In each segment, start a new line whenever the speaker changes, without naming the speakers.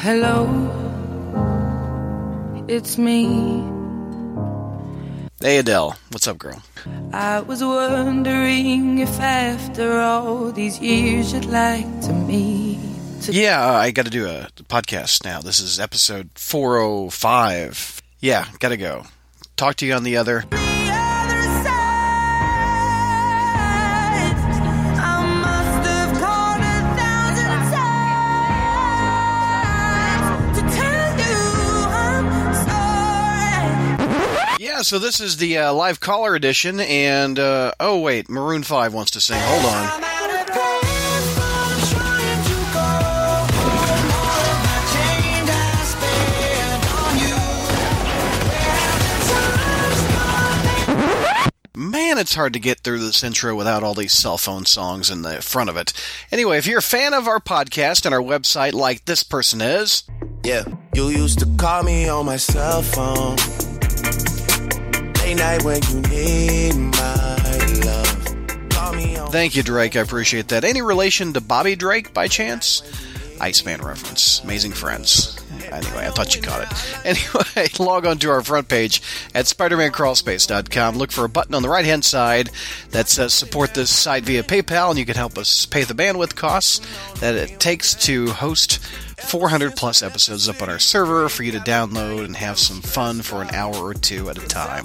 Hello, it's me.
Hey Adele, what's up, girl?
I was wondering if after all these years you'd like to meet.
Yeah, uh, I got to do a podcast now. This is episode 405. Yeah, got to go. Talk to you on the other. Yeah, so this is the uh, live caller edition, and uh, oh wait, Maroon Five wants to sing. Hold on. Man, it's hard to get through this intro without all these cell phone songs in the front of it. Anyway, if you're a fan of our podcast and our website, like this person is,
Yeah. You used to call me on my cell phone. Late night when you need my love. Call me on.
thank you, Drake. I appreciate that. Any relation to Bobby Drake by chance? Iceman reference. Amazing friends. Anyway, I thought you caught it. Anyway, log on to our front page at spidermancrawlspace.com. Look for a button on the right hand side that says support this site via PayPal, and you can help us pay the bandwidth costs that it takes to host 400 plus episodes up on our server for you to download and have some fun for an hour or two at a time.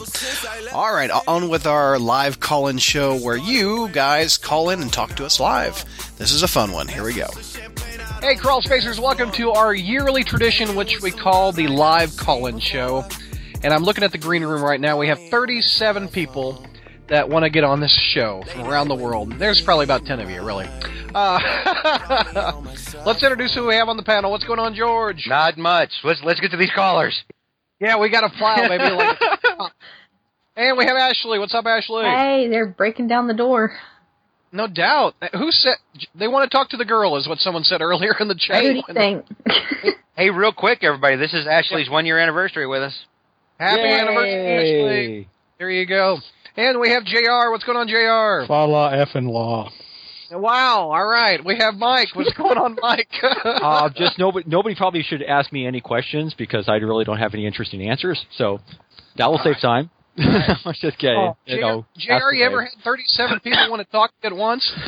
All right, on with our live call in show where you guys call in and talk to us live. This is a fun one. Here we go. Hey, Crawl Spacers, welcome to our yearly tradition, which we call the live call in show. And I'm looking at the green room right now. We have 37 people that want to get on this show from around the world. There's probably about 10 of you, really. Uh, let's introduce who we have on the panel. What's going on, George?
Not much. Let's let's get to these callers.
Yeah, we got a file, baby. Like, and we have Ashley. What's up, Ashley?
Hey, they're breaking down the door.
No doubt. Who said they want to talk to the girl? Is what someone said earlier in the chat.
Who do you think?
Hey, real quick, everybody. This is Ashley's one year anniversary with us.
Happy anniversary, Ashley. There you go. And we have Jr. What's going on, Jr.?
Fa la F and law.
Wow. All right. We have Mike. What's going on, Mike?
uh, just nobody, nobody probably should ask me any questions because I really don't have any interesting answers. So that will save time. I'm just kidding.
Jr.
you know, ask
Jr.
me
You Oh, ever
later.
had thirty-seven people want to talk at once?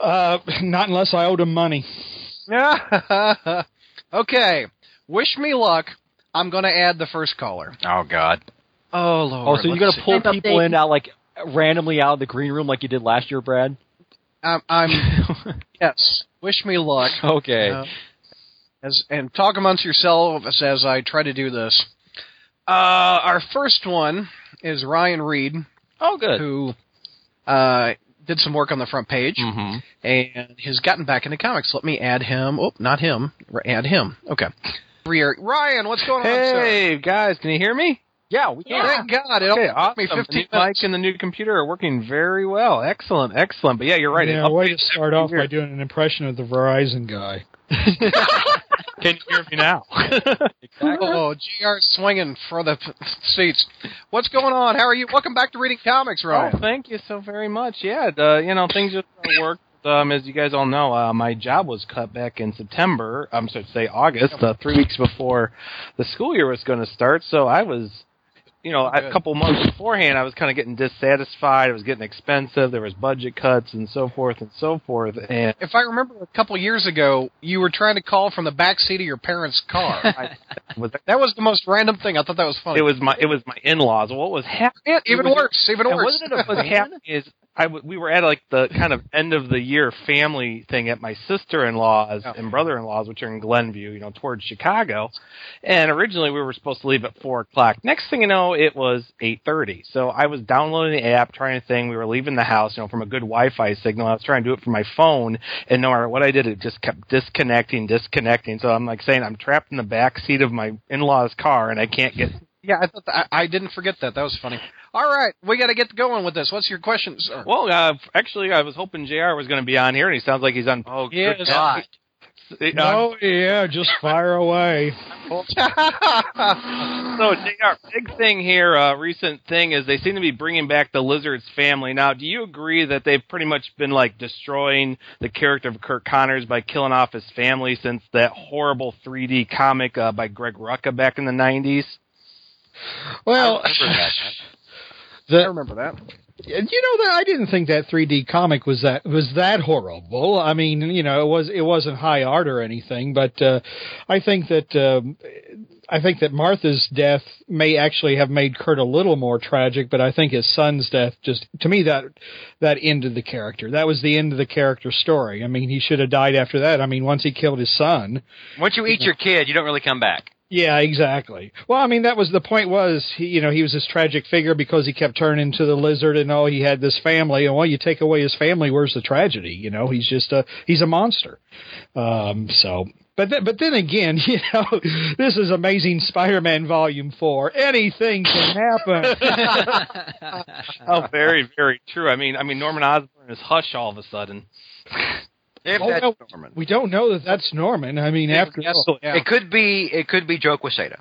Uh, not unless I owed him money.
okay. Wish me luck. I'm going to add the first caller.
Oh God.
Oh Lord.
Oh, so you're
let's
gonna
see.
pull
Type
people
update.
in out like randomly out of the green room like you did last year, Brad?
Um, I'm, I'm yes. Wish me luck.
okay.
Uh, as and talk amongst yourselves as I try to do this. Uh, our first one is Ryan Reed,
oh, good.
who uh, did some work on the front page
hmm
and has gotten back into comics. Let me add him. Oh, not him. R- Add him. Okay. Re- Ryan, what's going on? sir?
Hey guys, can you hear me?
Yeah, we can.
Thank God. It
Okay,
only took
awesome.
me 15
the new
minutes.
mic and the new computer are working very well. Excellent, excellent. But yeah, you're right.
Yeah,
It-
way to start off by
year.
doing an impression of the Verizon guy.
Can you hear me now?
Oh, GR swinging for the p- seats. What's going on? How are you? Welcome back to Reading Comics,
oh,
Ryan.
thank you so very much. Yeah, the, you know things just don't work. Um, as you guys all know, uh, my job was cut back in September. I'm sorry to say August, uh, three weeks before the school year was going to start. So I was, you
Oh,
know, a couple months beforehand, I was kind of getting dissatisfied. It was getting expensive. There was budget cuts and so forth and so forth. And
If I remember a couple years ago, you were trying to call from the back seat of your parents' car.
I was
that was the most random thing. I thought that was funny.
It was my it was my in laws. What was happening?
even
it was,
worse. Even
and
worse.
Wasn't it what was happening is I w- we were at like the kind of end of the year family thing at my sister in laws
Yeah.
and brother in laws, which are in Glenview, you know, towards Chicago. And originally we were supposed to leave at four o'clock. Next thing you know, it was eight thirty. So I was downloading the app, trying to thing. We were leaving the house, you know, from a good Wi-Fi signal. I was trying to do it from my phone, and no matter what I did, it just kept disconnecting, disconnecting. So I'm like saying I'm trapped in the back seat of my in-laws' car and I can't get
yeah, I thought that, I, I didn't forget that. That was funny. All right, we got to get going with this. What's your question, sir?
Well, uh, actually, I was hoping Jr. was going to be on uh, here, and he sounds like he's on.
Oh
Yes.
good God.
Oh yeah, just fire away.
so
Mm-hmm.
JR, big thing here, uh, recent thing is they seem to be bringing back the Lizard's family. Now, do you agree that they've pretty much been like destroying the character of Kirk Connors by killing off his family since that horrible 3D comic uh, by Greg Rucka back in the 90s?
Well,
I remember that.
I
the,
remember that.
you know that I didn't think that 3D comic was that was that horrible. I mean, you know, it was it wasn't high art or anything, but uh, I think that um, I think that Martha's death may actually have made Kurt a little more tragic, but I think his son's death just to me that that ended the character. That was the end of the character story. I mean, he should have died after that. I mean, once he killed his son,
Once you eat your kid, you don't really come back.
Yeah, exactly. Well, I mean, that was the point. Was he, you know he was this tragic figure because he kept turning to the lizard, and oh, he had this family, and well, you take away his family, where's the tragedy? You know, he's just a he's a monster. Um, so, but th- but then again, you know, this is amazing Spider-Man Volume Four. Anything can happen.
Oh, very, very true. I mean, I mean Norman Osborn is Hush all of a sudden.
If
Oh,
that's
no.
Norman.
we don't know that that's Norman. I mean, after
Oh,
all, yeah.
It could be. It could be Joe Quesada.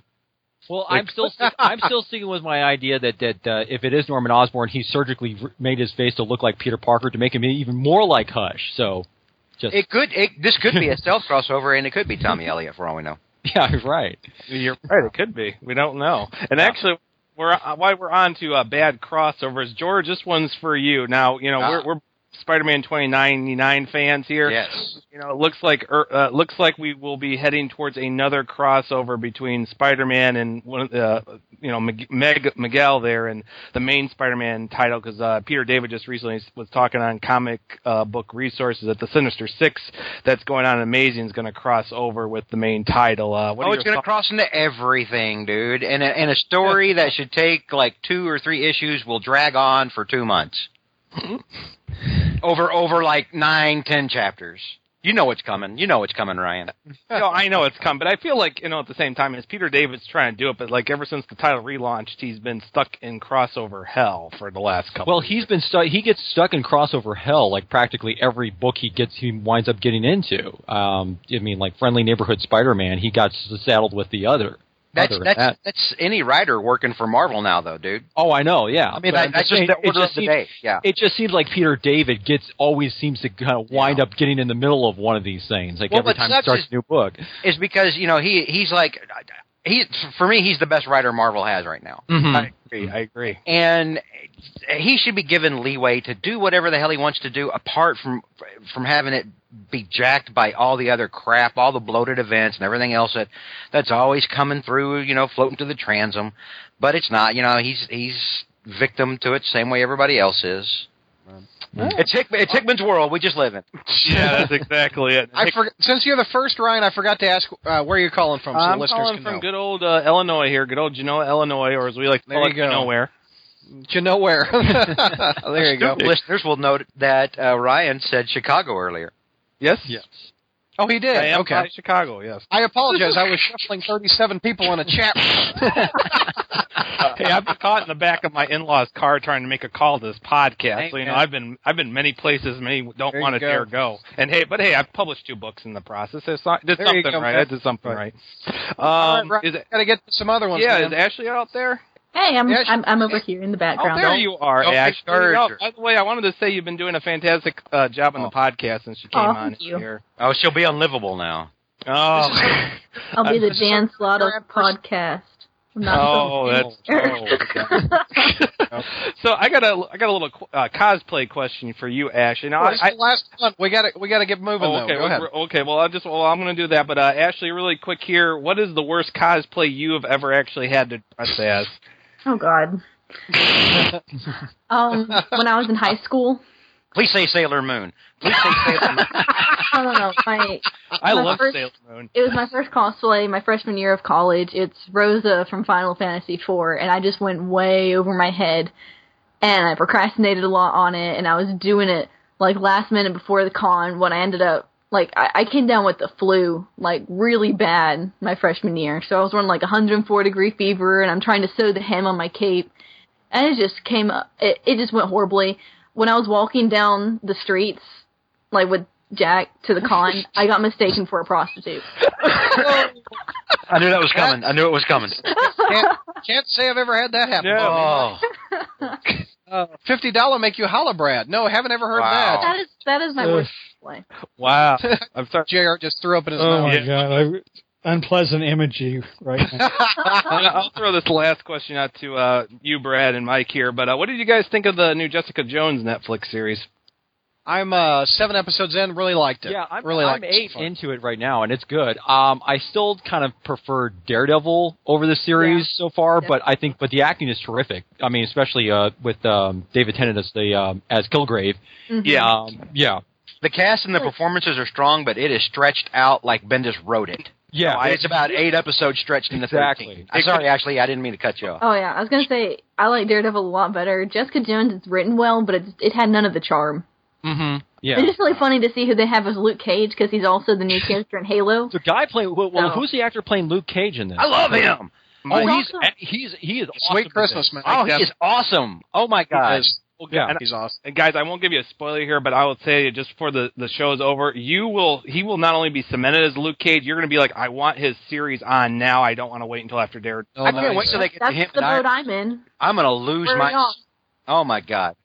Well, I'm still sti- I'm still sticking with my idea that that uh, if it is Norman Osborn, he surgically r- made his face to look like Peter Parker to make him even more like Hush. So, just
It could. It, this could be a stealth crossover, and it could be Tommy Elliott for all we know.
yeah, you're right.
You're right. It could be. We don't know. And actually, we're uh, why we're on to uh, bad crossovers. George, this one's for you. Now, you know
Ah.
we're we're Spider-Man 2099 fans here.
Yes.
You know, it looks like er, uh, looks like we will be heading towards another crossover between Spider-Man and one of the uh, you know Mig- Meg- Miguel there and the main Spider-Man title because uh, Peter David just recently was talking on comic uh, book resources that the Sinister Six that's going on in Amazing is going to cross over with the main title. Uh, what are
oh, it's
your
going to
thoughts?
cross into everything, dude. And a, and a story that should take like two or three issues will drag on for two months. over over like nine, ten chapters. You know it's coming. You know it's coming, Ryan.
no, I know it's come, but I feel like you know at the same time as Peter David's trying to do it, but like ever since the title relaunched, he's been stuck in crossover hell for the last couple.
Well, he's been stuck. He gets stuck in crossover hell like practically every book he gets. He winds up getting into. Um, I mean, like Friendly Neighborhood Spider-Man, he got s- saddled with the other.
That's
other
that's
that.
that's any writer working for Marvel now, though, dude.
Oh, I know. Yeah,
I
But
mean, that,
I'm
that's
saying,
just
it
the order of the
seems-
day. Yeah.
It just seems like Peter David gets always seems to kind of wind up getting in the middle of one of these things. Like
Well,
every
but
time he
that's
starts
his-
a new book.
is because you know he he's like he for me he's the best writer Marvel has right now,
I agree. I agree.
and he should be given leeway to do whatever the hell he wants to do, apart from from having it be jacked by all the other crap, all the bloated events and everything else that that's always coming through, you know, floating through the transom. But it's not, you know, he's he's victim to it same way everybody else is. It's, Hick, it's Hickman's world we just live in.
Yeah, that's exactly it.
I forg since you're the first Ryan, I forgot to ask uh, where you're calling from, so the
I'm
listeners
calling
can
from
know.
good old uh, Illinois here, good old Genoa, Illinois, or as we like to
There
call
you
it,
go.
nowhere.
You know where? there you go.
Listeners will note that uh, Ryan said Chicago earlier.
Yes.
Oh, he did.
I am
okay.
by Chicago. Yes.
I apologize. I was shuffling 37 people in a chat.
hey, I've been caught in the back of my in-laws' car trying to make a call to this podcast. so you know,
man.
I've been I've been many places, many don't
There
want
you
to
go.
dare go. And hey, but hey, I've published two books in the process. I saw- did
There you
something
go,
right.
man.
I did something right.
All
Um,
right, Ryan,
is it,
Got to get some other ones.
yeah, is
man.
Ashley out there?
Hey, I'm
Yeah, she-
I'm, I'm over here in the
Oh,
background.
there you are,
don't
Ashley.
discourage
Oh,
her.
by the way, I wanted to say you've been doing a fantastic uh, job on the podcast since you came
Aw,
on
thank you.
here.
Oh, she'll be unlivable now.
Oh,
I'll be
Uh,
the
this is
Dan Slaughter
grand person.
podcast. I'm not
oh,
supposed
that's terrible. so I got a I got a little qu- uh, cosplay question for you, Ashley. Now,
Oh,
I,
this is
I,
the last one. We got to we got to get moving
Oh,
though.
okay,
Go ahead.
well, okay. Well, I just well, I'm going to do that. But uh, Ashley, really quick here, what is the worst cosplay you have ever actually had to dress as?
to- oh God. um, when I was in high school,
Please say Sailor Moon. Please say Sailor Moon.
I don't know. My
I
My
love
first-
Sailor Moon.
it was my first cosplay, my freshman year of college. It's Rosa from Final Fantasy IV, and I just went way over my head, and I procrastinated a lot on it, and I was doing it like last minute before the con. When I ended up like I, I came down with the flu, like really bad my freshman year, so I was running like 104 degree fever, and I'm trying to sew the hem on my cape, and it just came up. It, it just went horribly. When I was walking down the streets, like with Jack to the con, I got mistaken for a prostitute.
I knew that was coming. I knew it was coming.
Can't, can't say I've ever had that happen. Uh,
Yeah.
Oh,
Fifty dollar make you holla, Brad. No, haven't ever heard Uh,
Wow.
That is that is my
Ugh.
worst display.
Wow.
that.
I'm sorry.
Jr. just threw up in his
Oh
mouth.
my god, I, unpleasant imagery right now.
And I'll throw this last question out to uh, you, Brad, and Mike here. But uh, what did you guys think of the new Jessica Jones Netflix series?
I'm uh, seven episodes in. Really liked it.
Yeah, I'm,
really
I'm
liked
eight
it. Fun.
into it right now, and it's good. Um, I still kind of prefer Daredevil over the series so far, but I think but the acting is terrific. I mean, especially uh, with um, David Tennant as the um, as Kilgrave.
Mm-hmm.
yeah.
Um, yeah,
The cast and the performances are strong, but it is stretched out like Bendis wrote it.
yeah.
So it's about eight episodes stretched into
Exactly.
13. I'm sorry, Ashley, I didn't mean to cut you off.
Oh yeah, I was gonna say I like Daredevil a lot better. Jessica Jones is written well, but it it had none of the charm.
mm-hmm. Yeah.
It's just really funny to see who they have as Luke Cage because he's also the new character in Halo.
The guy playing well, well
No.
who's the actor playing Luke Cage in this?
I love him.
oh, he's
awesome.
he's he is awesome in
Sweet
this.
Christmas, man.
Oh, he
Def-
is awesome. Oh my god.
Because-
Yeah.
And
He's awesome.
And guys, I won't give you a spoiler here, but I will say just before the the show is over, you will he will not only be cemented as Luke Cage, you're going to be like, I want his series on now. I don't want to wait until after Daredevil.
Oh,
I can't
nice.
wait till they get to
That's
him. And
the
I,
boat I'm in.
I'm gonna lose
We're
my.
off.
Oh my god.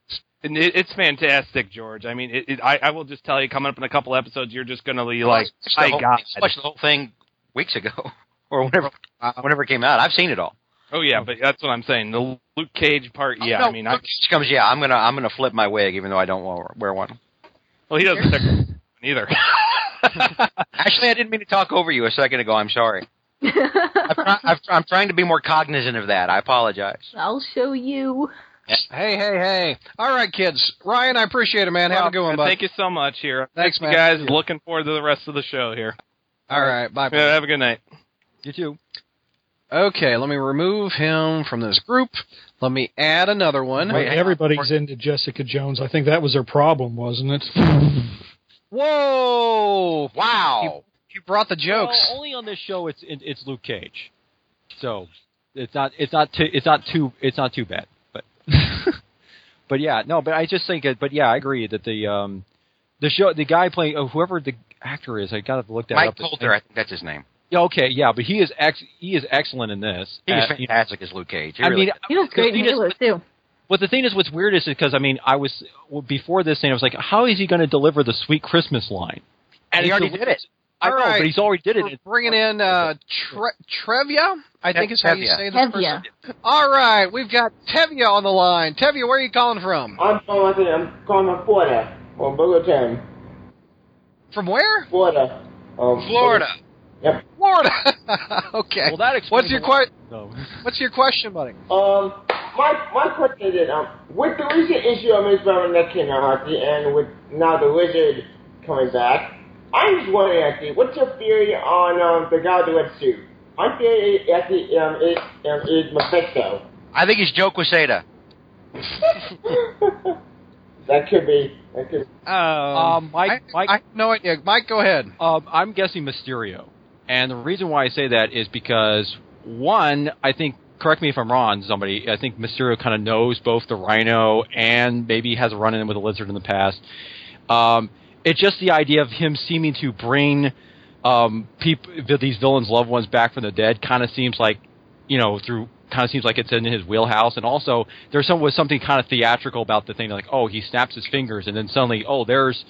And it, it's fantastic, George. I mean, it, it, I, I will just tell you, coming up in a couple episodes, you're just going to be like,
I
my
watched the whole-
God.
I watched the whole thing weeks ago or whenever Uh, whenever it came out. I've seen it all.
Oh yeah, but that's what I'm saying. The Luke Cage part, yeah.
No,
I mean, I,
Cage comes. Yeah, I'm gonna I'm gonna flip my wig even though I don't wa- wear one.
well, he doesn't check either.
Actually, I didn't mean to talk over you a second ago. I'm sorry. I've try, I've, I'm trying to be more cognizant of that. I apologize.
I'll show you.
Hey, hey, hey! All right, kids. Ryan, I appreciate it, man. Have a good one,
And
bud.
Thank you so much here.
Thanks,
you
man.
guys. Looking forward to the rest of the show here.
All right, bye.
Yeah, have a good night.
You too.
Okay, let me remove him from this group. Let me add another one.
Well, everybody's into Jessica Jones. I think that was her problem, wasn't it?
Whoa!
Wow.
You brought the jokes.
Well, only on this show it's it, it's Luke Cage, so it's not it's not too it's not too it's not too bad. But but yeah, no, but I just think it. But yeah, I agree that the um the show the guy playing oh, whoever the actor is, I gotta look that
Mike
up.
Coulter, I think that's his name.
Yeah, okay, yeah, but he is ex he is excellent in this.
He was
Uh, you know,
fantastic as Luke Cage. He
I
really-
mean,
He was great in
he just-
Halo too.
But the thing is, what's weird is because I mean, I was well, before this thing, I was like, how is he going to deliver the sweet Christmas line?
And he
it's
already
deli-
did it.
I
All
know,
right.
but he's already did it.
We're bringing in uh, Tre- Trevia, I think is how you
Tevya.
say this
Hevia.
person. All right, we've got Tevia on the line. Tevia, where are you calling from?
I'm calling to I'm calling from Florida or Bulletin.
From where?
Florida. Um,
Florida.
Yep.
Florida. okay.
Well, that
what's
explains
your
a lot.
que- What's your question, buddy?
Um, my my question is um, with the recent issue of Miss Brown that came out, Archie, and with now the Wizard coming back, I'm just wondering, Archie, what's your theory on um the guy with the red suit? My theory, is, Archie, um, is um, is Mephisto.
I think he's Joe Quesada.
that could be. That could.
Um, Mike,
I,
Mike,
I have no idea. Mike, go ahead.
um, I'm guessing Mysterio, and the reason why I say that is because one, I think. Correct me if I'm wrong, somebody. I think Mysterio kind of knows both the Rhino and maybe has a run-in with a lizard in the past. Um, it's just the idea of him seeming to bring um, peop- these villains' loved ones back from the dead. Kind of seems like, you know, through kind of seems like it's in his wheelhouse. And also, there's some was something kind of theatrical about the thing, like oh, he snaps his fingers, and then suddenly, oh, there's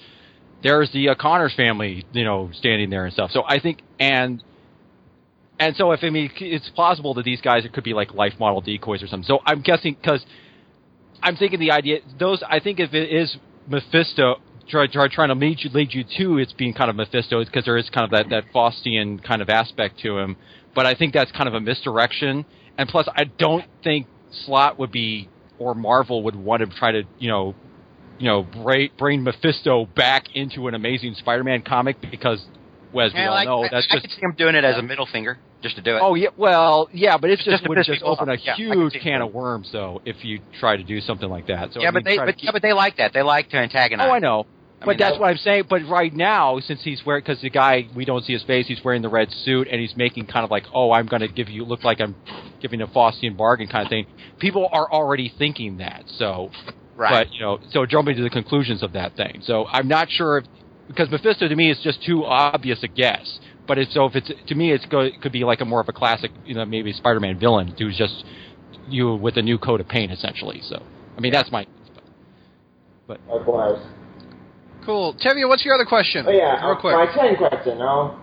there's the uh, Connors family, you know, standing there and stuff. So I think and. And so, if I mean, it's plausible that these guys it could be like life model decoys or something. So I'm guessing because I'm thinking the idea those. I think if it is Mephisto try, try, trying to lead you lead you to it's being kind of Mephisto because there is kind of that that Faustian kind of aspect to him. But I think that's kind of a misdirection. And plus, I don't think Slot would be or Marvel would want to try to you know you know bra- bring Mephisto back into an Amazing Spider-Man comic because. Well, as we
Yeah,
all
like,
know,
I,
that's
I
just
could see him doing it as a middle finger just to do it.
Oh yeah, well, yeah, but it's
Just
just,
to
would
piss
just
people
open
off.
a
Yeah, I can
huge
see
can
that.
of worms, though, if you try to do something like that. So
yeah,
I
but
mean,
they
try to
but, yeah, but they like that. They like to antagonize.
oh, I know,
I
but
mean,
that's
that-
what I'm saying. But right now, since he's wearing because the guy we don't see his face, he's wearing the red suit and he's making kind of like, oh, I'm going to give you look like I'm giving a Faustian bargain kind of thing. People are already thinking that, so
Right.
but you know, so jumping to the conclusions of that thing. So I'm not sure if because Mephisto to me is just too obvious a guess. But if, so if it's to me, it's go, it could be like a more of a classic, you know, maybe Spider-Man villain who's just you with a new coat of paint essentially. So I mean, that's my
Likewise.
Cool. Tevye, what's your other question?
Oh yeah,
Real
uh,
quick.
my ten question. Oh,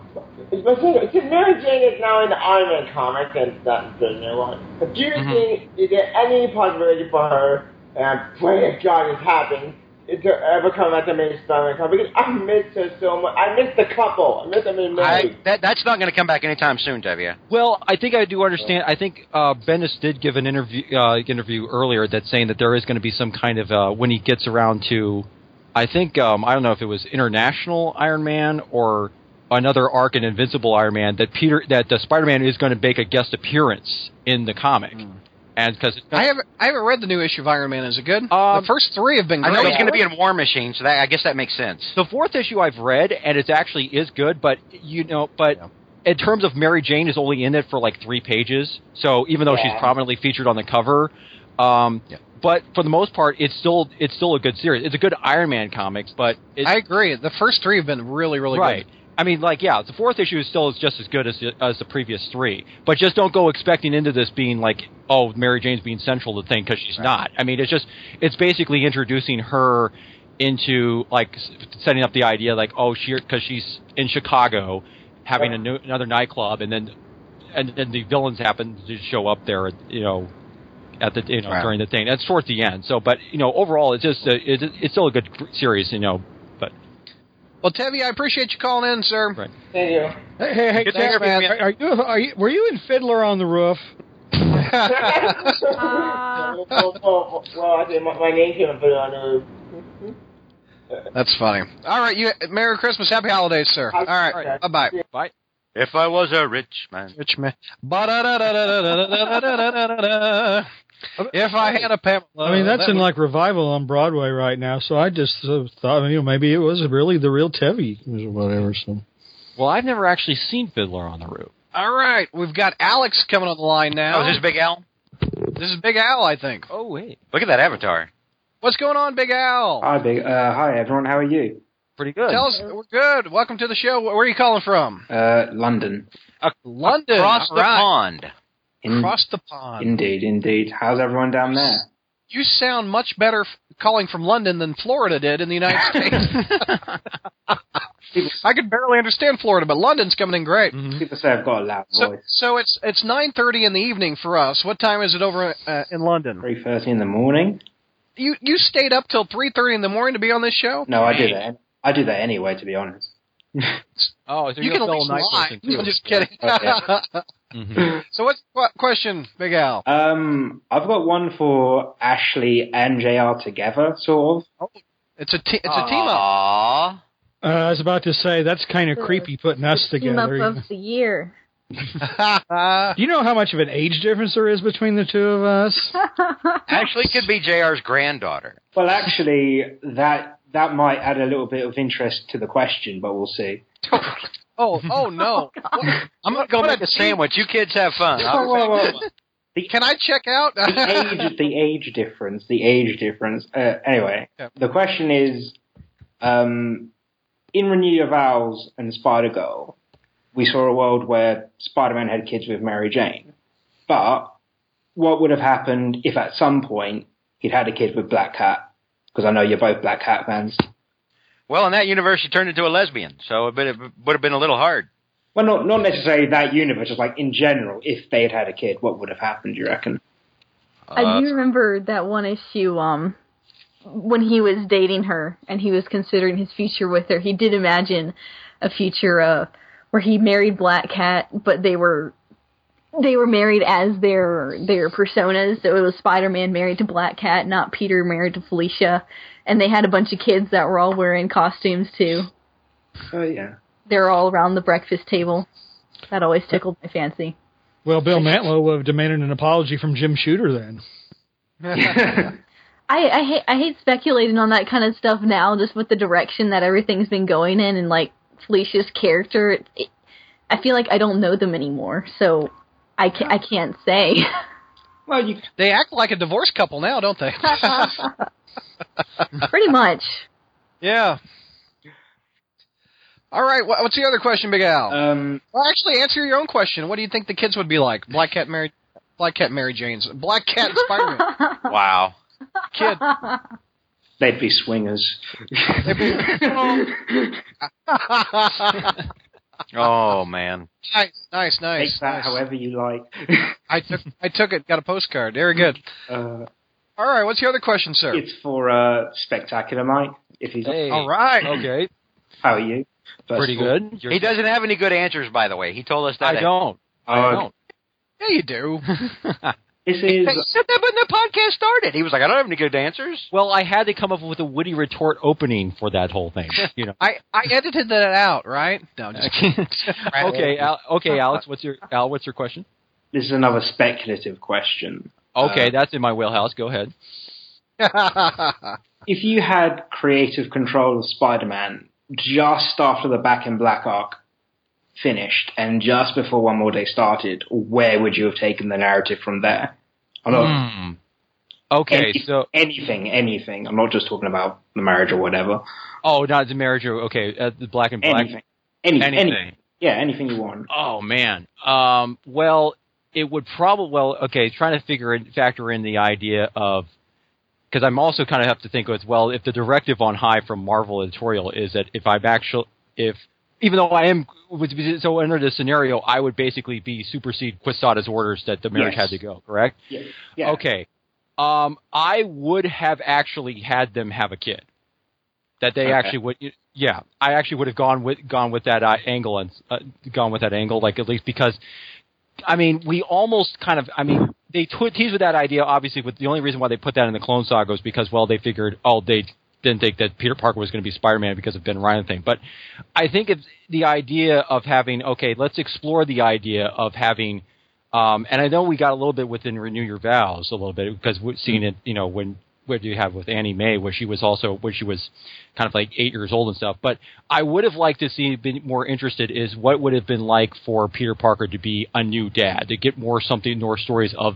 it's my second- since Mary Jane is now in the Iron Man comic, and that's the new one. But do you think is there any possibility for her? And I pray to God it happens to ever come out the main Spider-Man comic because I miss her so much. I miss the couple. I miss them in
I,
married.
that, that's not going to come back anytime soon, Tevye.
Well, I think I do understand. I think uh, Bendis did give an interview uh, interview earlier that's saying that there is going to be some kind of uh, when he gets around to, I think um, I don't know if it was International Iron Man or another arc in Invincible Iron Man that Peter that the Spider Man is going to make a guest appearance in the comic, and because
I haven't I haven't read the new issue of Iron Man. Is it good?
Um,
the first three have been
I
great.
know he's going to be in War Machine, so that, I guess that makes sense.
the fourth issue I've read and it actually is good, but you know, but in terms of Mary Jane is only in it for like three pages, so even though she's
Yeah.
prominently featured on the cover, um, but for the most part, it's still it's still a good series. It's a good Iron Man comics, but it's,
I agree. The first three have been really really
right.
good.
I mean, like, yeah, the fourth issue is still is just as good as the- as the previous three, but just don't go expecting into this being like, oh, Mary Jane's being central to the thing because she's not. I mean, it's just it's basically introducing her into like s- setting up the idea like, oh, she because she's in Chicago having a new, another nightclub, and then and then the villains happen to show up there, at, you know, at the you know
Right.
during the thing. That's towards the end. So, but you know, overall, it's just a, it, it's still a good series, you know. But
Well, Tevye, I appreciate you calling in, sir.
Right.
Thank you.
Hey, hey, hey
Good to hear
Jack,
from you.
Are, are you? Are you? Were you in Fiddler on the Roof?
well, well, well, well, I think my, my name came up on the
That's funny. All right, you. Merry Christmas, Happy Holidays, sir. All right, bye bye.
bye.
If I was a rich man.
Rich man. Ba-da-da-da-da-da-da-da-da-da-da-da. If I had a Pamela,
I mean, that's
that
in
would-
like revival on Broadway right now. So I just uh, thought, you know, maybe it was really the real Tevye or whatever. So
Well, I've never actually seen Fiddler on the Roof.
All right, we've got Alex coming on the line now.
Oh, is this Big Al?
this is Big Al, I think.
Oh wait,
Look at that avatar.
What's going on, Big Al?
Hi, Big. Uh, hi, everyone. How are you?
pretty good.
Tell us, we're good. Welcome to the show. Where are you calling from?
Uh, London.
London.
Across
All
the
right.
pond.
In-
Across the pond.
Indeed, indeed. How's everyone down there?
You sound much better f- calling from London than Florida did in the United States. I could barely understand Florida, but London's coming in great.
Mm-hmm.
People say I've got a loud
So,
voice.
so it's it's nine thirty in the evening for us. What time is it over uh, in London?
Three thirty in the morning.
You you stayed up till three thirty in the morning to be on this show.
No, I do that. I do that anyway, to be honest.
Oh, so
you
you're
can at
still
least
a nice
lie.
person, too.
I'm just kidding.
Okay.
Mm-hmm. so what's the qu- question, Big Al?
Um, I've got one for Ashley and Jr. together, sort of.
It's a te- it's a team up.
Aw.
uh, I was about to say that's kind of creepy putting us
Team up
together.
of the year.
Do you know how much of an age difference there is between the two of us?
Actually, could be JR's granddaughter.
Well, actually, that that might add a little bit of interest to the question, but we'll see.
oh oh no! What-
I'm going to go
What a
make a
team-
sandwich. You kids have fun. I'll-
Whoa, whoa, whoa.
Can I check out?
the age the age difference the age difference uh, anyway
Yeah.
the question is um in renew your vows and spider girl we saw a world where spider-man had kids with mary jane but what would have happened if at some point he'd had a kid with black cat because i know you're both black cat fans
Well, in that universe, she turned into a lesbian, so it would have been a little hard.
well not not necessarily that universe just like in general if they had had a kid what would have happened do you reckon
I do remember that one issue um when he was dating her and he was considering his future with her. He did imagine a future uh where he married Black Cat, but they were they were married as their their personas. So it was Spider-Man married to Black Cat, not Peter married to Felicia, and they had a bunch of kids that were all wearing costumes too.
oh yeah
They're all around the breakfast table. That always tickled my fancy.
Well, Bill Mantlo would have demanded an apology from Jim Shooter then.
I, I hate I hate speculating on that kind of stuff now, just with the direction that everything's been going in, and like Felicia's character. It, it, I feel like I don't know them anymore, so I can I can't say.
well you
they act like a divorced couple now, don't they?
Pretty much.
yeah.
All right, wha- what's the other question, Big Al?
Um,
well, actually, answer your own question. What do you think the kids would be like? Black Cat Mary, Black Cat Mary Jane's, Black Cat Spider Man.
Wow.
Kid,
they'd be swingers.
Oh man.
nice, nice,
Take
nice.
that
nice.
however you like.
I took, I took it. Got a postcard. Very good.
Uh,
All right, what's your other question, sir?
it's for uh, Spectacular Mike. If he's
Hey.
All right.
Okay.
how are you? First
Pretty
of all.
good. You're-
He doesn't have any good answers, by the way. He told us that.
I don't. I
Uh,
don't.
Yeah, you do.
This
He
is
said that when the podcast started. He was like, I don't have any good answers.
Well, I had to come up with a witty retort opening for that whole thing. You know.
I, I edited that out, right? No, just
okay. Al, okay, Alex. What's your Al? What's your question?
this is another speculative question.
Okay,
Uh,
that's in my wheelhouse. Go ahead.
if you had creative control of Spider-Man just after the Back in Black arc finished and just before One More Day started, where would you have taken the narrative from there? I'm not
Hmm. Okay,
any-
so
anything, anything. I'm not just talking about the marriage or whatever.
oh, not the marriage. or- Okay, uh, the black and black.
Anything, anything, anything.
Anything.
Yeah, anything you want.
Oh man. Um. Well, it would probably. Well, okay. Trying to figure in, factor in the idea of because I'm also kind of have to think with well, if the directive on high from Marvel editorial is that if I'm actually if even though I am was- so under this scenario, I would basically be supersede Quisada's orders that the marriage
Yes.
had to go. Correct.
Yeah, yeah.
Okay. Um, I would have actually had them have a kid. That they
Okay.
actually would, yeah. I actually would have gone with gone with that uh, angle and uh, gone with that angle, like at least because, I mean, we almost kind of, I mean, they tw- teased with that idea. Obviously, with the only reason why they put that in the Clone Saga was because, well, they figured, oh, they didn't think that Peter Parker was going to be Spider Man because of Ben Ryan thing. But I think it's the idea of having, okay, let's explore the idea of having um, and I know we got a little bit within renew your vows a little bit because we've seen it, you know, when what do you have with Annie Mae, where she was also when she was kind of like eight years old and stuff. But I would have liked to see been more interested is what would have been like for Peter Parker to be a new dad to get more something more stories of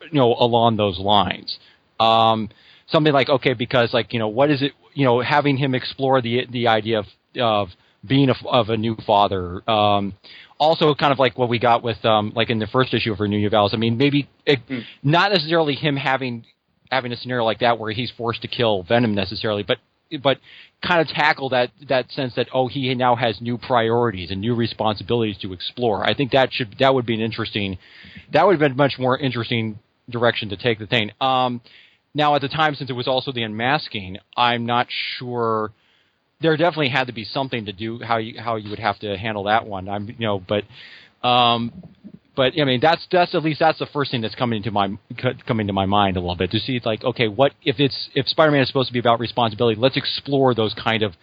you know along those lines. Um, something like okay, because like you know what is it you know having him explore the the idea of of being a, of a new father. Um, also, kind of like what we got with um, like in the first issue of Renew Your Vows. I mean, maybe it, not necessarily him having having a scenario like that where he's forced to kill Venom necessarily, but but kind of tackle that that sense that oh he now has new priorities and new responsibilities to explore. I think that should that would be an interesting that would have been a much more interesting direction to take the thing. Um, now at the time since it was also the unmasking, I'm not sure there definitely had to be something to do how you how you would have to handle that one. I'm you know but um but I mean that's that's at least that's the first thing that's coming to my co- coming to my mind a little bit to see it's like okay what if it's if Spider-Man is supposed to be about responsibility let's explore those kind of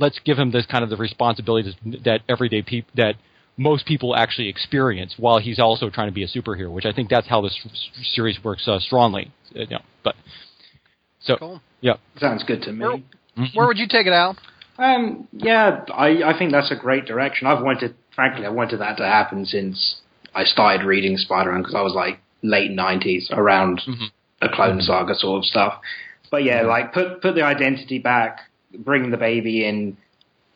let's give him this kind of the responsibilities that everyday people that most people actually experience while he's also trying to be a superhero which I think that's how this s- series works uh, strongly uh, you know, but so
Cool.
yeah
Sounds good to me.
Where would you take it, Al?
Um, yeah, I, I think that's a great direction. I've wanted, frankly, I wanted that to happen since I started reading Spider-Man because I was like late '90s, around the Clone Saga sort of stuff. But yeah, like put put the identity back, bring the baby in,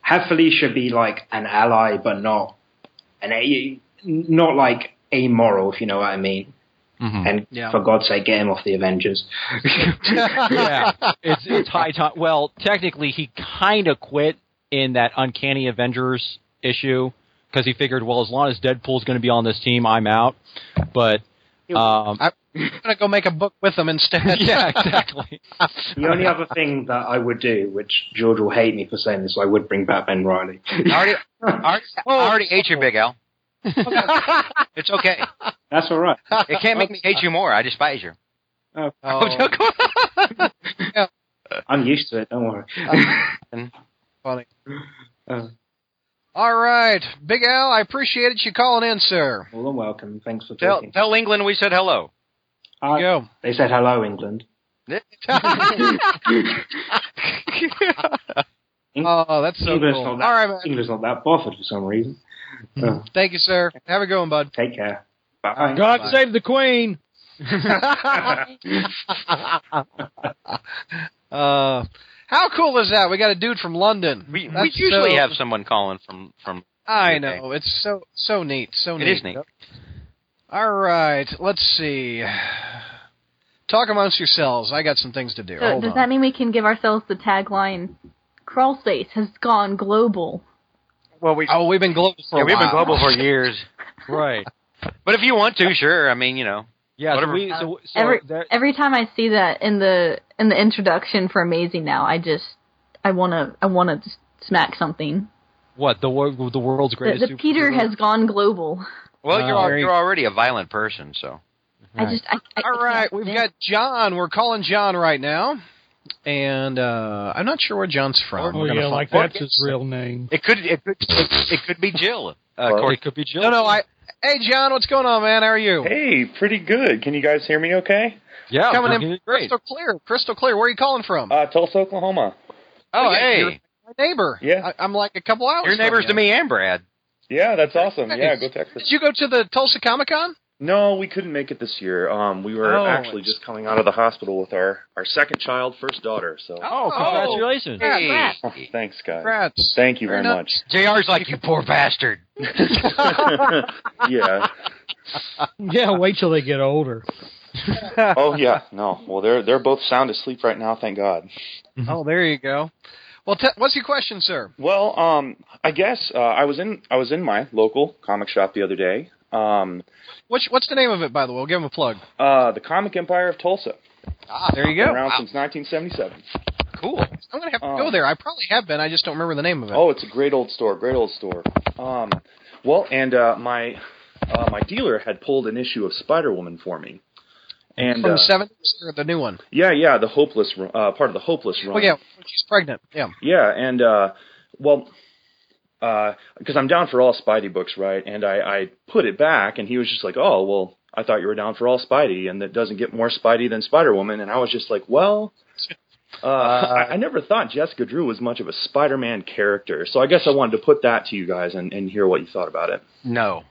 have Felicia be like an ally, but not an a not like amoral, if you know what I mean.
Mm-hmm.
And
Yeah.
for God's sake, get him off the Avengers.
yeah, it's it's high time. Well, technically, he kind of quit in that Uncanny Avengers issue because he figured, well, as long as Deadpool's going to be on this team, I'm out. But um,
I'm gonna go make a book with them instead.
yeah, exactly.
The only other thing that I would do, which George will hate me for saying this, I would bring back Ben Riley.
already, already,
Oh,
I already ate you, Big Al. it's okay.
That's all right.
It can't make me hate you more. I despise you.
Oh,
I'm used to it. Don't worry.
funny.
Uh,
All right, Big Al, I appreciated you calling in, sir.
well, I'm welcome. Thanks for
Tell,
talking.
tell England we said hello.
Uh,
Go.
They said hello, England.
oh, that's so
England's
cool. All
not that-
right, man.
England's not that bothered for some reason.
Hmm.
Uh,
Thank you, sir. Have a good one, bud.
take care. Bye.
God save the Queen.
uh,
How cool is that? We got a dude from London.
We, we
That's
usually
so-
have someone calling from from.
I
Okay.
know. It's so so neat. So
It
neat.
is neat.
All right. Let's see. Talk amongst yourselves. I got some things to do.
So
Hold
does
on.
that mean we can give ourselves the tagline? Crawl space has gone global.
Well, we
oh, we've been global for
yeah,
a
we've been
while.
global for years.
Right.
But if you want to, sure. I mean, you know,
Yeah. So
Whatever.
we, so, so
Every
there,
every time I see that in the in the introduction for Amazing Now, I just I wanna I wanna just smack something.
what the wor- the world's
The,
greatest.
the Peter
superhero?
has gone global.
well,
Uh,
you're al-
very-
you're already a violent person, so
I just I, I,
All right, we've got John. We're calling John right now, and uh, I'm not sure where John's from. Oh,
We're gonna
yeah,
find-
like
Well,
that's his real name.
it could it could it, it could be Jill. Uh,
Well,
Corey.
it could be Jill.
No, no, I. Hey, John, what's going on, man? How are you?
Hey, pretty good. Can you guys hear me okay?
yeah,
Coming
we're
in
great.
crystal clear, crystal clear. Where are you calling from?
Uh, Tulsa, Oklahoma.
oh,
yeah,
hey,
you're- My neighbor.
yeah.
I, I'm like a couple hours.
your
from
neighbors
you.
to me and Brad.
Yeah, that's awesome. Yeah,
Nice.
go Texas.
Did you go to the Tulsa Comic Con?
No, we couldn't make it this year. Um, we were
Oh.
actually just coming out of the hospital with our, our second child, first daughter. So,
Oh, congratulations!
Hey.
Yeah,
Oh, thanks, guys.
Congrats.
Thank you
Very
very, much.
Jr's like you poor bastard.
yeah.
Yeah, wait till they get older.
Oh yeah. No. Well, they're they're both sound asleep right now. Thank God.
Mm-hmm.
Oh, there you go. Well, te- what's your question, sir?
Well, um, I guess uh, I was in I was in my local comic shop the other day. Um,
What's what's the name of it, by the way? We'll give him a plug.
uh, the Comic Empire of Tulsa.
Ah, there you
Been
go.
around since 1977.
Cool. I'm gonna have to
Oh.
go there. I probably have been. I just don't remember the name of it.
Oh, it's a great old store. Great old store. Um, well, and uh, my uh, my dealer had pulled an issue of Spider Woman for me. And
from
uh,
the seventies or the new one?
yeah, yeah, the hopeless Ru- uh, part of the hopeless run.
Well, yeah, when she's pregnant. Yeah.
Yeah, and uh, well, because I'm down for all Spidey books, right? And I, I put it back, and he was just like, "Oh, well, I thought you were down for all Spidey, and that doesn't get more Spidey than Spider Woman." And I was just like, "Well." Uh, I, I never thought Jessica Drew was much of a Spider-Man character, so I guess I wanted to put that to you guys and, and hear what you thought about it.
No,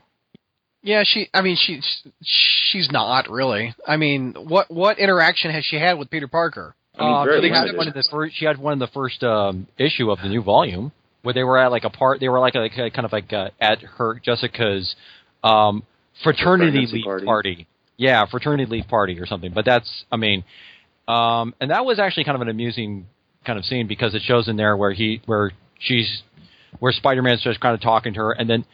Yeah, she. I mean, she's she's not really. I mean, what what interaction has she had with Peter Parker?
I mean,
Uh,
very
she, had
limited.
one of the first, she had one in the first um, issue of the new volume where they were at like a part. They were like, a, like a- kind of like uh, at her Jessica's um, fraternity
Pregnancy
leave
party.
party. Yeah, fraternity leave party or something. But that's, I mean, um, and that was actually kind of an amusing kind of scene because it shows in there where he where she's where Spider Man's just kind of talking to her, and then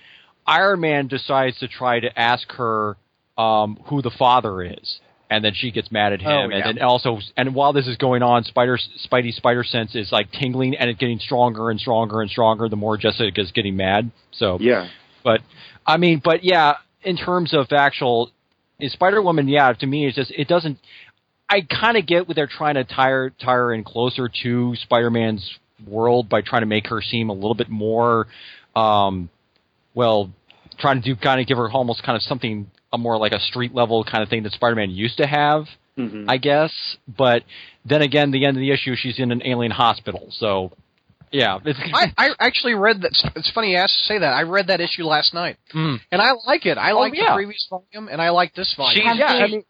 Iron Man decides to try to ask her um, who the father is, and then she gets mad at him,
Oh, yeah.
and then also, and while this is going on, Spider Spidey Spider Sense is like tingling and it's getting stronger and stronger and stronger the more Jessica's getting mad. So
Yeah,
but I mean, but yeah, in terms of actual Spider Woman, yeah, to me it's just it doesn't. I kind of get what they're trying to tire tire in closer to Spider Man's world by trying to make her seem a little bit more, um, well, trying to do kind of give her almost kind of something a more like a street level kind of thing that Spider Man used to have. I guess, but then again, the end of the issue, she's in an alien hospital. So, yeah, it's,
I, I actually read that. It's funny you ask say that. I read that issue last night,
Mm.
and I like it. I
Oh,
like the
yeah.
previous volume, and I like this volume.
she's
yeah, I
she-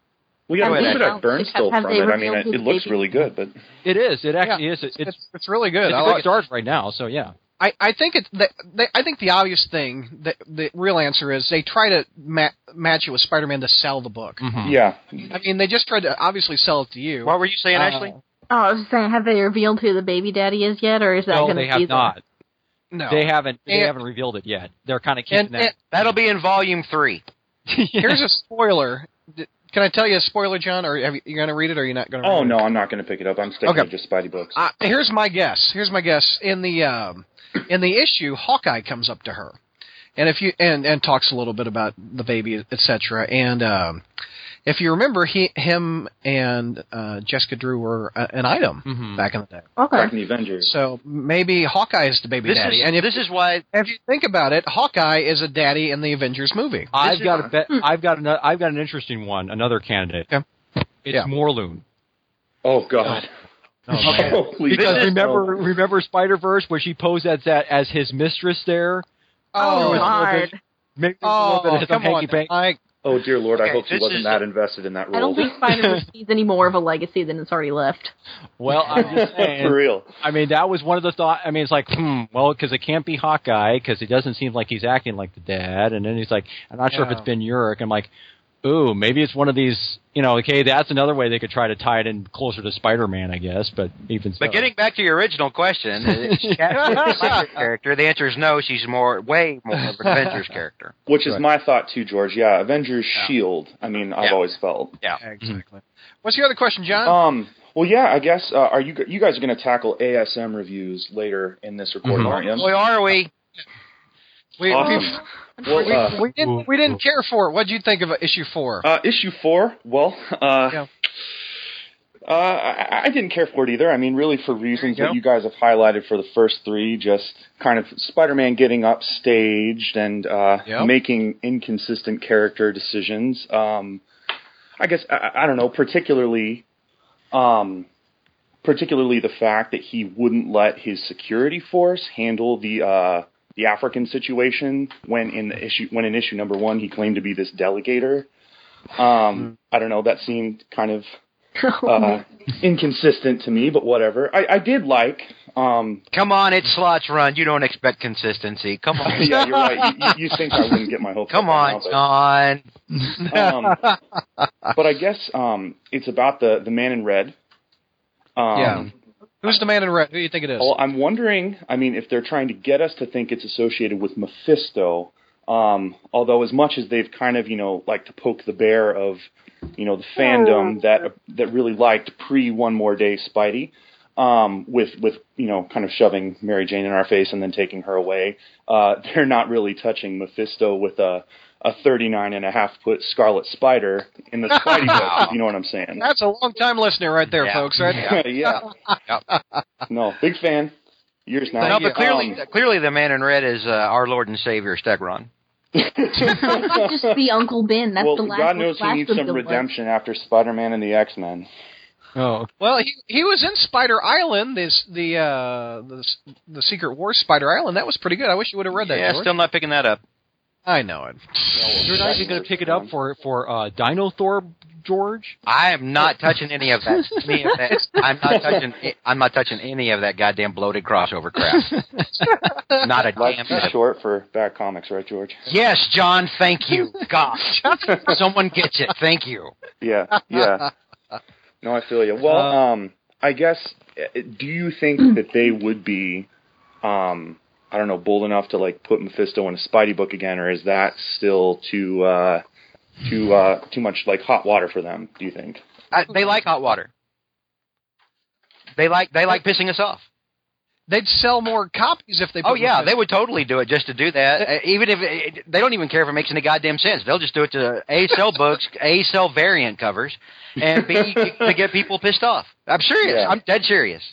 we got a
Have
little
they
bit of
announced-
burn still
have
from
they
it. I mean,
revealed
it,
who
it
the
looks
baby-
really good, but
it is. It actually
Yeah.
is. It,
it's,
it's
it's really good.
it's
I
a good
like it.
start right now. So yeah,
I, I think it. The, the, I think the obvious thing, the the real answer is they try to ma- match it with Spider-Man to sell the book.
Mm-hmm.
yeah,
I mean, they just tried to obviously sell it to you.
what were you saying,
Uh,
Ashley?
Oh, I was just saying, have they revealed who the baby daddy is yet, or is that
no,
going to
they
be
have
the-
not.
no,
They haven't. They
And-
haven't revealed it yet. They're kind of
and,
keeping
and
that.
That'll be in volume three.
here's a spoiler. D- Can I tell you a spoiler, John? Or have you, you're going to read it, or you're not going to?
Oh
read
no,
It?
I'm not going to pick it up. I'm sticking
Okay.
with just Spidey books.
Uh, here's my guess. Here's my guess. In the um, in the issue, Hawkeye comes up to her, and if you and and talks a little bit about the baby, etc. And um, if you remember, he him and uh, Jessica Drew were uh, an item
Mhm.
back in the day.
Back in
Okay.
the Avengers.
So maybe Hawkeye is the baby
This
daddy.
is
and if,
this is why
if you think about it, Hawkeye is a daddy in the Avengers movie.
I've
is-
got a bet. I've got an. I've got an interesting one. Another candidate.
Hmm. Okay.
It's
Yeah.
Morloon.
Oh God. Oh, please.
Because
don't.
remember, remember Spider Verse where she posed as that as his mistress there.
Oh,
it's a little
Lord.
bit- Maybe there's a
Oh,
little bit of some
come on.
hanky panky.
I,
Oh dear Lord, I
Okay,
hope she
this
wasn't
is
that
a-
invested in that role.
I don't think Spider-Man needs any more of a legacy than it's already left.
Well, I'm just saying.
for real.
I mean, that was one of the thought. I mean, it's like, hmm, well, because it can't be Hawkeye because he doesn't seem like he's acting like the dad. And then he's like, I'm not sure if
Yeah.
it's Ben Urich. I'm like, ooh, maybe it's one of these. You know, okay, that's another way they could try to tie it in closer to Spider-Man, I guess. But even so,
But getting back to your original question, uh, is she actually a Spider character? The answer is no. She's more, way more of an Avengers character.
Which is
Right.
my thought too, George. Yeah, Avengers
Yeah.
Shield. I mean, I've
Yeah.
always felt.
exactly.
What's your other question, John?
Um. Well, yeah. I guess uh, are you g- you guys are going to tackle ASM reviews later in this recording,
Mhm.
aren't you?
Boy, are we?
we,
Awesome.
we,
Um, Well, uh,
we, we didn't, we didn't care for it. What would you think of issue four?
Uh, issue four. Well, uh,
Yeah.
uh, I, I didn't care for it either. I mean, really, for reasons
There you
that you guys have highlighted for the first three, just kind of Spider-Man getting upstaged and uh,
Yep.
making inconsistent character decisions. Um, I guess I, I- I don't know, particularly, um, particularly the fact that he wouldn't let his security force handle the. Uh, the African situation when in the issue when in issue number one he claimed to be this delegator. Um, I don't know. That seemed kind of uh, inconsistent to me, but whatever. I, I did like. Um,
Come on, it's slots run. You don't expect consistency. Come on.
yeah, you're right. You, you think I wouldn't get my hope?
Come on,
now,
John.
but, um, but I guess um, it's about the the man in red. Um,
Yeah. Who's the man in red? Who do you think it is?
Well, I'm wondering. I mean, if they're trying to get us to think it's associated with Mephisto, um, although as much as they've kind of, you know, like to poke the bear of, you know, the fandom that that really liked pre One More Day Spidey, um, with with you know, kind of shoving Mary Jane in our face and then taking her away, uh, they're not really touching Mephisto with a a 39 and a half foot Scarlet Spider in the Spidey book. if you know what I'm saying?
That's a long time listener right there,
Yeah.
folks. Right?
yeah. No, big fan. Years now.
No, but clearly,
Um,
clearly, the man in red is uh, our Lord and Savior Stegron.
It might just be Uncle Ben. That's
well,
the last.
God knows
last
he needs
of
some
the list.
redemption after Spider-Man and the X-Men.
Oh,
Well, he he was in Spider Island, this the uh the s- the Secret War Spider Island. That was pretty good. I wish you would have read that.
yeah,
George.
still not picking that up.
I know it.
you're not even going to pick it up for for uh, Dino Thor, George.
I am not touching any of that. Any of that. I'm not touching. I'm not touching any of that goddamn bloated crossover crap. not a damn
Life's too
bit.
short for bad comics, right, George?
Yes, John. Thank you. Gosh, someone gets it. Thank you.
Yeah, yeah. No, I feel you. Well, um, I guess. uh, Do you think that they would be, um, I don't know, bold enough to like put Mephisto in a Spidey book again, or is that still too, uh, too, uh, too much like hot water for them? Do you think?
I, they like hot water. They like they like pissing us off.
They'd sell more copies if they. Put
Oh yeah,
Mephisto-
they would totally do it just to do that. Uh, Even if it, they don't even care if it makes any goddamn sense, they'll just do it to A cell books, A cell variant covers, and B to get people pissed off. I'm serious.
Yeah.
I'm dead serious.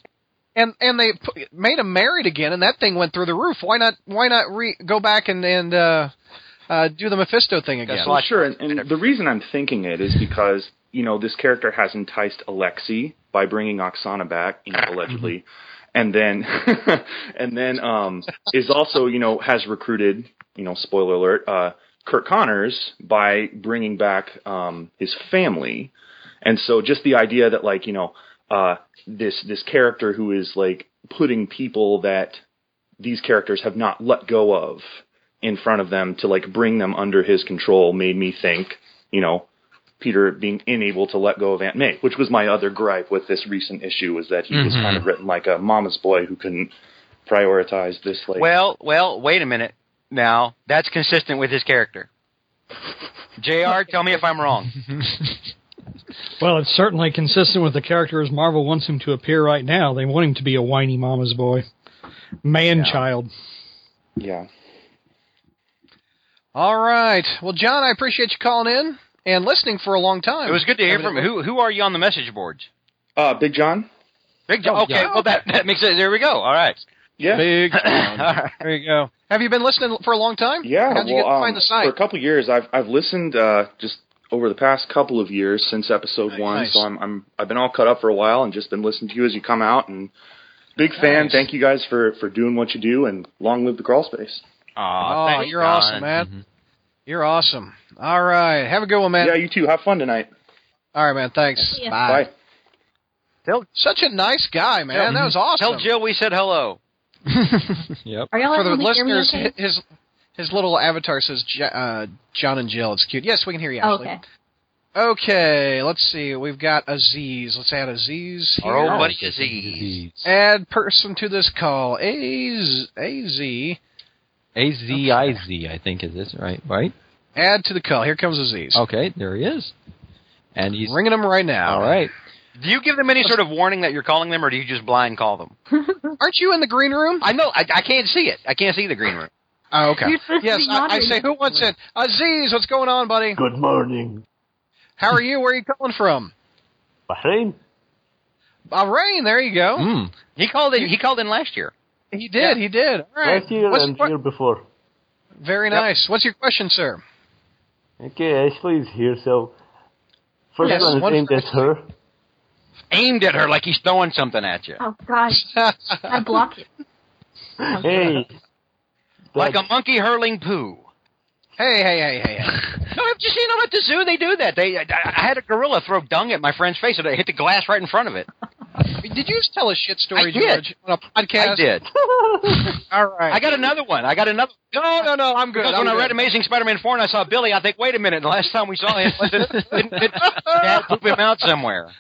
and and they pu- made him married again, and that thing went through the roof. Why not? Why not re- go back and and uh, uh, do the Mephisto thing again?
That's what-
Well, sure, and, and the reason I'm thinking it is because you know this character has enticed Alexei by bringing Oksana back, you know, allegedly, and then and then um, is also you know has recruited you know spoiler alert uh, Kurt Connors by bringing back um, his family, and so just the idea that like you know uh, this this character who is like putting people that these characters have not let go of in front of them to like bring them under his control made me think, you know, Peter being unable to let go of Aunt May, which was my other gripe with this recent issue, was that he was kind of written like a mama's boy who couldn't prioritize this like
Well, well, wait a minute. Now that's consistent with his character. Jr. Tell me if I'm wrong.
Well, it's certainly consistent with the character as Marvel wants him to appear right now. They want him to be a whiny mama's boy, man child.
yeah.
All right. Well, John, I appreciate you calling in and listening for a long time.
It was good to hear from you. Who who are you on the message boards?
Uh Big John?
Big John.
Oh,
Okay, well that that makes it. There we go. All right.
Yeah.
Big.
All right.
There you go.
Have you been listening for a long time?
Yeah,
How'd you
well,
get to
um,
find the site?
for a couple years, I've I've listened uh, just over the past couple of years since episode one.
nice.
So I'm I'm I've been all cut up for a while and just been listening to you as you come out. And big fan,
Nice.
thank you guys for for doing what you do, and long live the crawl space.
Aw,
oh,
thanks,
you're
John.
awesome, man.
You're awesome. All right. Have a good one, man.
Yeah, you too. Have fun tonight.
All right, man. Thanks.
See ya.
Bye.
Bye.
Such a nice guy, man. That was awesome.
Tell Jill we said hello.
yep.
Are y'all
For the
able to hear me
listeners,
okay?
hi- his his little avatar says J- uh, John and Jill. It's cute. Yes, we can hear you.
Oh,
Ashley.
okay.
Okay, let's see. We've got Aziz. Let's add Aziz here.
Our old buddy Aziz.
Add person to this call. Az Az.
A Z I Z, I think is this right? Right.
Add to the call. Here comes Aziz.
Okay, there he is, and he's
Ringing him right now.
all right.
Do you give them any sort of warning that you're calling them, or do you just blind call them?
Aren't you in the green room?
I know. I, I can't see it. I can't see the green room.
Oh, okay.
You're supposed to
Yes,
be
I, I
moderating.
say, who wants it? Aziz, what's going on, buddy?
Good morning,
How are you? Where are you calling from?
Bahrain.
Bahrain, there you go.
Hmm.
He called in. He called in last year.
He did, he did. All right.
Last year
What's-
and
what-
year before.
very nice. What's your question, sir?
Okay, Ashley is here, so first
Yes,
one is
one
aimed
for
at her.
Aimed at her like he's throwing something at you,
Oh gosh, I block it.
Hey,
like a
that-
monkey hurling poo.
hey, hey, hey, hey, hey.
No, have you seen them at the zoo? They do that. They. I, I had a gorilla throw dung at my friend's face, and it hit the glass right in front of it.
Did you just tell a shit story,
I did.
George, on a podcast?
I did.
All right.
I got another one. I got another.
no, no, no. I'm good.
Because
I'm
when I
good.
read Amazing Spider-Man four and I saw Billy, I think, wait a minute. The last time we saw him, did, did, did Dad poop him out somewhere?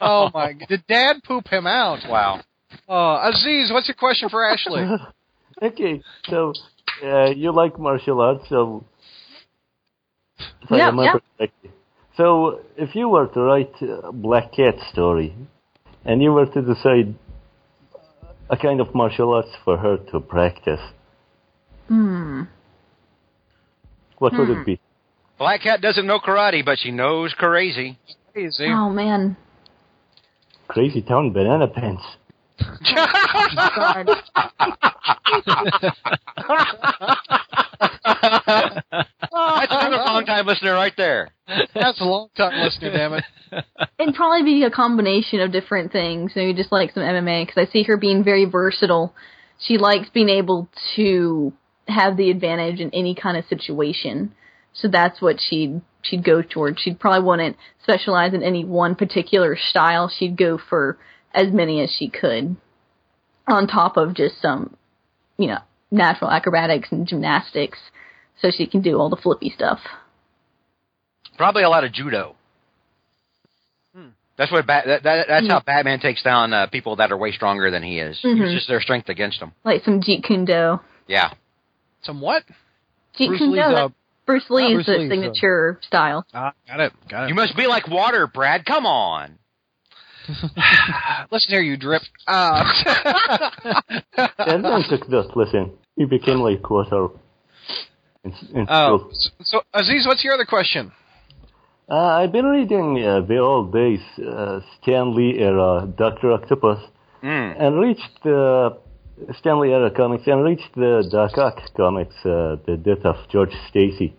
oh my! g- Did Dad poop him out?
Wow.
Uh, Aziz, what's your question for Ashley?
okay, so uh, you like martial arts, so if I
Yeah,
remember correctly. So if you were to write a Black Cat story, and you were to decide a kind of martial arts for her to practice,
Hmm.
what would
Hmm.
it be?
Black Cat doesn't know karate, but she knows crazy.
Crazy.
Oh man.
Crazy Town Banana Pants.
God.
That's another long-time listener right there.
That's a long time listener, damn it.
It'd probably be a combination of different things. Maybe just like some MMA, because I see her being very versatile. She likes being able to have the advantage in any kind of situation. So that's what she'd she'd go towards. She'd probably wouldn't specialize in any one particular style. She'd go for as many as she could, on top of just some, you know, natural acrobatics and gymnastics, so she can do all the flippy stuff.
Probably a lot of judo. That's what Bat, that, that, that's how Batman takes down uh, people that are way stronger than he is.
Mhm.
Uses their strength against them.
Like some Jeet Kune Do.
Yeah.
Some what?
Jeet
Bruce
Kune Do.
Lee's,
that's
uh,
Bruce Lee
Bruce
is the
Lee's, uh,
signature style.
Ah, got it. Got it.
You must be like water, Brad. Come on.
Listen here, you drip. Uh,
And then took that, listen. He became like water. In, in
oh,
school.
so, so Aziz, what's your other question?
Uh, I've been reading uh, the old days, uh, Stan Lee era Doctor Octopus,
Hmm.
Mm.
and reached the Stan Lee era comics and reached the Doc Ock comics, uh, the death of George Stacy.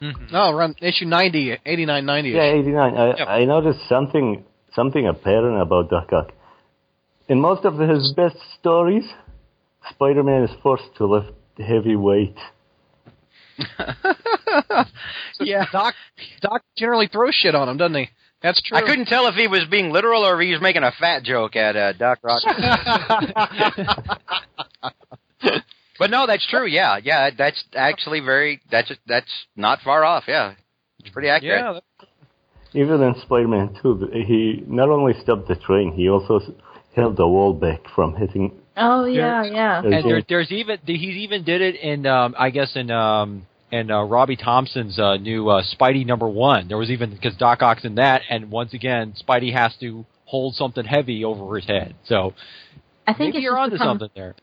Mm-hmm.
No, run issue 90, 89, 90.
Yeah, eighty nine. I,
Yep.
I noticed something something apparent about Doc Ock. In most of his best stories, Spider Man is forced to lift heavy weight.
yeah. Doc, Doc generally throws shit on him, doesn't he? That's true.
I couldn't tell if he was being literal or if he was making a fat joke at uh, Doc Rock. but no, that's true. Yeah, yeah, that's actually very that's that's not far off. Yeah, it's pretty accurate.
Yeah.
Even in Spider Man 2, he not only stopped the train, he also s- held the wall back from hitting.
Oh yeah, yeah.
And there,
Eugene.
there's even he's even did it in um, I guess in um, in uh, Robbie Thompson's uh, new uh, Spidey number one. There was even because Doc Ock's in that, and once again Spidey has to hold something heavy over his head. So
I
maybe
think it's
you're
just
onto
Uh-huh.
become-
something there.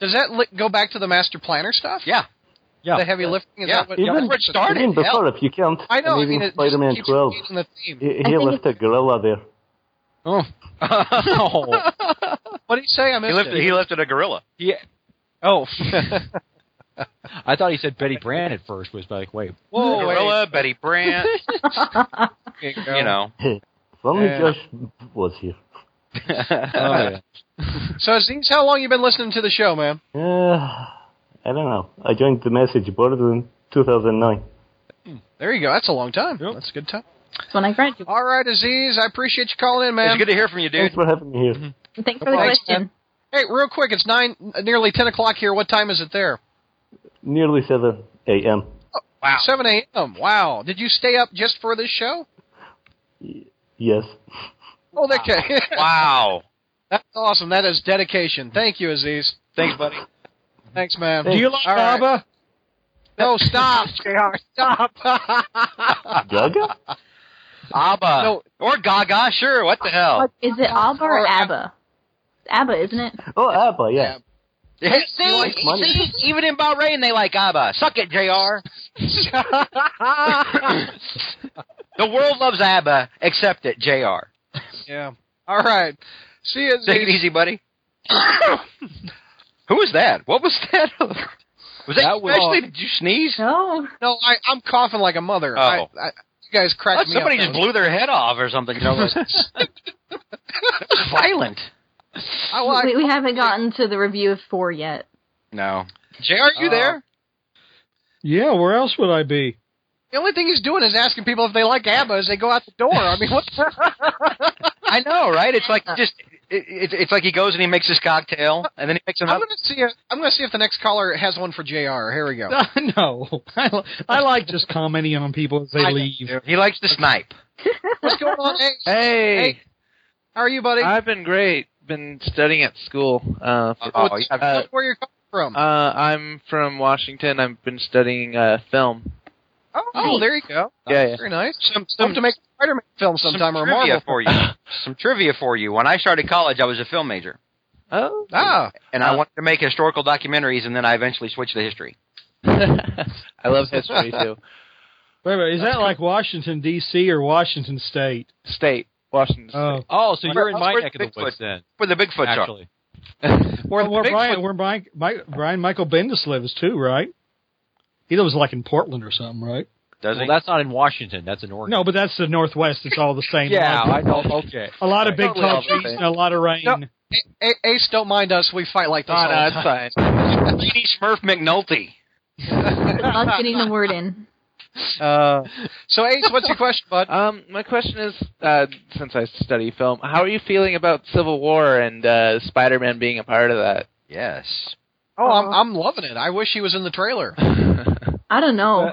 Does that li- go back to the master planner stuff?
Yeah.
Yeah.
The heavy lifting? Is
Yeah.
that what,
Even-
that's where it started?
Even
Hell.
before, if you count
I know. I
Amazing
mean, it
Spider Man
just keeps
12,
repeating the theme.
he,
I
he
think
left a gorilla there.
Oh. oh.
What did he say? I
He
missed
lifted,
it.
he lifted a gorilla.
Yeah. Oh. I thought he said Betty Brant at first was like, wait,
Whoa,
gorilla, Betty Brant.
wait, okay,
you know.
If only
Yeah.
Josh was here.
oh, yeah.
So, Aziz, how long you been listening to the show, man?
Uh, I don't know. I joined the message board in 2009.
There you go. That's a long time. That's a good time.
That's when I graduated.
All right, Aziz. I appreciate you calling in, man. Mm-hmm.
It's good to hear from you, dude.
Thanks for having me here.
Thanks for the
Thanks,
question.
Hey, real quick, it's nine, nearly ten o'clock here. What time is it there?
Nearly 7 a.m.
Wow, seven a.m. Wow, did you stay up just for this show?
Yes.
Oh, okay.
Wow.
That's awesome. That is dedication. Thank you, Aziz.
Thanks, buddy.
Thanks, man.
Do
you like
All right.
ABBA?
No, stop. Stop.
Gaga?
Abba.
No.
Or Gaga, sure. What the hell?
Is it Abba or Abba? It's Abba, isn't it?
Oh, ABBA, yeah.
See,
like money.
see, even in Bahrain, they like ABBA. Suck it, JR. the world loves ABBA, except it, JR.
yeah. All right. See you,
Take it
Aziz.
easy, buddy. Who was that? What was that? was that,
That was-
especially? Did you sneeze?
No.
No, I, I'm coughing like a mother.
Oh.
I, I, you guys cracked me
Unless somebody
up.
just blew their head off or something. You know, like- violent.
I, well, I,
we, we haven't gotten to the review of four yet.
No. Jr, are you
Uh,
there?
Yeah, where else would I be?
the only thing he's doing is asking people if they like ABBA as they go out the door. I mean, what?
I know, right? It's like just it, it, it's like he goes and he makes his cocktail and then he makes
I'm
another.
gonna see. If, I'm gonna see if the next caller has one for Jr. Here we go.
no, I, li- I like just commenting on people as they
I do,
leave.
He likes to snipe.
What's going on? Hey,
Hey,
how are you, buddy?
I've been great. Been studying at school. Uh, for-
Oh,
uh,
yeah.
uh,
Where you're coming from?
I'm from Washington. I've been studying uh, film.
oh, there you go.
Yeah, yeah.
Very nice.
Some
Hope to make a Spider-Man film sometime
some
or a
trivia
Marvel.
for you. some trivia for you. When I started college, I was a film major,
Oh,
Ah,
and I
Uh,
wanted to make historical documentaries, and then I eventually switched to history.
I love history too.
Wait, wait, is that like Washington D.C. or Washington State?
State, Washington. State.
Oh,
Oh, so you're in my
Where's
neck of the
Bigfoot?
woods then,
Where the Bigfoots are.
actually.
where, where
Bigfoot-
Brian, where Brian, Mi- Brian Michael Bendis lives too, right? He lives like in Portland or something, right?
Does
Well,
he?
that's not in Washington. That's in Oregon.
No, but that's the Northwest. It's all the same.
yeah,
A lot
I
of-
know. Okay.
a lot of big
Totally
tall
all the
trees
same.
and a lot of rain.
No. A- A- Ace, don't mind us. We fight like this
Oh,
all the time.
fine.
Lady Smurf McNulty.
I love getting the word in.
Uh,
So, Ace, what's your question, bud?
um, my question is, uh, since I study film, how are you feeling about Civil War and uh, Spider-Man being a part of that?
Yes. Uh-huh.
Oh, I'm, I'm loving it. I wish he was in the trailer.
I don't know.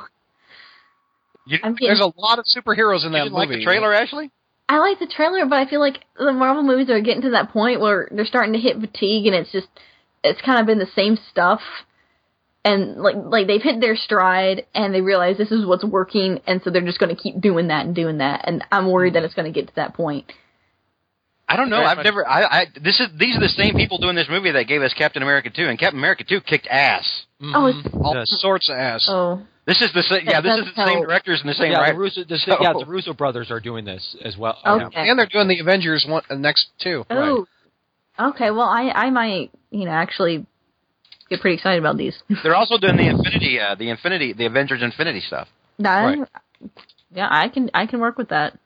You-
I'm getting,
There's a lot of superheroes in
You
that
didn't
movie.
like the trailer, Ashley?
I like the trailer, but I feel like the Marvel movies are getting to that point where they're starting to hit fatigue, and it's just it's kind of been the same stuff. And like like they've hit their stride, and they realize this is what's working, and so they're just going to keep doing that and doing that. And I'm worried that it's going to get to that point.
I don't know.
Very
I've
much.
never. I, I this is these are the same people doing this movie that gave us Captain America two, and Captain America two kicked ass.
Oh, it's,
Mm-hmm. All sorts of ass.
oh,
This is the same. Yeah, this
That
is
does
the same
help.
directors and the same
Yeah, the
writer.
Russo, the,
So-
yeah, the Russo brothers are doing this as well.
okay.
And they're doing the Avengers one uh, next too.
Oh, okay. Well, I I might you know actually get pretty excited about these.
They're also doing the Infinity, uh, the Infinity, the Avengers Infinity stuff.
I-
Right.
Yeah, I can I can work with that.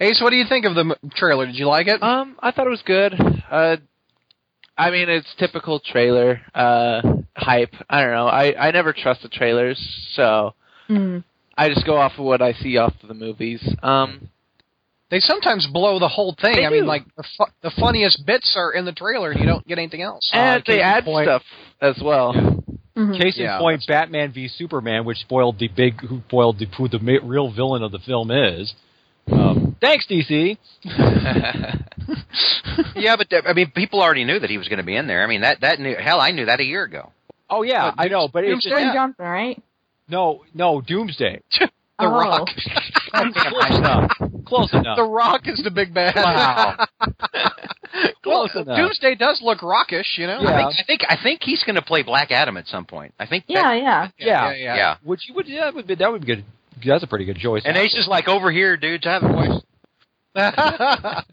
Ace, what do you think of the m- trailer? Did you like it?
Um, I thought it was good. Uh, I mean, it's typical trailer uh, hype. I don't know. I, I never trust the trailers, so
Mm.
I just go off of what I see off of the movies. Um,
they sometimes blow the whole thing.
They
I mean,
do.
like the, fu- the funniest bits are in the trailer, and you don't get anything else.
and
case
they
in
add
point-
stuff as well.
Mhm.
Case
Yeah,
in point, Batman v Superman, which spoiled the big, who spoiled the, who the ma- real villain of the film is. Um, thanks, DC.
Yeah, but th- I mean, people already knew that he was going to be in there. I mean, that that knew. Hell, I knew that a year ago.
Oh yeah, I know, but it's just,
Dwayne Johnson, right?
no, no, Doomsday.
The
oh.
Rock.
Damn,
Close
I-
enough. Close enough.
the Rock is the big bad.
Wow.
well,
Close enough.
Doomsday does look rockish, you know.
I
Yeah.
think, I think I think he's going to play Black Adam at some point. I think.
Yeah, yeah.
yeah,
yeah.
yeah.
yeah.
Which you would yeah, that would be that would be good. That's a pretty good choice.
And Ace is like over here, dudes. I have a question.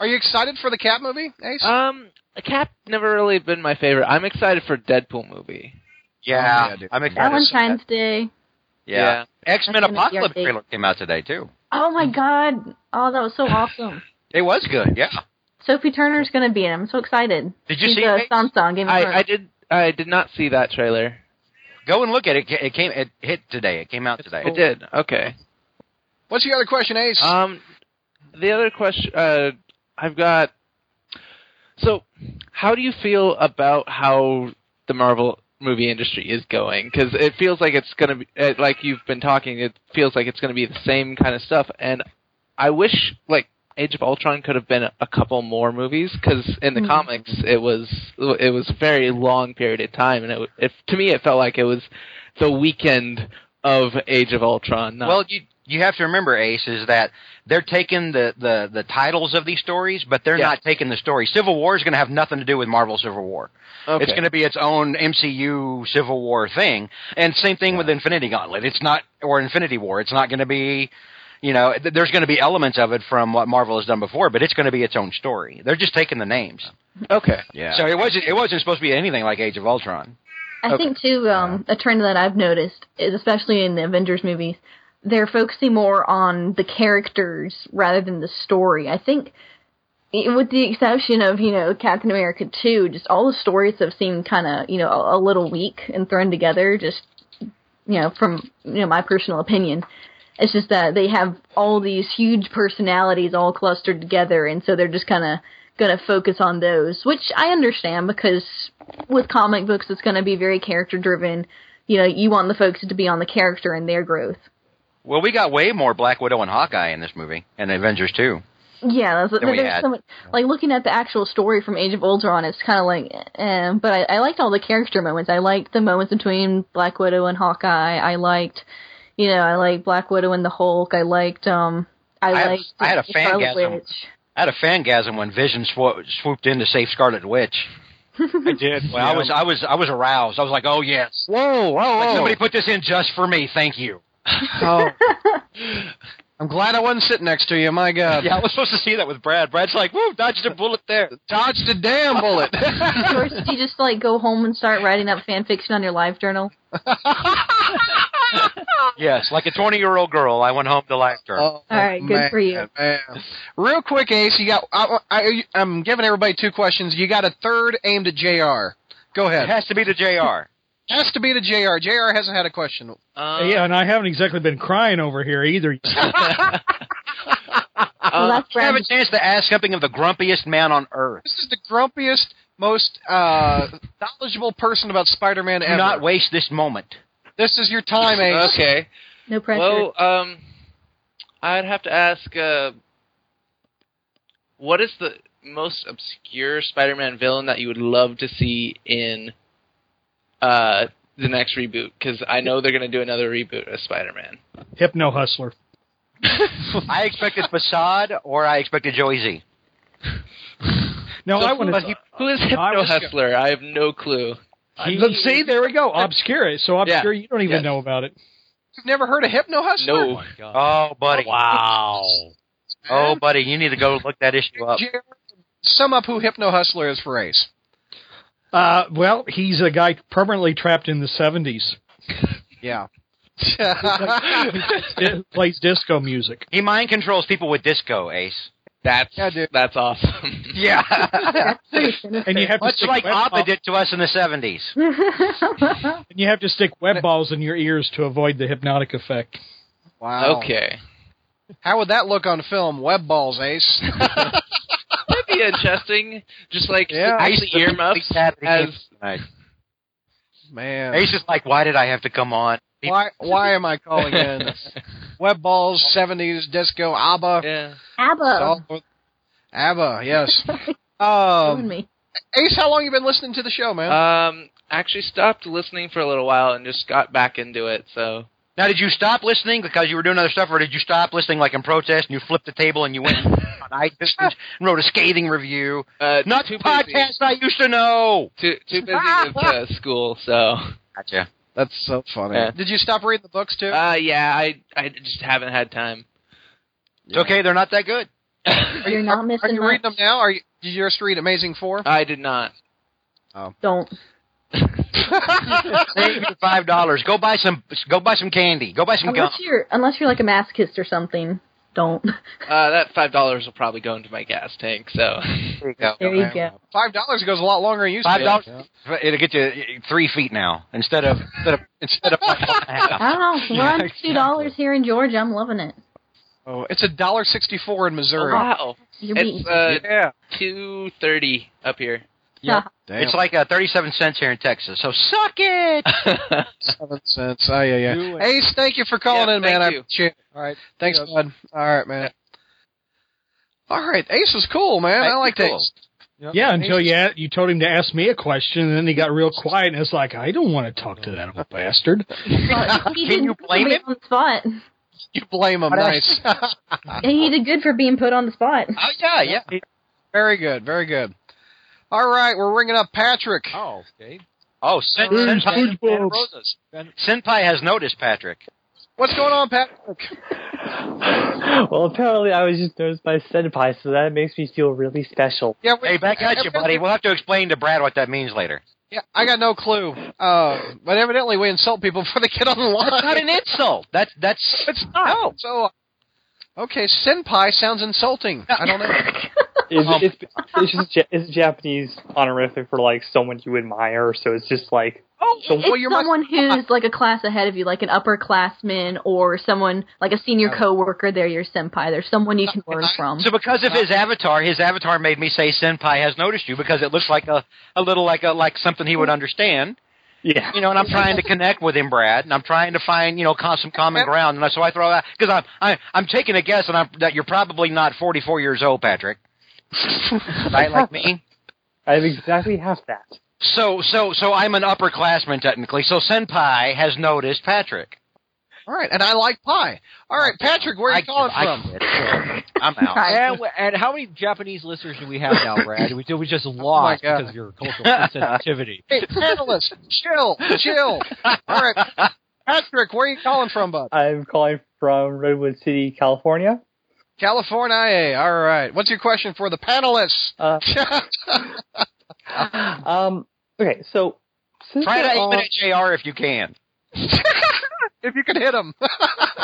Are you excited for the Cat movie, Ace?
Um, Cap never really been my favorite. I'm excited for Deadpool movie.
Yeah,
yeah, dude.
I'm excited. to see
Valentine's
that.
Day.
Yeah. X Men
That's gonna be our
Apocalypse
big-
trailer came out today too.
Oh my god! Oh, that was so awesome.
It was good. Yeah.
Sophie Turner's gonna be in. it. I'm so excited.
Did you
She's
see
uh,
it?
Sansa on Game of
I,
Thrones.
I did I did not see that trailer.
Go and look at it. It came. It hit today. It came out today.
It did. Okay.
What's your other question, Ace?
Um, the other question uh, I've got. So, how do you feel about how the Marvel movie industry is going? Because it feels like it's going to be uh, like you've been talking. It feels like it's going to be the same kind of stuff, and I wish like Age of Ultron could have been a couple more movies because in the
Mm-hmm.
Mhm.
comics it was it was a very long period of time, and it, w- it to me it felt like it was the weekend of Age of Ultron. Not
Well, you you have to remember, Ace, is that they're taking the the the titles of these stories, but they're not taking the story. Civil War is going to have nothing to do with Marvel Civil War.
Okay.
It's going to be its own MCU Civil War thing, and same thing with Infinity Gauntlet. It's not or Infinity War. It's not going to be. You know, th- there's going to be elements of it from what Marvel has done before, but it's going to be its own story. They're just taking the names.
Okay.
Yeah.
So it wasn't it wasn't supposed to be anything like Age of Ultron.
I
Okay.
think too um, a trend that I've noticed is especially in the Avengers movies, they're focusing more on the characters rather than the story. I think i- with the exception of you know Captain America two, just all the stories have seemed kind of you know a, a little weak and thrown together. Just you know from you know my personal opinion. It's just that they have all these huge personalities all clustered together, and so they're just kind of going to focus on those, which I understand because with comic books, it's going to be very character driven. You know, you want the focus to be on the character and their growth.
Well, we got way more Black Widow and Hawkeye in this movie, and Avengers too.
Yeah, that's,
Then we
there's
add-
so much, like looking at the actual story from Age of Ultron, it's kind of like, eh, but I, I liked all the character moments. I liked the moments between Black Widow and Hawkeye. I liked, you know, I liked Black Widow and the Hulk. I liked, um, I,
I had-
liked. uh,
I had a
Scarlet
fangasm.
Witch.
I had a fangasm when Vision swo- swooped in to save Scarlet Witch.
I did.
Well, I was, I was, I was aroused. I was like, "Oh yes,
whoa, whoa,
like,
whoa.
somebody put this in just for me. Thank you."
Oh. I'm glad I wasn't sitting next to you. My God.
Yeah, I was supposed to see that with Brad. Brad's like, "Woo, dodged a bullet there.
Dodged a damn bullet."
or did you just like go home and start writing up fan fiction on your live journal?
yes, like a twenty-year-old girl, I went home to life her.
Oh,
All right, good for you.
man. Real quick, Ace, you got. I, I, I'm giving everybody two questions. You got a third aimed at Jr. Go
It
ahead.
has to be to Jr.
Has to be to Jr. Jr. hasn't had a question.
Um,
yeah, and I haven't exactly been crying over here either.
Uh, you have a chance to ask something of the grumpiest man on earth.
This is the grumpiest, most uh, knowledgeable person about Spider-Man
Do
ever.
not waste this moment.
This is your time, Ace.
Okay.
No pressure.
Well, um, I'd have to ask, uh, what is the most obscure Spider-Man villain that you would love to see in uh, the next reboot? Because I know they're going to do another reboot of Spider-Man.
Hypno hustler.
I expected Facade, or I expected Joey Z.
No,
So
I want
who-
to.
Who is
No, I
Hypno
was go-
Hustler? I have no clue.
Let's see, there we go. Obscure. It's So
Yeah.
obscure, you don't even
Yes.
know about it.
You've never heard of Hypno Hustler?
No.
Oh, buddy.
Wow.
Oh, buddy, you need to go look that issue up.
Jr. Sum up who Hypno Hustler is for Ace.
Uh, well, he's a guy permanently trapped in the seventies.
Yeah.
plays disco music.
He mind controls people with disco, Ace.
That's
Yeah, dude.
that's awesome.
Yeah.
That's pretty sinister.
And you have to
Much
stick
like
web
Abba
balls,
did to us in the 70s.
and you have to stick web balls in your ears to avoid the hypnotic effect.
Wow.
okay.
How would that look on film? Web balls, Ace.
That'd be interesting. Just like
Yeah.
actually earmuffs as
Man.
Ace is like, why did I have to come on?
Why? Why am I calling in? Web balls, seventies disco, ABBA,
yeah.
it's
ABBA.
all over- ABBA. Yes. Um,
me.
Ace, how long you been listening to the show, man?
Um, actually stopped listening for a little while and just got back into it. So
Now, did you stop listening because you were doing other stuff, or did you stop listening like in protest and you flipped the table and you went on iTunes and wrote a scathing review?
uh,
Not
too
the podcast I used to know.
busy, too too busy
Ah.
Ah,
with uh, school. So
Gotcha.
That's so funny.
Yeah.
Did you stop reading the books too?
uh, yeah, I I just haven't had time.
It's okay. They're not that good.
you-
You're not
Are
missing
you
much.
reading them now? Are you? Did you just read Amazing Four?
I did not.
Oh.
Don't.
Save your five dollars. Go buy some. Go buy some candy. Go buy some gum.
Unless you're unless you're like a masochist or something. Don't.
Uh, that five dollars will probably go into my gas tank. So there you go.
There you go.
Five dollars goes a lot longer than it used to.
Five dollars.
Yeah.
It'll get you three feet now instead of instead of instead of.
I don't know. We're on two dollars here in Georgia. I'm loving it.
Oh, it's a dollar sixty-four in Missouri.
Wow,
You're
it's
beating.
uh,
Yeah.
two thirty up here.
Yeah. Damn.
It's like uh, thirty-seven cents here in Texas. So suck it.
seven cents. Oh yeah, yeah.
You and-
Hey, thank you for calling
Yeah,
in, man.
thank
I
you.
appreciate it. All right, thanks,
Yes.
bud. All right, man. All right, Ace is cool, man. I
Ace
like
is cool.
Ace.
Yeah, until you a- you told him to ask me a question, and then he got real quiet, and it's like I don't want to talk to that old bastard.
But he
Can
did
you blame
somebody
him?
on the spot.
You blame him,
What
nice.
He did good for being put on the spot.
Oh yeah, yeah.
very good, very good. All right, we're ringing up Patrick.
Oh, okay.
Oh, Sen-
Where's
Senpai,
Foosballs?
Rosas. Senpai has noticed Patrick.
What's going on, Patrick?
well, apparently I was just noticed by Senpai, so that makes me feel really special.
Yeah, we-
Hey, back at you, buddy. We'll have to explain to Brad what that means later.
Yeah, I got no clue. Uh, but evidently we insult people before they get on the line.
That's not an insult. That's that's
It's not. So, uh, okay, senpai sounds insulting. I don't know.
It's,
Um,
it's, it's just Ja- it's Japanese honorific for like someone you admire, so it's just like
Oh,
so-
it's
well, you're my-
someone who's like a class ahead of you, like an upperclassman or someone like a senior coworker. They're your senpai. There's someone you can learn from.
So because of his avatar, his avatar made me say Senpai has noticed you because it looks like a, a little like a like something he would understand.
yeah.
You know, and I'm trying to connect with him, Brad, and I'm trying to find, you know, con- some common ground and so I throw that because I'm I, I'm taking a guess and I'm that you're probably not 44 years old, Patrick. right like me.
I have exactly half that.
So so so I'm an upperclassman technically. So Senpai has noticed Patrick.
All right, and I like pie. All right, Patrick, where are you
I,
calling
I-
from?
I'm out.
Right.
And, and how many Japanese listeners do we have now, Brad? We, we just lost
Oh God.
because of your cultural sensitivity.
Hey, panelists, chill, chill. All right, Patrick, where are you calling from, bud?
I'm calling from Redwood City, California.
California. All right. What's your question for the panelists?
Uh,
All
um, okay, so since
Try to
we're
aim
all-
it at JR if you can.
if you can hit them.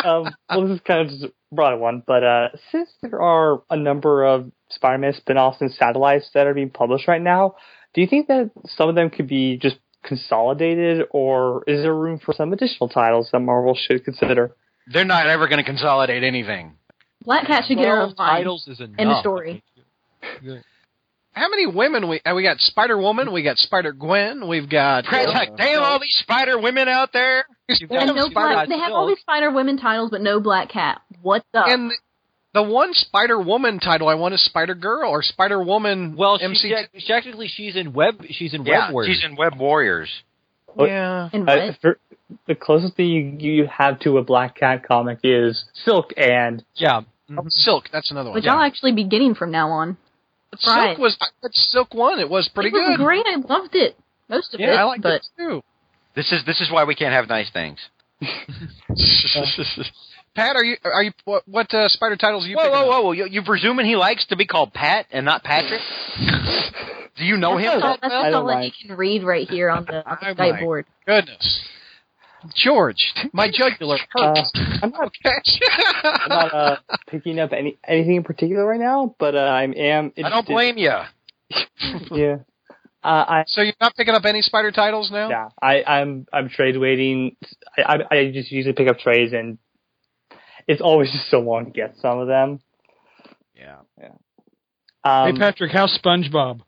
um, well, this is kind of just a broad one, but uh, since there are a number of Spider-Man spin-offs and satellites that are being published right now, do you think that some of them could be just consolidated, or is there room for some additional titles that Marvel should consider?
They're not ever going to consolidate anything.
Black Cat should get her own
Twelve
line.
titles is enough.
End of story.
How many women we? uh, We got Spider Woman. We got Spider Gwen. We've got. uh,
Brad's like, damn all these spider women out there.
And no black, they have all these Spider Women titles, but no Black Cat. What the?
And the one Spider Woman title I want is Spider Girl or Spider Woman.
Well, she's
MC.
tec- technically she's in web. She's in
Yeah,
web warriors.
she's in Web Warriors.
yeah.
and
Uh,
what?
for- the closest thing you, you have to a Black Cat comic is Silk and
yeah,
Silk. That's
Oh,
another one.
Which I'll actually be getting from now on.
But Silk
Right.
was but Silk one. It was pretty
it was
good.
great. I loved it. Most of
Yeah,
it.
I liked
but
it too.
This is this is why we can't have nice things.
Pat, are you are you what, what uh, spider titles are you?
Whoa,
picking
whoa,
up?
whoa, whoa! You, you presuming he likes to be called Pat and not Patrick? Do you know him?
that's all,
that
that's
well?
I don't
all that
mind.
you can read right here on the, on the
Oh my
Skype board.
Goodness, George, my jugular
uh,
hurts.
I'm not
okay.
I'm not uh, picking up any anything in particular right now, but uh, I am.
I don't
interested-
blame you.
Yeah, uh, I
so you're not picking up any spider titles now?
Yeah, I, I'm I'm trade waiting. I, I I just usually pick up trades, and it's always just so long to get some of them.
Yeah.
Um,
hey Patrick, how's SpongeBob?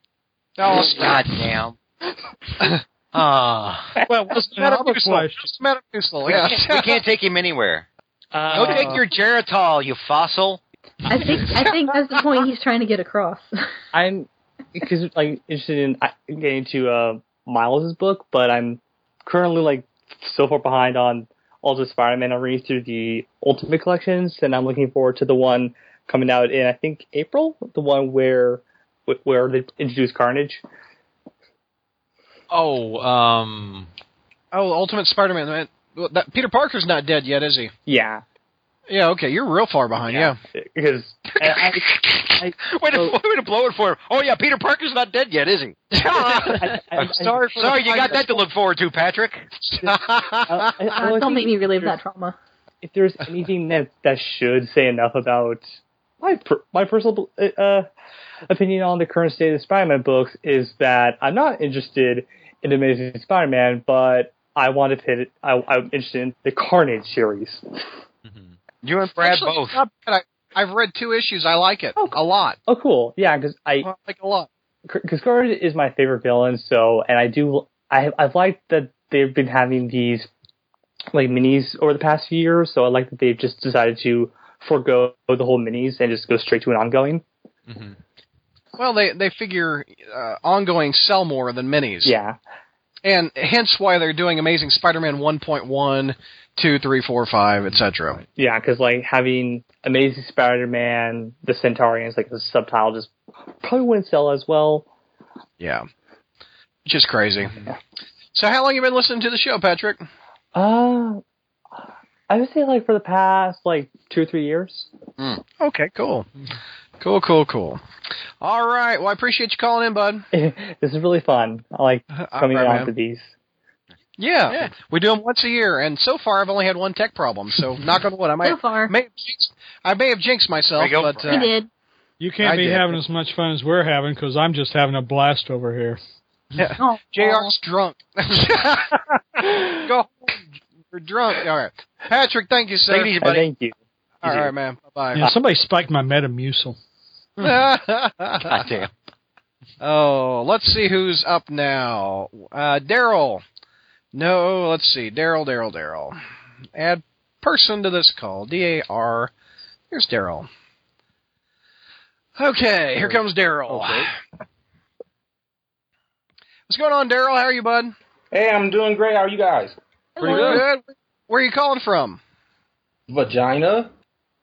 No.
God damn. Ah,
Well, what's the matter with Musil? What's the matter with Musil?
we,
Yeah.
can't, we can't take him anywhere. Go
uh,
take your Geritol, you fossil.
I think I think that's the point he's trying to get across.
I'm because like interested in I- getting to uh, Miles's book, but I'm currently like so far behind on all the Spider-Man. I'm reading through the Ultimate collections, and I'm looking forward to the one coming out in I think April, the one where where they introduce Carnage.
Oh, um,
Oh, Ultimate Spider-Man. Man. Well, that, Peter Parker's not dead yet, is he?
Yeah,
Yeah. Okay, you're real far behind. Yeah.
because I, I,
Way to,
Oh.
way to blow it for him. Oh yeah, Peter Parker's not dead yet, is he?
I, I, I,
Sorry for the
Sorry, you got that to look forward to, Patrick.
I, I, I
Uh,
like
don't
the-
make me relive that trauma.
if there's anything that that should say enough about my per, my personal uh, opinion on the current state of Spider-Man books is that I'm not interested in Amazing Spider-Man, but I want to pit. I, I'm interested in the Carnage series.
You and Brad
Actually,
both.
not
I, I've read two issues. I like it a lot.
Oh, cool. Yeah, because I
like a lot.
because Carnage is my favorite villain. So, and I do, I I've liked that they've been having these like minis over the past few years. So I like that they've just decided to forego the whole minis and just go straight to an ongoing.
Well, they they figure uh, ongoing sell more than minis.
Yeah.
And hence why they're doing Amazing Spider-Man 1.1, 2, 3, 4, 5, etc.
Yeah, because like having Amazing Spider-Man, the Centaurians, like the subtitle just probably wouldn't sell as well.
Yeah. Which is crazy. So how long you been listening to the show, Patrick?
Uh, I would say like for the past like two or three years.
Hmm. Okay, cool. Cool, cool, cool. All right. Well, I appreciate you calling in, bud.
this is really fun. I like coming
right,
on
Uh, man.
to these.
Yeah. We do them once a year, and so far I've only had one tech problem. So knock on wood, I might
So far.
may have jinxed, I may have jinxed myself, but uh,
You can't
I
be
did.
having as much fun as we're having because I'm just having a blast over here.
Yeah. JR's drunk. Go home. You're drunk. All right. Patrick, thank you, sir.
Take it easy, buddy. Thank
you.
All right, man. Bye
Yeah, somebody spiked my Metamucil.
bye. Oh, let's see who's up now. Uh, Daryl. No, let's see. Daryl, Daryl, Daryl. Add person to this call. D A R. Here's Daryl. Okay, here comes Daryl. What's going on, Daryl? How are you, bud?
Hey, I'm doing great. How are you guys?
Pretty good. Where are you calling from?
Vagina?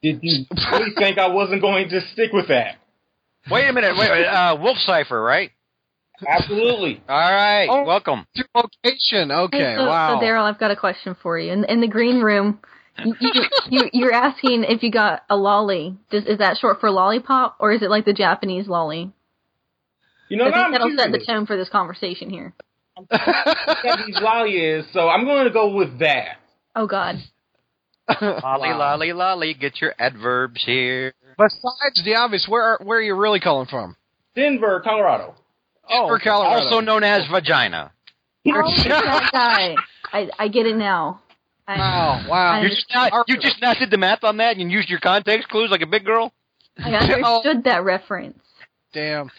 Did you really think I wasn't going to stick with that?
Wait a minute. Wait, wait, uh, Wolf Cipher, right?
Absolutely.
All right. Welcome.
To Oh, location. Okay.
Hey, so, So Daryl, I've got a question for you. In, in the green room, you, you, you, you're asking if you got a lolly. Does, is that short for lollipop, or is it like the Japanese lolly?
You know,
I think
now I'm
that'll set the
curious.
tone for this conversation here.
That these lolly is, so I'm going to go with that.
Oh God.
Lolly, lolly, lolly. Get your adverbs here.
Besides the obvious, where are, where are you really calling from?
Denver, Colorado.
Denver, Colorado.
Oh, Also known as vagina.
Oh, it's that guy. I, I get it now. I,
wow. Wow.
You just not, you just not did the math on that and used your context clues like a big girl.
I
Oh,
understood that reference.
Damn.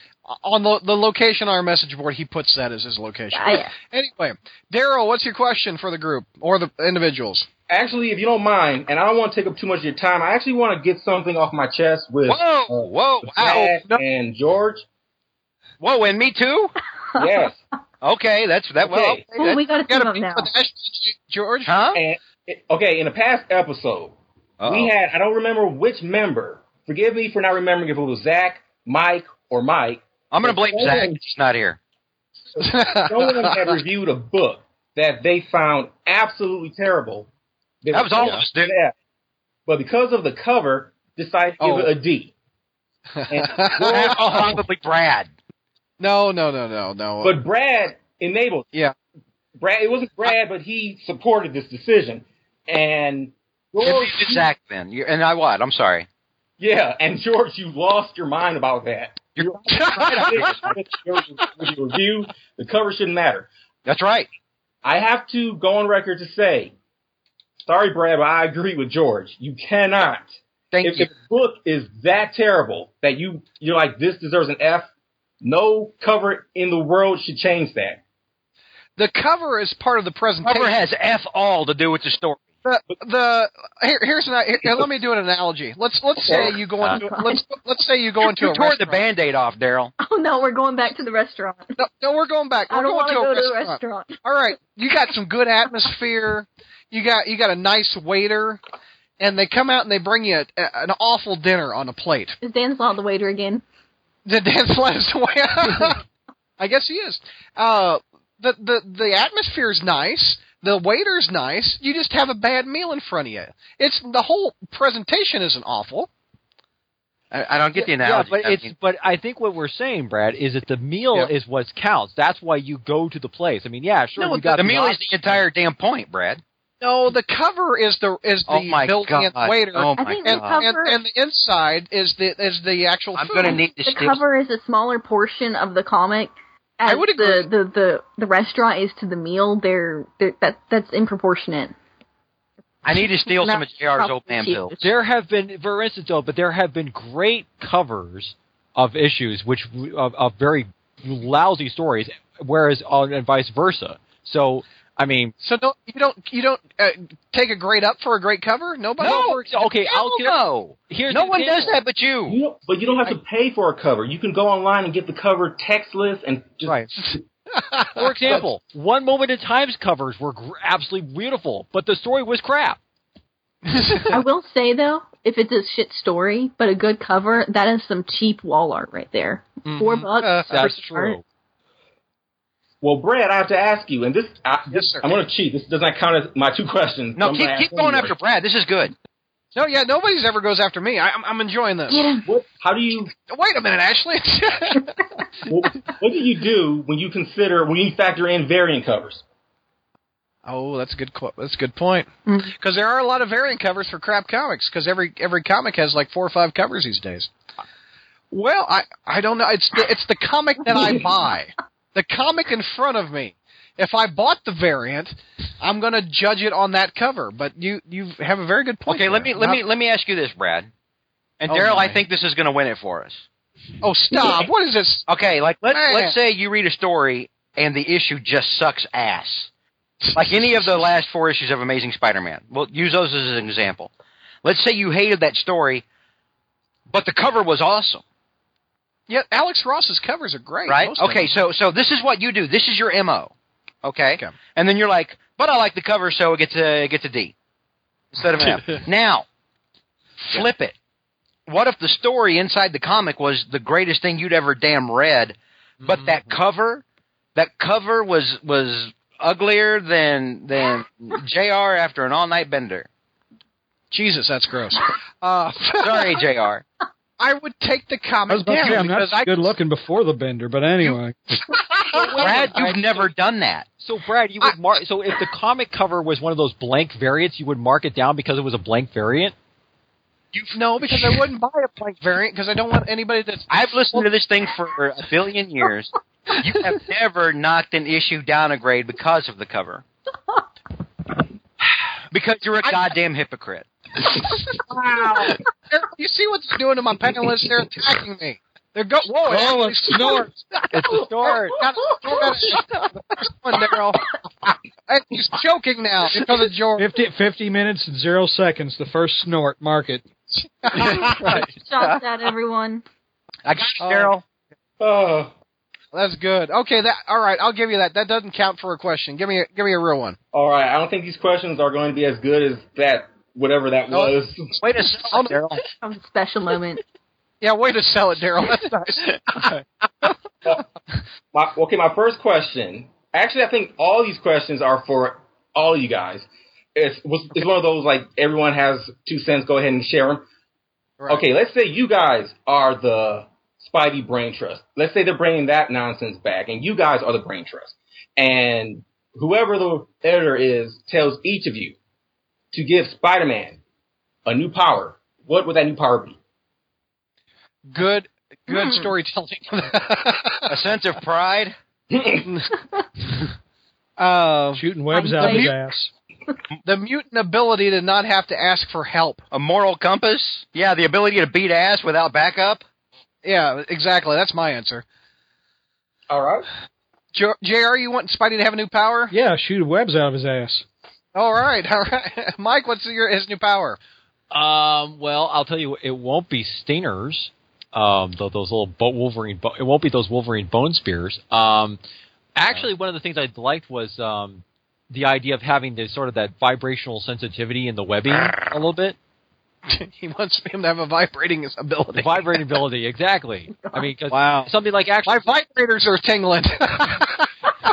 On the, the location on our message board, he puts that as his location.
Yeah.
Anyway, Daryl, what's your question for the group or the individuals?
Actually, if you don't mind, and I don't want to take up too much of your time, I actually want to get something off my chest with
Whoa, whoa,
the
ow,
Flash and George.
Whoa, and me too?
Yes.
Okay, that's that. Well, okay,
Ooh,
that's-
Oh, we got a team up now.
George?
Huh?
And, okay, in the past episode, we had, I don't remember which member, forgive me for not remembering if it was Zach, Mike, or Mike.
I'm going to blame Zach. He's not here.
Someone had reviewed a book that they found absolutely terrible. They
That was all of us
Yeah. But because of the cover, decided to
Oh.
give it a D. And
probably Brad.
No, no, no, no, no.
But Brad enabled.
Yeah.
Brad, it wasn't Brad, but he supported this decision. And George,
It's Zach then. You- and I what? I'm sorry.
yeah, and George, you lost your mind about that. You're with your with your review. The cover shouldn't matter.
That's right.
I have to go on record to say, sorry, Brad, but I agree with George. You cannot.
Thank
if, you. If the book is that terrible that you you're like this deserves an F, no cover in the world should change that.
The cover is part of the presentation.
Cover has F all to do with the story.
The, the here, here's an here, here, let me do an analogy. Let's let's say you go into let's let's say you go into
you
a
tore the
restaurant.
band-aid off, Daryl.
Oh no, we're going back to the restaurant.
No, no we're going back.
I
We're
don't
going
want to
to a
go to a
restaurant.
restaurant.
All right, you got some good atmosphere. You got you got a nice waiter, and they come out and they bring you a, a- an awful dinner on a plate.
Is Dan's not the waiter again?
Did Dan Slaz away? I guess he is. Uh, the the the atmosphere's nice. The waiter's nice. You just have a bad meal in front of you. It's the whole presentation isn't awful.
I, I don't get the analogy.
Yeah, but
I
it's
mean-
but I think what we're saying, Brad, is that the meal
Yeah.
is what counts. That's why you go to the place. I mean, yeah, sure,
No,
we got
the meal
lot-
is the entire damn point, Brad.
No, the cover is the is the
Oh my
built-in
God.
waiter,
Oh
I my think the
and,
God. cover-
and, and the inside is the is the actual. I'm
the cover is a smaller portion of the comic. As
I would
the, the the the restaurant is to the meal. They're, they're that that's in proportionate.
I need to steal some
Not
of JR's old
probably
man pills.
There have been, for instance, though, but there have been great covers of issues which of, of very lousy stories, whereas on and vice versa. So, I mean,
So don't you don't you don't uh, take a grade up for a great cover? Nobody.
No.
For example,
okay, I'll
Hell no. no one does that but you.
You don't- but you don't have to pay for a cover. You can go online and get the cover textless and just.
for example, one moment in time's covers were gr- absolutely beautiful, but the story was crap.
I will say though, if it's a shit story, but a good cover, that is some cheap wall art right there. Four bucks.
That's
true.
Well, Brad, I have to ask you, and this, I, this I'm going to cheat. This does not count as my two questions.
No,
I'm
keep,
gonna
keep
ask
going
anyway.
after Brad. This is good. No, yeah, nobody's ever goes after me. I, I'm, I'm enjoying this.
What, how do you?
Wait a minute, Ashley.
what, what do you do when you consider when you factor in variant covers?
oh, that's a good. qu- That's a good point.
Mm-hmm.
Because there are a lot of variant covers for crap comics. Because every every comic has like four or five covers these days. Well, I I don't know. It's the, it's the comic that I buy. The comic in front of me. If I bought the variant, I'm going to judge it on that cover. But you you have a very good point.
Okay, let me
there.
let
Not-
me let me ask you this, Brad. And
Oh,
Daryl,
my.
I think this is going to win it for us.
Oh, stop! What is this?
Okay, like let
Man.
let's say you read a story and the issue just sucks ass, like any of the last four issues of Amazing Spider-Man. We'll use those as an example. Let's say you hated that story, but the cover was awesome,
Yeah, Alex Ross's covers are great.
right?
most of
Okay,
them.
so so this is what you do. This is your mo. Okay, and then you're like, but I like the cover, so it gets a it gets a D instead of an F. Now, flip it. What if the story inside the comic was the greatest thing you'd ever damn read, but
Mm-hmm.
that cover, that cover was was uglier than than Jr. after an all night bender.
Jesus, that's gross. Uh,
Sorry, Jr.
I would take the
I was
comic
about to
down
say, I'm not
because I
good looking before the bender, but anyway.
Brad, you've never done that.
So Brad, you would mark. So if the comic cover was one of those blank variants, you would mark it down because it was a blank variant.
no because I wouldn't buy a blank variant because I don't want anybody to.
I've listened to this thing for a billion years. You have never knocked an issue down a grade because of the cover. Because you're a goddamn hypocrite.
Wow! They're- you see what they're doing to my panelists? They're attacking me. They're go. Whoa! it
Oh,
actually
it's snort.
It's a snort.
Got a snort out of the first one, Daryl. And He's choking now because of George.
50, 50 minutes and zero seconds, the first snort, mark it.
Shots at everyone.
I got Daryl.
Uh,
Oh,
that's good. Okay, that all right. I'll give you that. That doesn't count for a question. Give me a, give me a real one.
All right, I don't think these questions are going to be as good as that whatever that was.
Wait a
second,
Daryl.
That was a special moment.
Yeah, way to sell it, Daryl. That's nice.
My, okay, my first question. Actually, I think all these questions are for all you guys. It's was- it's one of those like everyone has two cents. Go ahead and share them. Okay, let's say you guys are the Spidey Brain Trust. Let's say they're bringing that nonsense back, and you guys are the Brain Trust. And whoever the editor is tells each of you to give Spider-Man a new power. What would that new power be?
Good, good
Hmm.
storytelling.
a sense of pride.
Uh,
Shooting webs out of his
Mutant-
ass.
the mutant ability to not have to ask for help.
A moral compass. Yeah, the ability to beat ass without backup.
Yeah, exactly. That's my answer.
All right.
J- JR, you want Spidey to have a new power?
Yeah, shooting webs out of his ass.
All right, all right. Mike, what's your his new power?
Um, well, I'll tell you, it won't be stingers. Um, tho- those little bo- Wolverine. Bo- it won't be those Wolverine bone spears. Um, actually, one of the things I liked was um, the idea of having the sort of that vibrational sensitivity in the webbing a little bit.
he wants him to have a vibrating ability.
The vibrating ability, exactly. I mean, 'cause uh, something like
My
actually,
vibrators are tingling.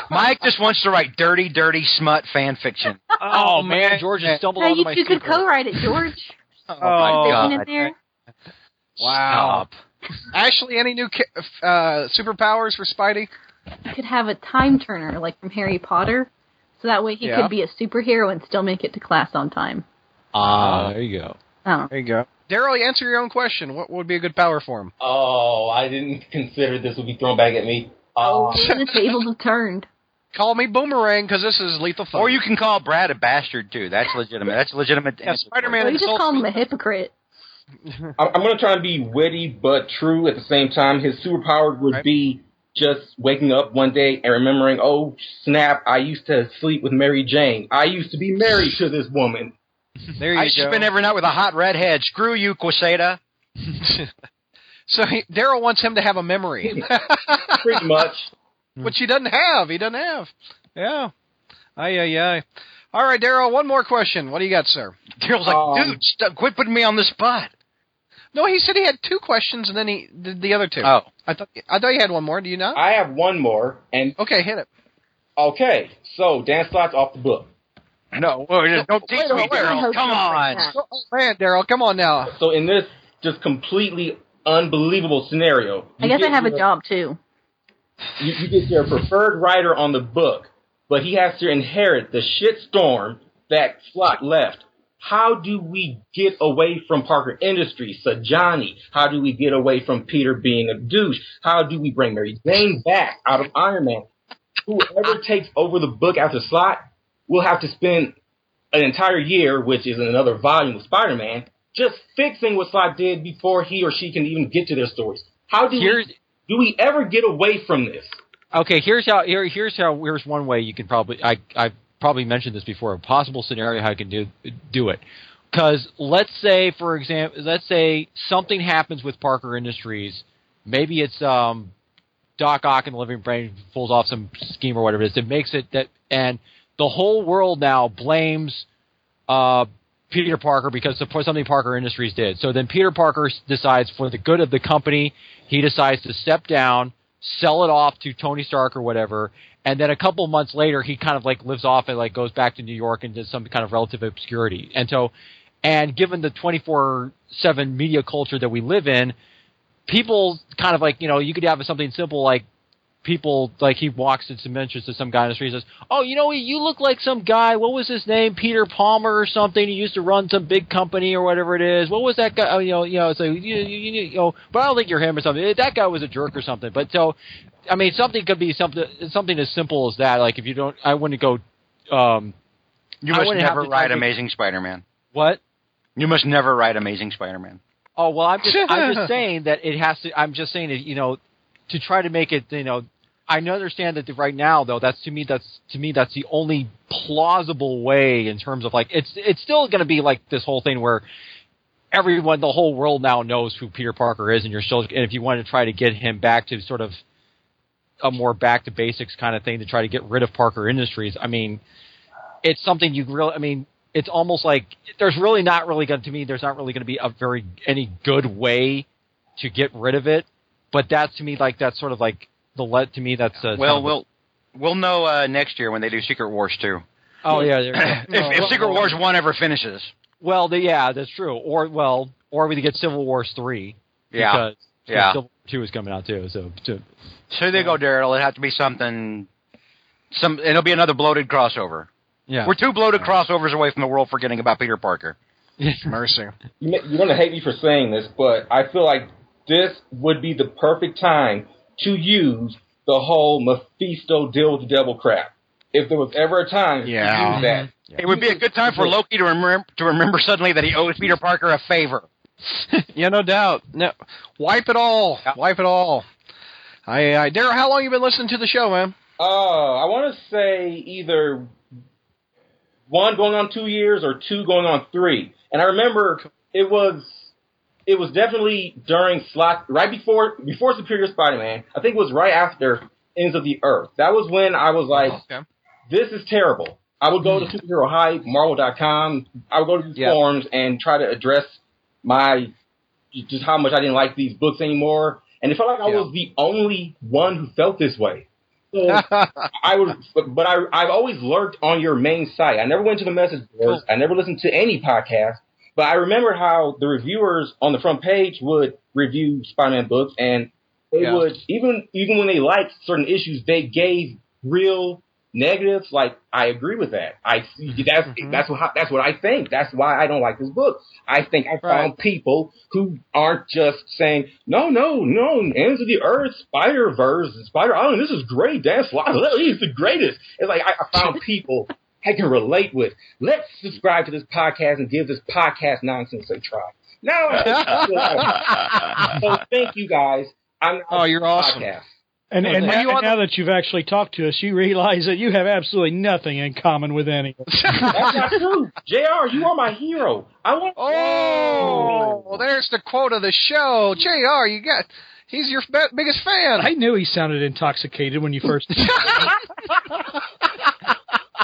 Mike just wants to write dirty, dirty smut fan fiction.
oh, man, George has stumbled
Hey,
onto
you
my
two could
secret.
co-write it, George.
oh
my
Vision
God.
in there.
Wow. Ashley, any new ca- uh, superpowers for Spidey?
You could have a time turner, like from Harry Potter. So that way he
Yeah.
could be a superhero and still make it to class on time.
Uh,
Ah, there you go.
Oh.
There you go.
Daryl, you answer your own question. What would be a good power form?
Oh, I didn't consider this would be thrown back at me. Oh,
the tables have turned.
Call me Boomerang because this is lethal. Fun.
Or you can call Brad a bastard too. That's legitimate. That's legitimate. Yeah,
Or you just call him a hypocrite.
I'm, I'm going to try and be witty but true at the same time. His superpower would be just waking up one day and remembering, oh snap, I used to sleep with Mary Jane. I used to be married to this woman.
There
I spend every night with a hot redhead. Screw you, Quesada.
So he, Daryl wants him to have a memory.
Pretty much.
Which he doesn't have. He doesn't have. Yeah. Ay, ay, ay. All right, Daryl, one more question. What do you got, sir?
Daryl's like,
Um,
dude, stop, quit putting me on the spot.
No, he said he had two questions, and then he did the other two.
Oh.
I thought I thought you had one more. Do you not?
I have one more, and
okay, hit it.
Okay, so Dan Slott's off the book.
No, don't
tease me, Daryl. Come on. Oh, man, Daryl, come on now.
So in this just completely unbelievable scenario,
I guess
you
I have a
get-
job too.
You, you get your preferred writer on the book, but he has to inherit the shitstorm that Slot left. How do we get away from Parker Industries, Sajani? How do we get away from Peter being a douche? How do we bring Mary Jane back out of Iron Man? Whoever takes over the book after Slot will have to spend an entire year, which is another volume of Spider Man, just fixing what Slot did before he or she can even get to their stories. How do
Here's-
we, do we ever get away from this?
Okay, here's how here, here's how here's one way you can probably I I've probably mentioned this before a possible scenario how I can do do it. Because let's say for example, let's say something happens with Parker Industries. Maybe it's um, Doc Ock and the Living Brain pulls off some scheme or whatever it is that makes it that and the whole world now blames uh, Peter Parker because of something Parker Industries did. So then Peter Parker s- decides, for the good of the company, he decides to step down, sell it off to Tony Stark or whatever, and then a couple months later, he kind of like lives off and like goes back to New York and does some kind of relative obscurity. And so, and given the twenty four seven media culture that we live in, people kind of like you know you could have something simple like people like he walks into mentions to some guy in the street and says, "Oh, you know, you look like some guy. What was his name? Peter Palmer or something? He used to run some big company or whatever it is. What was that guy? Oh, you know, you know, so you, you, you, you know, but I don't think you're him or something. That guy was a jerk or something. But so, I mean, something could be something something as simple as that. Like if you don't, I wouldn't go. um
You
I
must
wouldn't have
never
to
write
type it-
Amazing Spider Man.
What?
You must never write Amazing Spider Man.
Oh well, I'm just I'm just saying that it has to. I'm just saying that you know to try to make it you know. I understand that right now though that's to me that's to me that's the only plausible way in terms of like it's it's still going to be like this whole thing where everyone the whole world now knows who Peter Parker is and you're still and if you want to try to get him back to sort of a more back to basics kind of thing to try to get rid of Parker Industries I mean it's something you really I mean it's almost like there's really not really going to me there's not really going to be a very any good way to get rid of it but that's to me like that's sort of like the let to me that's uh, kind
Well,
of-
we'll we'll know uh, next year when they do Secret Wars two.
oh yeah there-
if,
no,
if
well-
Secret Wars one ever finishes,
well the, yeah that's true or well or we get Civil Wars three
Yeah.
because
Yeah.
Civil War two is coming out too so, so
so there you go, Daryl. It have to be something. Some it'll be another bloated crossover.
yeah
We're two bloated crossovers away from the world forgetting about Peter Parker.
Mercy.
You ma- You're going to hate me for saying this, but I feel like this would be the perfect time to use the whole Mephisto deal with the devil crap. If there was ever a time to
Yeah.
do that,
It would be a good time for Loki to remember to remember suddenly that he owes Peter Parker a favor.
yeah, no doubt. No, wipe it all. Wipe it all. I, I Daryl, how long you been listening to the show, man?
uh, I want to say either one going on two years or two going on three. And I remember it was it was definitely during slot right before before Superior Spider-Man. I think it was right after Ends of the Earth. That was when I was like, this is terrible. I would go to superhero hype, Marvel.com. I would go to these forums and try to address my just how much I didn't like these books anymore. And it felt like I was the only one who felt this way. So I was, but, but I I've always lurked on your main site. I never went to the message boards. I never listened to any podcast. But I remember how the reviewers on the front page would review Spider-Man books, and they
Yeah.
would even even when they liked certain issues, they gave real Negatives, like I agree with that. I that's that's what that's what I think. That's why I don't like this book. I think I found people who aren't just saying no, no, no. Ends of the Earth, Spider Verse, Spider Island. This is great. That's why he's the greatest. It's like I, I found people I can relate with. Let's subscribe to this podcast and give this podcast nonsense a try. Now, I- so thank you guys. I'm oh, you're awesome.
And,
Well,
and,
thank
now,
you.
and now that you've actually talked to us, you realize that you have absolutely nothing in common with any of us.
That's not true. JR, you are my hero. I want.
Oh, there's the quote of the show. Jr. You got. He's your be- biggest fan.
I knew he sounded intoxicated when you first.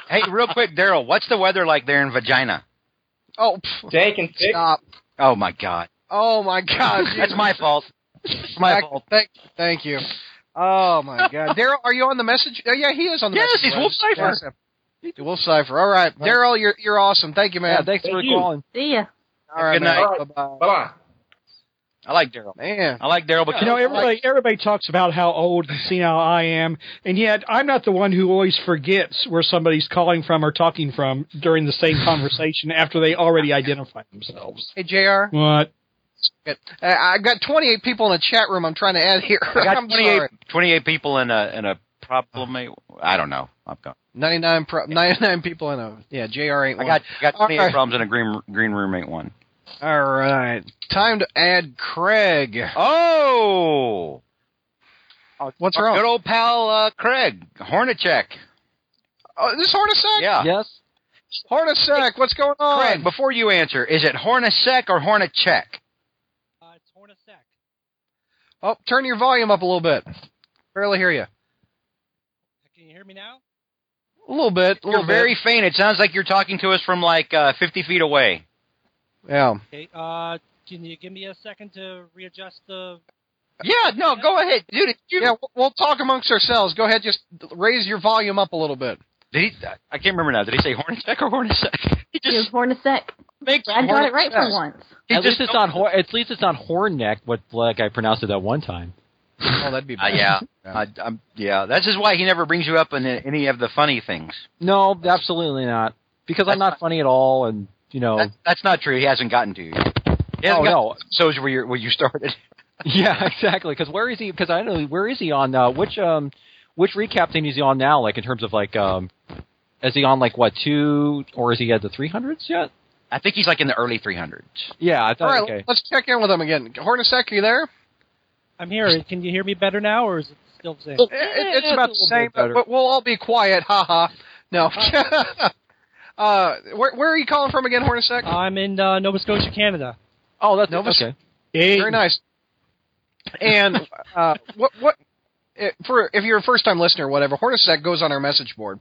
hey, real quick, Daryl, what's the weather like there in Vagina?
Oh, pff.
Taking
stop.
Oh my God,
Oh my God,
that's my fault. It's my fault.
Thank, thank you. Oh my God, Daryl, are you on the message? Oh, yeah, he is on the
Yes,
message.
he's Wolf
list.
Cipher.
Yes, yeah. Wolf Cipher. All right, Daryl, you're you're awesome. Thank you, man.
Yeah, thanks Thank for you. calling.
See ya.
All right,
Good
man.
night.
Bye-bye.
Bye.
I like Daryl.
Man,
I like Daryl, but
you know, everybody everybody talks about how old and senile I am, and yet I'm not the one who always forgets where somebody's calling from or talking from during the same conversation after they already identify themselves.
Hey, Jr.
What?
Uh, I've got 28 people in the chat room. I'm trying to add here.
I got
I'm
28,
sorry.
28 people in a in a problem.
Uh-huh.
I don't know. I've got
99 pro- 99 people in a yeah. Jr. ain't
I
one.
got I got
All
twenty eight
right.
problems in a green green roommate one.
All right. Time to add Craig.
Oh.
What's wrong?
Good old pal uh, Craig Hornacek. Ah.
Oh, this Hornacek?
Yeah.
Yes. Hornacek, what's going on?
Craig, before you answer, is it Hornacek or Hornacek?
Oh, turn your volume up a little bit. Barely hear you.
Can you hear me now?
A little bit. A
You're
little
very
bit.
faint. It sounds like you're talking to us from like uh, 50 feet away.
Yeah.
Okay. Uh, can you give me a second to readjust the?
Yeah, no, go ahead, dude. Yeah, we'll- we'll talk amongst ourselves. Go ahead, just raise your volume up a little bit.
Did he, I can't remember now. Did he say Hornacek or Hornacek?
He just Hornacek.
Makes
I got it right for
Hornacek.
once.
at least it's not hor- at least it's not horn neck. What like I pronounced it that one time.
Oh, that'd be
Uh, yeah. I, I'm, yeah. That's just why he never brings you up in any of the funny things.
No, absolutely not. Because I'm not funny at all, and you know.
That's not true. He hasn't gotten to you. Yet. He
Oh
hasn't
no!
So where you where you started.
Yeah, exactly. Because where is he? Because I know where is he on uh, which um which recap thing is he on now? Like in terms of like um, is he on like what two or is he at the three hundreds yet?
I think he's like in the early three hundreds.
Yeah, I
All
thought
right,
okay.
let's check in with him again. Hornacek, are you there?
I'm here. Can you hear me better now, or is it still the same?
It- it's about the same, but but we'll all be quiet. Ha ha. No. uh, where, where are you calling from again, Hornacek?
I'm in uh, Nova Scotia, Canada.
Oh, that's
Nova okay. Very nice. And uh, what what it, for if you're a first time listener, or whatever, Hornacek goes on our message board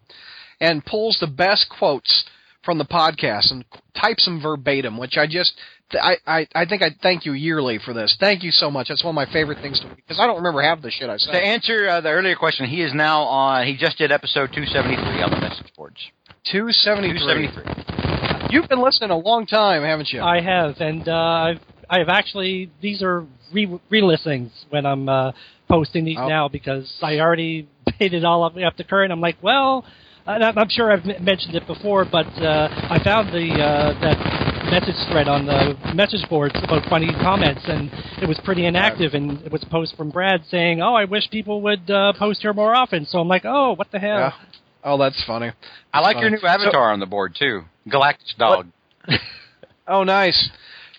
and pulls the best quotes from the podcast and types them verbatim, which I just I, I, I think I thank you yearly for this. Thank you so much. That's one of my favorite things to because I don't remember half the shit I
To
say.
answer uh, the earlier question, he is now on. He just did episode two seventy three on the message boards.
Two seventy
Two seventy three.
You've been listening a long time, haven't you?
I have, and uh, I've I have actually. These are re listings when I'm uh, posting these
Oh.
now because I already made it all up up to current. I'm like, well, and I'm I'm sure I've m- mentioned it before, but uh, I found the uh, that message thread on the message boards about funny comments, and it was pretty inactive. And it was a post from Brad saying, "Oh, I wish people would uh, post here more often." So I'm like, "Oh, what the hell."
Yeah. Oh, that's funny.
I like
That's
your
funny.
new avatar on the board too, Galactus Dog.
Oh, nice.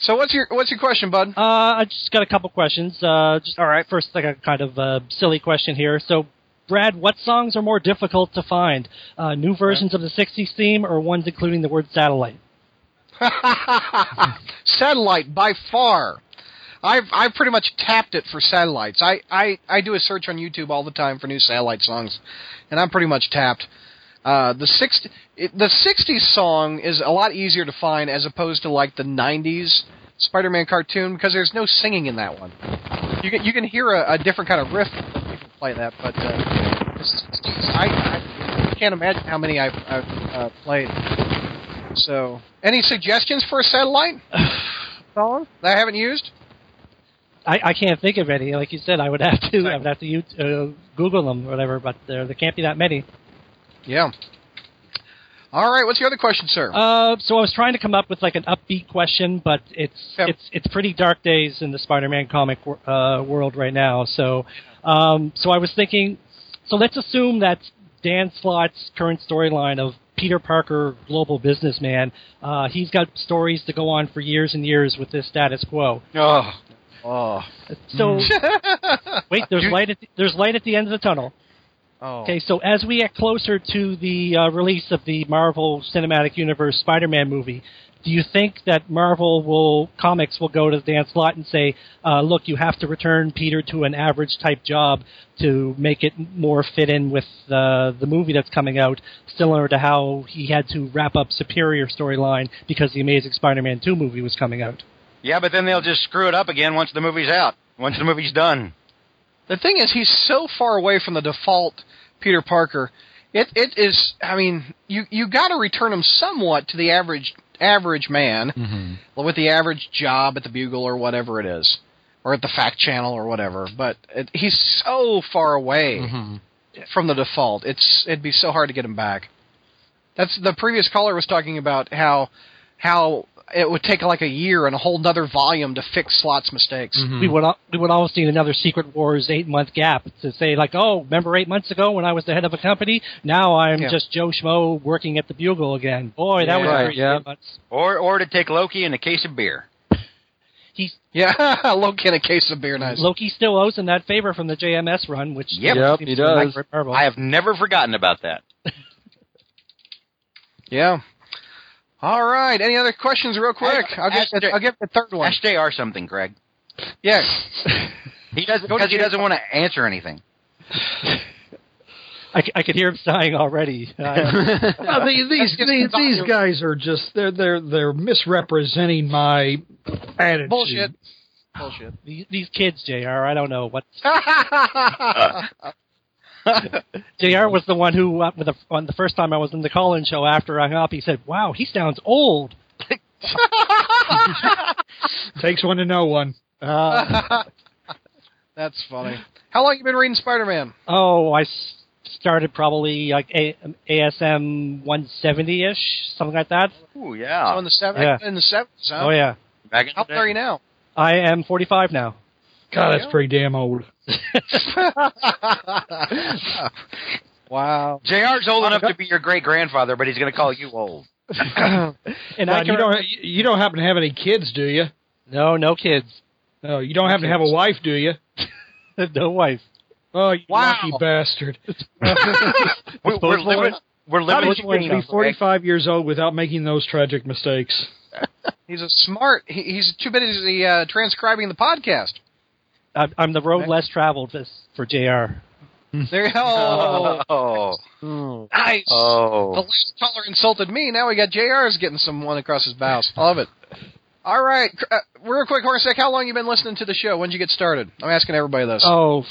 So what's your what's your question, bud?
Uh, I just got a couple questions. Uh, just all right. First, like a kind of uh, silly question here. So, Brad, what songs are more difficult to find? Uh, new versions of the '60s theme, or ones including the word satellite?
satellite by far. I've I've pretty much tapped it for satellites. I, I, I do a search on YouTube all the time for new satellite songs, and I'm pretty much tapped. Uh, the six it, the '60s song is a lot easier to find as opposed to like the '90s Spider-Man cartoon because there's no singing in that one. You can you can hear a, a different kind of riff when people play that, but uh, the 60s, I, I can't imagine how many I've, I've uh, played. So, any suggestions for a satellite song that I haven't used?
I, I can't think of any. Like you said, I would have to I would have to you- uh, Google them or whatever. But there there can't be that many.
Yeah. All right. What's your other question, sir?
Uh, so I was trying to come up with like an upbeat question, but it's it's it's pretty dark days in the Spider-Man comic wor- uh, world right now. So, um, so I was thinking, so let's assume that Dan Slott's current storyline of Peter Parker, global businessman, uh, he's got stories to go on for years and years with this status quo.
Oh. Oh.
So wait, there's light at the, there's light at the end of the tunnel.
Oh.
Okay, so as we get closer to the uh, release of the Marvel Cinematic Universe Spider-Man movie, do you think that Marvel will comics will go to Dan Slott and say, uh, "Look, you have to return Peter to an average type job to make it more fit in with uh, the movie that's coming out, similar to how he had to wrap up Superior storyline because the Amazing Spider-Man two movie was coming out."
Yeah, but then they'll just screw it up again once the movie's out. Once the movie's done.
The thing is, he's so far away from the default Peter Parker. It it is. I mean, you you got to return him somewhat to the average average man with the average job at the Bugle or whatever it is, or at the Fact Channel or whatever. But it, he's so far away from the default. It's it'd be so hard to get him back. That's the previous caller was talking about how how it would take like a year and a whole nother volume to fix Slot's mistakes.
we would al- we would almost need another Secret Wars eight month gap to say like, oh, remember eight months ago when I was the head of a company? Now I'm
Yeah.
just Joe Schmo working at the Bugle again. Boy, that was great.
Or or to take Loki and a case of beer.
He's
yeah, Loki and a case of beer. Nice.
Loki still owes him that favor from the JMS run, which seems to be like Marvel.
I have never forgotten about that.
Yeah. All right. Any other questions, real quick? I'll get the, I'll get the third one.
Ask JR something, Greg.
Yes.
He doesn't
Go to
because he
J-
doesn't want to answer anything.
I, c- I could hear him sighing already.
No, the- these these, these guys are just they're they're they're misrepresenting my attitude.
Bullshit.
Bullshit.
These, these kids, Jr. I don't know what. Jr. was the one who, uh, with the, on the first time I was in the call-in show after I hung up, he said, "Wow, he sounds old."
Takes one to know one. Uh,
That's funny. How long you been reading Spider-Man?
Oh, I s- started probably like a- ASM 170 ish, something like that.
Ooh, yeah.
So in the seven,
Yeah.
in the sevens, huh?
Oh yeah,
Back
How old are you now?
I am 45 now.
God, that's pretty damn old.
wow.
JR's old enough to be your great grandfather, but he's going to call you old.
and
I
you
can-
don't you don't happen to have any kids, do you?
No, no kids.
No, you don't happen to have a wife, do you?
no wife.
Oh, you lucky bastard!
we're,
we're living.
We're
How
living
did you live to be 45 years old without making those tragic mistakes?
He's a smart. He, he's too busy uh, transcribing the podcast.
I'm, I'm the road less traveled for, for Jr.
There you go.
Oh.
Nice.
Oh.
The last caller insulted me. Now we got JR's getting someone across his bows. I love it. All right, cr- uh, real quick, Hornacek, how long you been listening to the show? When'd you get started? I'm asking everybody this.
Oh,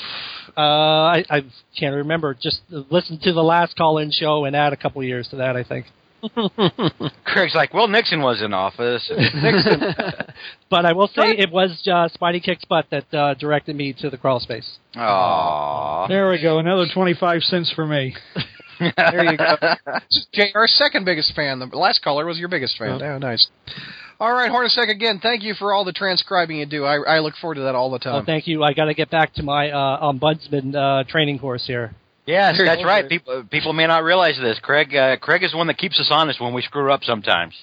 uh, I, I can't remember. Just listen to the last call-in show and add a couple years to that. I think.
Oh. Craig's like, well, Nixon was in office. Nixon.
But I will say it was uh, Spidey Kicks Butt that uh, directed me to the crawl space.
Aww.
There we go. Another 25 cents for me.
There you go. This is JR's second biggest fan. The last caller was your biggest fan. Oh, nice. All right, Hornacek, again, thank you for all the transcribing you do. I, I look forward to that all the
Oh,
time.
thank you. I got to get back to my uh, ombudsman uh, training course here.
Yes, that's right. People people may not realize this. Craig uh, Craig is the one that keeps us honest when we screw up sometimes.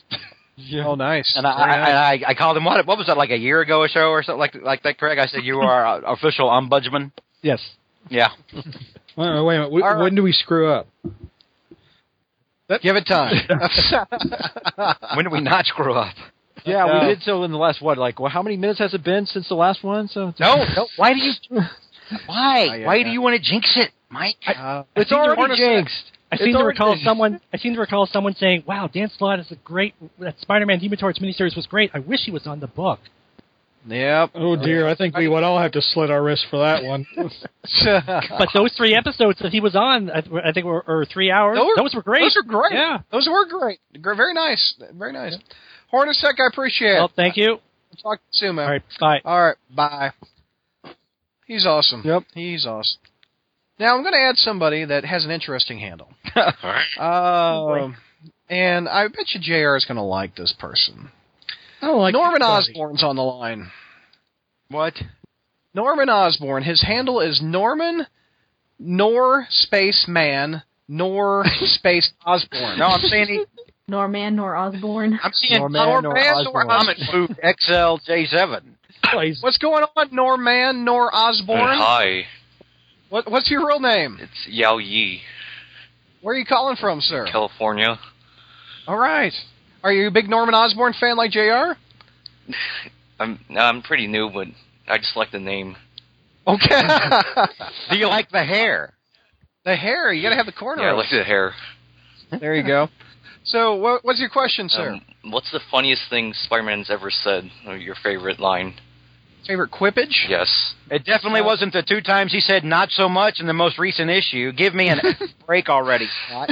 Oh, nice.
And I, I, and I I called him what what was that like a year ago or so or something like like that. Craig, I said you are our official ombudsman.
Yes.
Yeah.
Wait a minute. Wait a minute. Wh- When do we screw up?
Give it time.
when do we not screw up?
Yeah,
No.
we did so in the last what? Like, well, how many minutes has it been since the last one? So
No, no. Why do you? Why? Why do you want to jinx it, Mike? Uh,
It's already jinxed.
I
It's
seem to
already
recall
jinxed.
someone. I seem to recall someone saying, "Wow, Dan Slott is a great. That Spider-Man Demon Torch miniseries was great. I wish he was on the book."
Yep.
Oh dear, I think we would all have to slit our wrists for that one.
But those three episodes that he was on, I, th- I think, were or three hours.
Those-
were great.
Those are great.
Yeah.
Those were great. Gr- Very nice. Very nice. Hornacek, I appreciate it.
Well, thank you.
Talk to you soon, man.
All right. Bye.
All right. Bye. He's awesome. Yep. He's awesome. Now I'm going to add somebody that has an interesting handle. Um, and I bet you Jr. is going to like this person.
Oh, like
Norman Osborn's on the line. What? Norman Osborn. His handle is Norman Nor Space Man Nor Space Osborn. No, I'm saying he
Norman nor Osborne.
I'm
Norman nor Osborn.
XLJ7.
What's going on, Norman Nor Osborn?
Uh, Hi,
What, what's your real name?
it's Yao Yi,
Where are you calling from, sir?
California.
All right. Are you a big Norman Osborn fan like Jr.?
I'm no, I'm pretty new, but I just like the name.
Okay. Do you like the hair? The hair. You got to have the corner.
Yeah, I like the hair.
There you go. So, what, what's your question, sir?
Um, what's the funniest thing Spider-Man's ever said? Or your favorite line?
Favorite quippage?
Yes.
It definitely
Uh,
wasn't the two times he said not so much in the most recent issue. Give me an break already, Scott.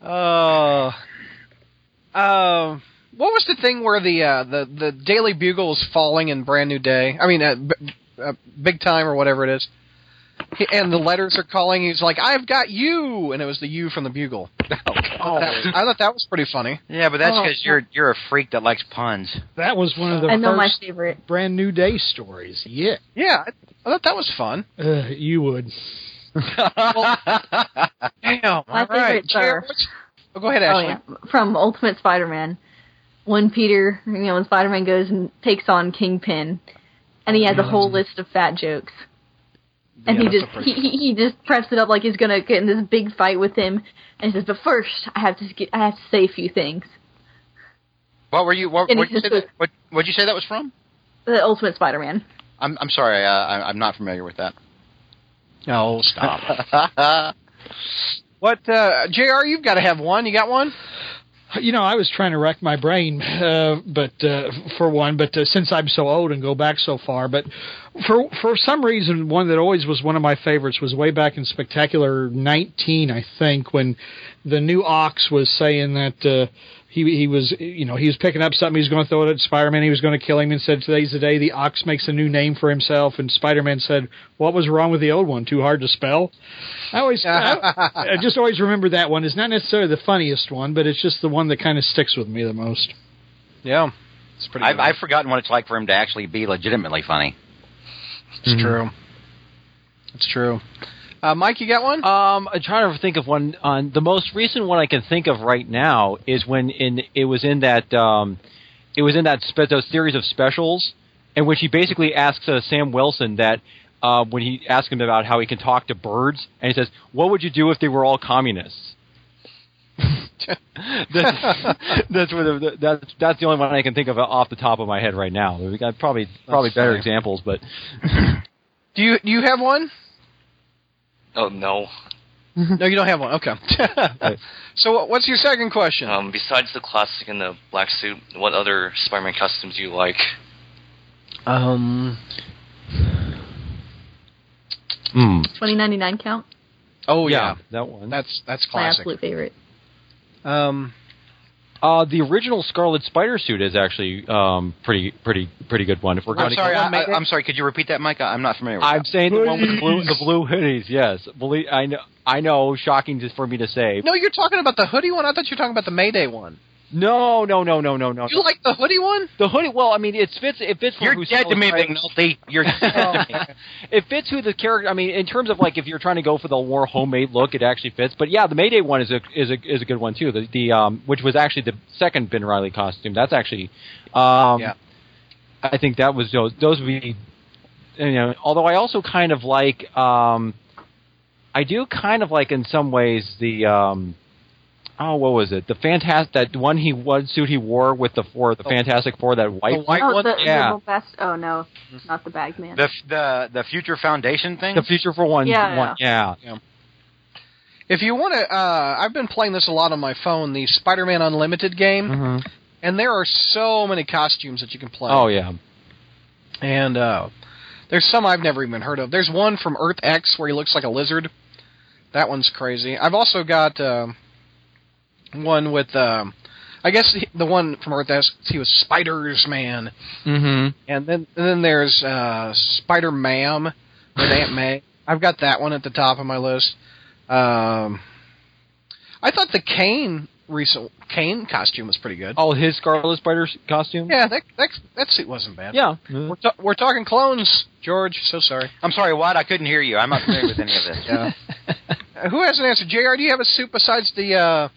Oh. um, what was the thing where the uh, the the Daily Bugle was falling in Brand New Day? I mean, uh, b- uh, Big Time or whatever it is. He, and the letters are calling. He's like, "I've got you," and it was the "you" from the bugle. Oh, that- I thought that was pretty funny.
Yeah, but that's
Oh.
because you're you're a freak that likes puns.
That was one of the
I know my
first
favorite.
brand new day stories. Yeah.
Yeah, I, I thought that was fun.
Uh, you would.
Damn.
My
all right.
favorites are-
Jer- what's- oh, go ahead, Ashley.
Oh, yeah. From Ultimate Spider-Man, when Peter, you know, when Spider-Man goes and takes on Kingpin, and he has a whole list of fat jokes, and
Yeah,
he
that's
just
a
he,
pretty-
he he just preps it up like he's gonna get in this big fight with him, and he says, "But first, I have to get, I have to say a few things."
What were you? What
And
would
it's
you, say
just
that, what, what'd you say that was from?
The Ultimate Spider-Man.
I'm I'm sorry, uh, I, I'm not familiar with that. Oh,
No, stop. what, uh, Jr? You've got to have one. You got one?
You know, I was trying to rack my brain, uh, but uh, for one, but uh, since I'm so old and go back so far, but for for some reason, one that always was one of my favorites was way back in Spectacular 19, I think, when the new Ox was saying that uh, he he was you know he was picking up something, he was going to throw it at Spider-Man, he was going to kill him, and said today's the day the Ox makes a new name for himself, and Spider-Man said, "What was wrong with the old one? Too hard to spell." I always, I, I just always remember that one. It's not necessarily the funniest one, but it's just the one that kind of sticks with me the most.
Yeah, it's
pretty
I've,
good.
I've forgotten what it's like for him to actually be legitimately funny.
It's
true. It's true. Uh, Mike, you got one?
Um, I'm trying to think of one. On the most recent one I can think of right now is when in it was in that um, it was in that spe- those series of specials in which he basically asks uh, Sam Wilson that uh, when he asks him about how he can talk to birds, and he says, "What would you do if they were all communists?" that's that's, where the, that's that's the only one I can think of off the top of my head right now. We got probably probably better
funny.
examples, but
Do you do you have one?
Oh no.
no, you don't have one. Okay. so, what- what's your second question?
Um, besides the classic and the black suit, what other Spider-Man costumes do you like?
Um.
Twenty ninety nine count.
Oh
Hmm. yeah, that one.
That's that's
My absolute favorite.
Um,
uh, the original Scarlet Spider suit is actually um, pretty pretty pretty good one. If we're
I'm
going
sorry,
to,
I, I, am sorry. Could you repeat that, Mike? I- I'm not familiar. with
I'm
that.
saying the one with the blue the blue hoodies. Yes, believe I know. I know, shocking just for me to say.
No, you're talking about the hoodie one. I thought you were talking about the Mayday one.
No, no, no, no, no, no.
You like the hoodie one?
The hoodie. Well, I mean, it fits. It fits. For
You're
who
dead to
Scarlet
me,
Spider-
McNulty. You're dead to me.
it fits who the character. I mean, in terms of like if you're trying to go for the more homemade look, it actually fits. But yeah, the Mayday one is a is a is a good one too. The, the um, which was actually the second Ben Riley costume. That's actually, um,
yeah.
I think that was those. Those would be, you know. Although I also kind of like, um, I do kind of like in some ways the. Um, Oh, what was it? The fantastic that one he one suit he wore with the four,
Oh.
the Fantastic Four, that white,
oh, The, the
yeah,
best. Oh no, not the Bagman.
The the the future foundation thing.
the future for one,
Yeah,
one, yeah.
If you want to, uh, I've been playing this a lot on my phone, the Spider-Man Unlimited
Mm-hmm.
game,
Mm-hmm.
and there are so many costumes that you can play.
Oh yeah.
And uh, there's some I've never even heard of. There's one from Earth X where he looks like a lizard. That one's crazy. I've also got um one with, um I guess he- the one from Earth X. He was Spider's Man,
Mm-hmm.
and then and then there's uh, Spider Man. with Aunt May. I've got that one at the top of my list. Um, I thought the Kane recent Kane costume was pretty good.
Oh, his Scarlet Spider costume.
Yeah, that that that suit wasn't bad.
Yeah.
we're, ta- we're talking clones, George. So sorry.
I'm sorry, what? I couldn't hear you. I'm not familiar with any of this.
Yeah. Uh, Who has an answer? Jr. Do you have a suit besides the? Uh,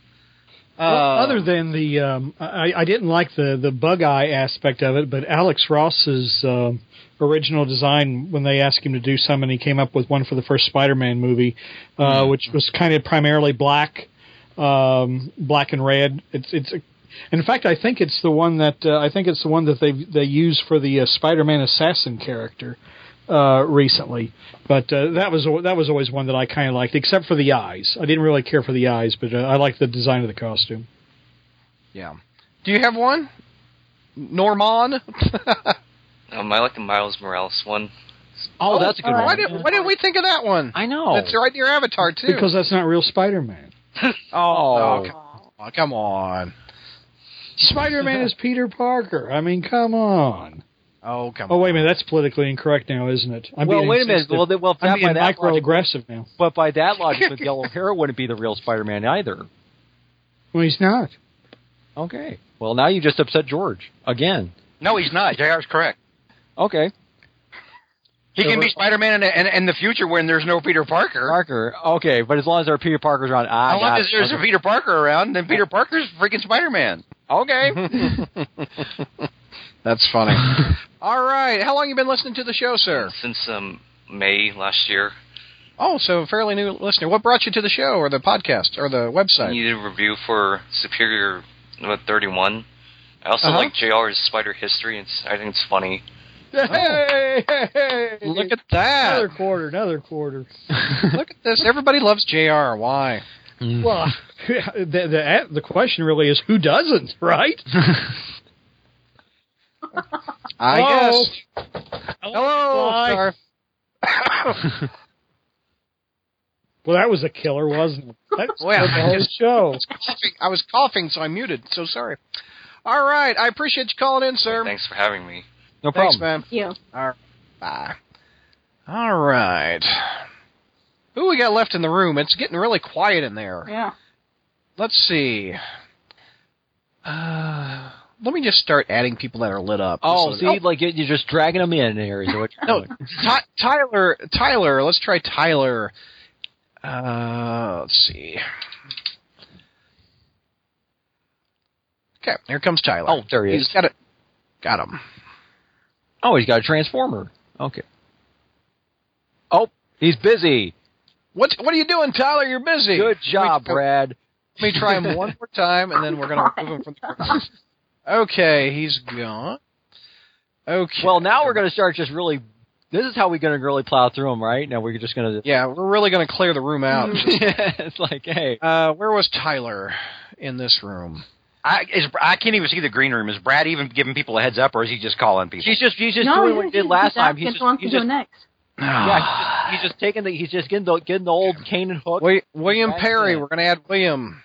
Well,
uh,
other than the, um, I, I didn't like the the bug eye aspect of it, but Alex Ross's um original design when they asked him to do some, and he came up with one for the first Spider-Man movie, uh, which was kind of primarily black, um, black and red. It's it's. In fact, I think it's the one that uh, I think it's the one that they they use for the uh, Spider-Man assassin character uh, recently. But uh, that was al- that was always one that I kind of liked, except for the eyes. I didn't really care for the eyes, but uh, I liked the design of the costume.
yeah. Do you have one? Norman.
Um, I like the Miles Morales one.
Oh, that's a good
Why
one.
did, why didn't we think of that one?
I know.
That's right in your avatar too.
Because that's not real Spider-Man.
oh, oh, come on.
Spider-Man is Peter Parker. I mean, come on.
Oh, come
Oh, wait a minute. That's politically incorrect now, isn't it?
Well,
being
wait a minute.
insensitive.
Well, then- well,
I'm
that-
being
by that logic-
microaggressive now.
But by that logic, the yellow hair wouldn't be the real Spider-Man either.
Well, he's not.
Okay. Well, now you just upset George again.
No, he's not. JR's correct.
Okay.
He can be Spider-Man in, the- in, in the future when there's no Peter Parker.
Parker. Okay, but as long as our Peter Parker's around, I
I
got
want this, there's
it.
a Peter Parker around, then Peter Parker's freaking Spider-Man.
Okay.
That's funny. All right. How long you been listening to the show, sir?
Since um May last year,
Oh, so a fairly new listener. What brought you to the show, or the podcast, or the
I
website?
needed a review for Superior what, 31. I also
Uh-huh.
like JR's Spider History. It's I think it's funny.
Hey, hey, hey.
Look at that.
Another quarter, another quarter.
Look at this. Everybody loves Jr. Why? Mm.
Well, the, the the question really is who doesn't, right?
I
Hello?
guess. Hello.
Bye.
sir.
Well, that was a killer, wasn't it? That
Well,
well, the whole show.
coughing. I was coughing, so I muted. So sorry. All right. I appreciate you calling in, sir.
Thanks for having me.
No
Thanks, man.
Yeah.
All right. Bye. All right. Who we got left in the room? It's getting really quiet in there.
Yeah.
Let's see. Uh, let me just start adding people that are lit up.
Oh,
So-
see, like you- you're just dragging them in here. Is what you're
No,
doing.
Ty- Tyler. Tyler. Let's try Tyler. Uh, let's see. Okay, here comes Tyler.
Oh, there he
He's
is.
got it. Got him.
Oh, he's got a transformer. Okay. Oh, he's busy.
What What are you doing, Tyler? You're busy.
Good job, Brad.
Let me try him one more time, and then we're gonna remove him from the group. Okay, he's gone. Okay.
Well, now we're going to start just really. This is how we're going to really plow through them, right? Now we're just going to.
Yeah, we're really gonna clear the room out.
Mm. it's like, hey,
Uh, where was Tyler in this room?
I, is, I can't even see the green room. Is Brad even giving people a heads up, or is he just calling people?
he's just he's just
no,
doing what he did last time. He's just,
wants
he's
to go
just
next.
yeah, he's just, he's just taking the he's just getting the getting the old cane and hook.
Ah. Wi- William
That's
Perry.
it.
We're gonna add William.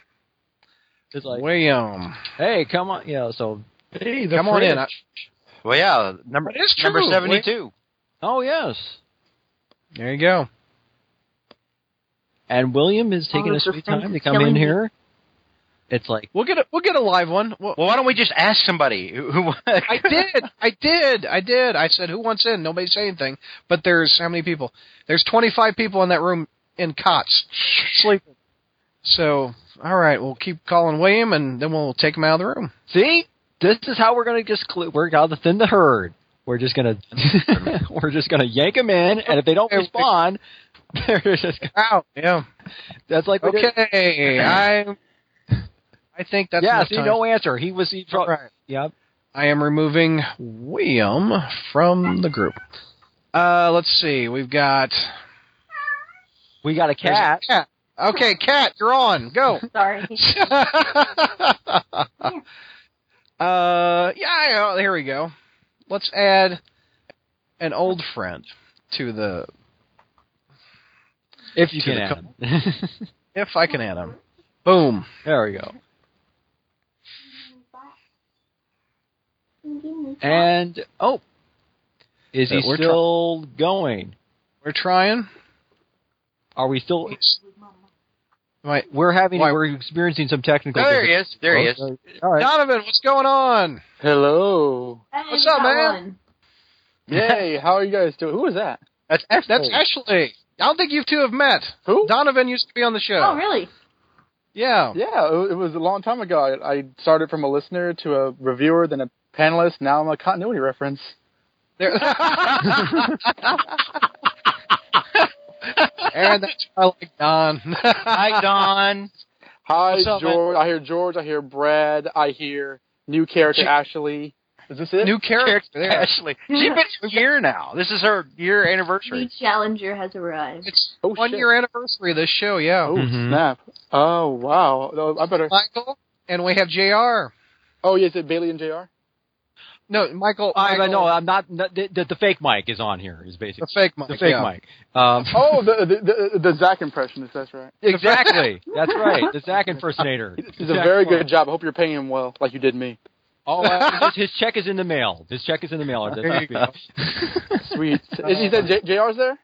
It's like,
William.
hey, come on, yeah. So
Hey,
Come on in. I-
Well, yeah, number
That is
number
true.
seventy two.
oh yes,
There you go.
and William is taking
Oh,
his
the
sweet
friend
time to
is
come
killing
in
me.
here. It's like
We'll get a we'll get a live one. Well,
Well, why don't we just ask somebody who? who
I did, I did, I did. I said, "Who wants in?" Nobody said anything. But there's how many people? There's 25 people in that room in cots sleeping. So, all right, we'll keep calling William, and then we'll take him out of the room.
See, this is how we're gonna just cl- we're out the thin the herd. We're just gonna we're just gonna yank them in, and if they don't respond, they're just
out. Yeah,
that's like we did-
Okay, I, I think that's
yeah.
enough
See,
time.
no answer. He was he pro-
Right.
Yep.
I am removing William from the group. Uh, let's see. We've got
We got a
there's a
cat.
cat. Okay, cat, you're on. Go.
Sorry.
Uh, yeah, yeah, here we go. Let's add an old friend to the
If you
to
can
the
add
couple.
'em.
if I can add him. Boom.
there we go. And oh, is
Uh,
he oh.
we're try-
still going?
We're trying.
Are we still?
Right.
We're having. We're experiencing some technical.
There he is.
difficulties.
There he is.
Okay. All right.
Donovan, what's going on?
Hello.
What's up, man?
Yay, how are you guys doing? Who was that?
That's That's Ashley. I don't think you two have met.
Who?
Donovan used to be on the show.
Oh,
really?
Yeah.
Yeah, it wa- it was a long time ago. I I started from a listener to a reviewer, then a panelist. Now I'm a continuity reference.
There. Aaron, that's why I like Don.
Hi,
Don.
Hi,
What's up, man?
George. I hear George. I hear Brad. I hear new character
She-
Ashley. Is this it?
New character, Ashley. She's been a year now. This is her year anniversary.
The challenger has arrived.
One year anniversary of this show, yeah.
Oh snap! Oh wow! No, I better.
Michael and we have Jr.
Oh, yeah, is it Bailey and Jr.?
No, Oh, Michael.
I, I no, I'm not. not the, the, the fake mic is on here. Is basically the
fake mic.
The fake
yeah.
mic. Um,
Oh, the the, the the Zach impressionist. That's right.
Exactly. That's right. The Zach impersonator.
He's a very good job. I hope you're paying him well, like you did me.
Oh, uh, his, his check is in the mail. His check is in the mail.
There you go. Sweet. Is he said J- JR's there?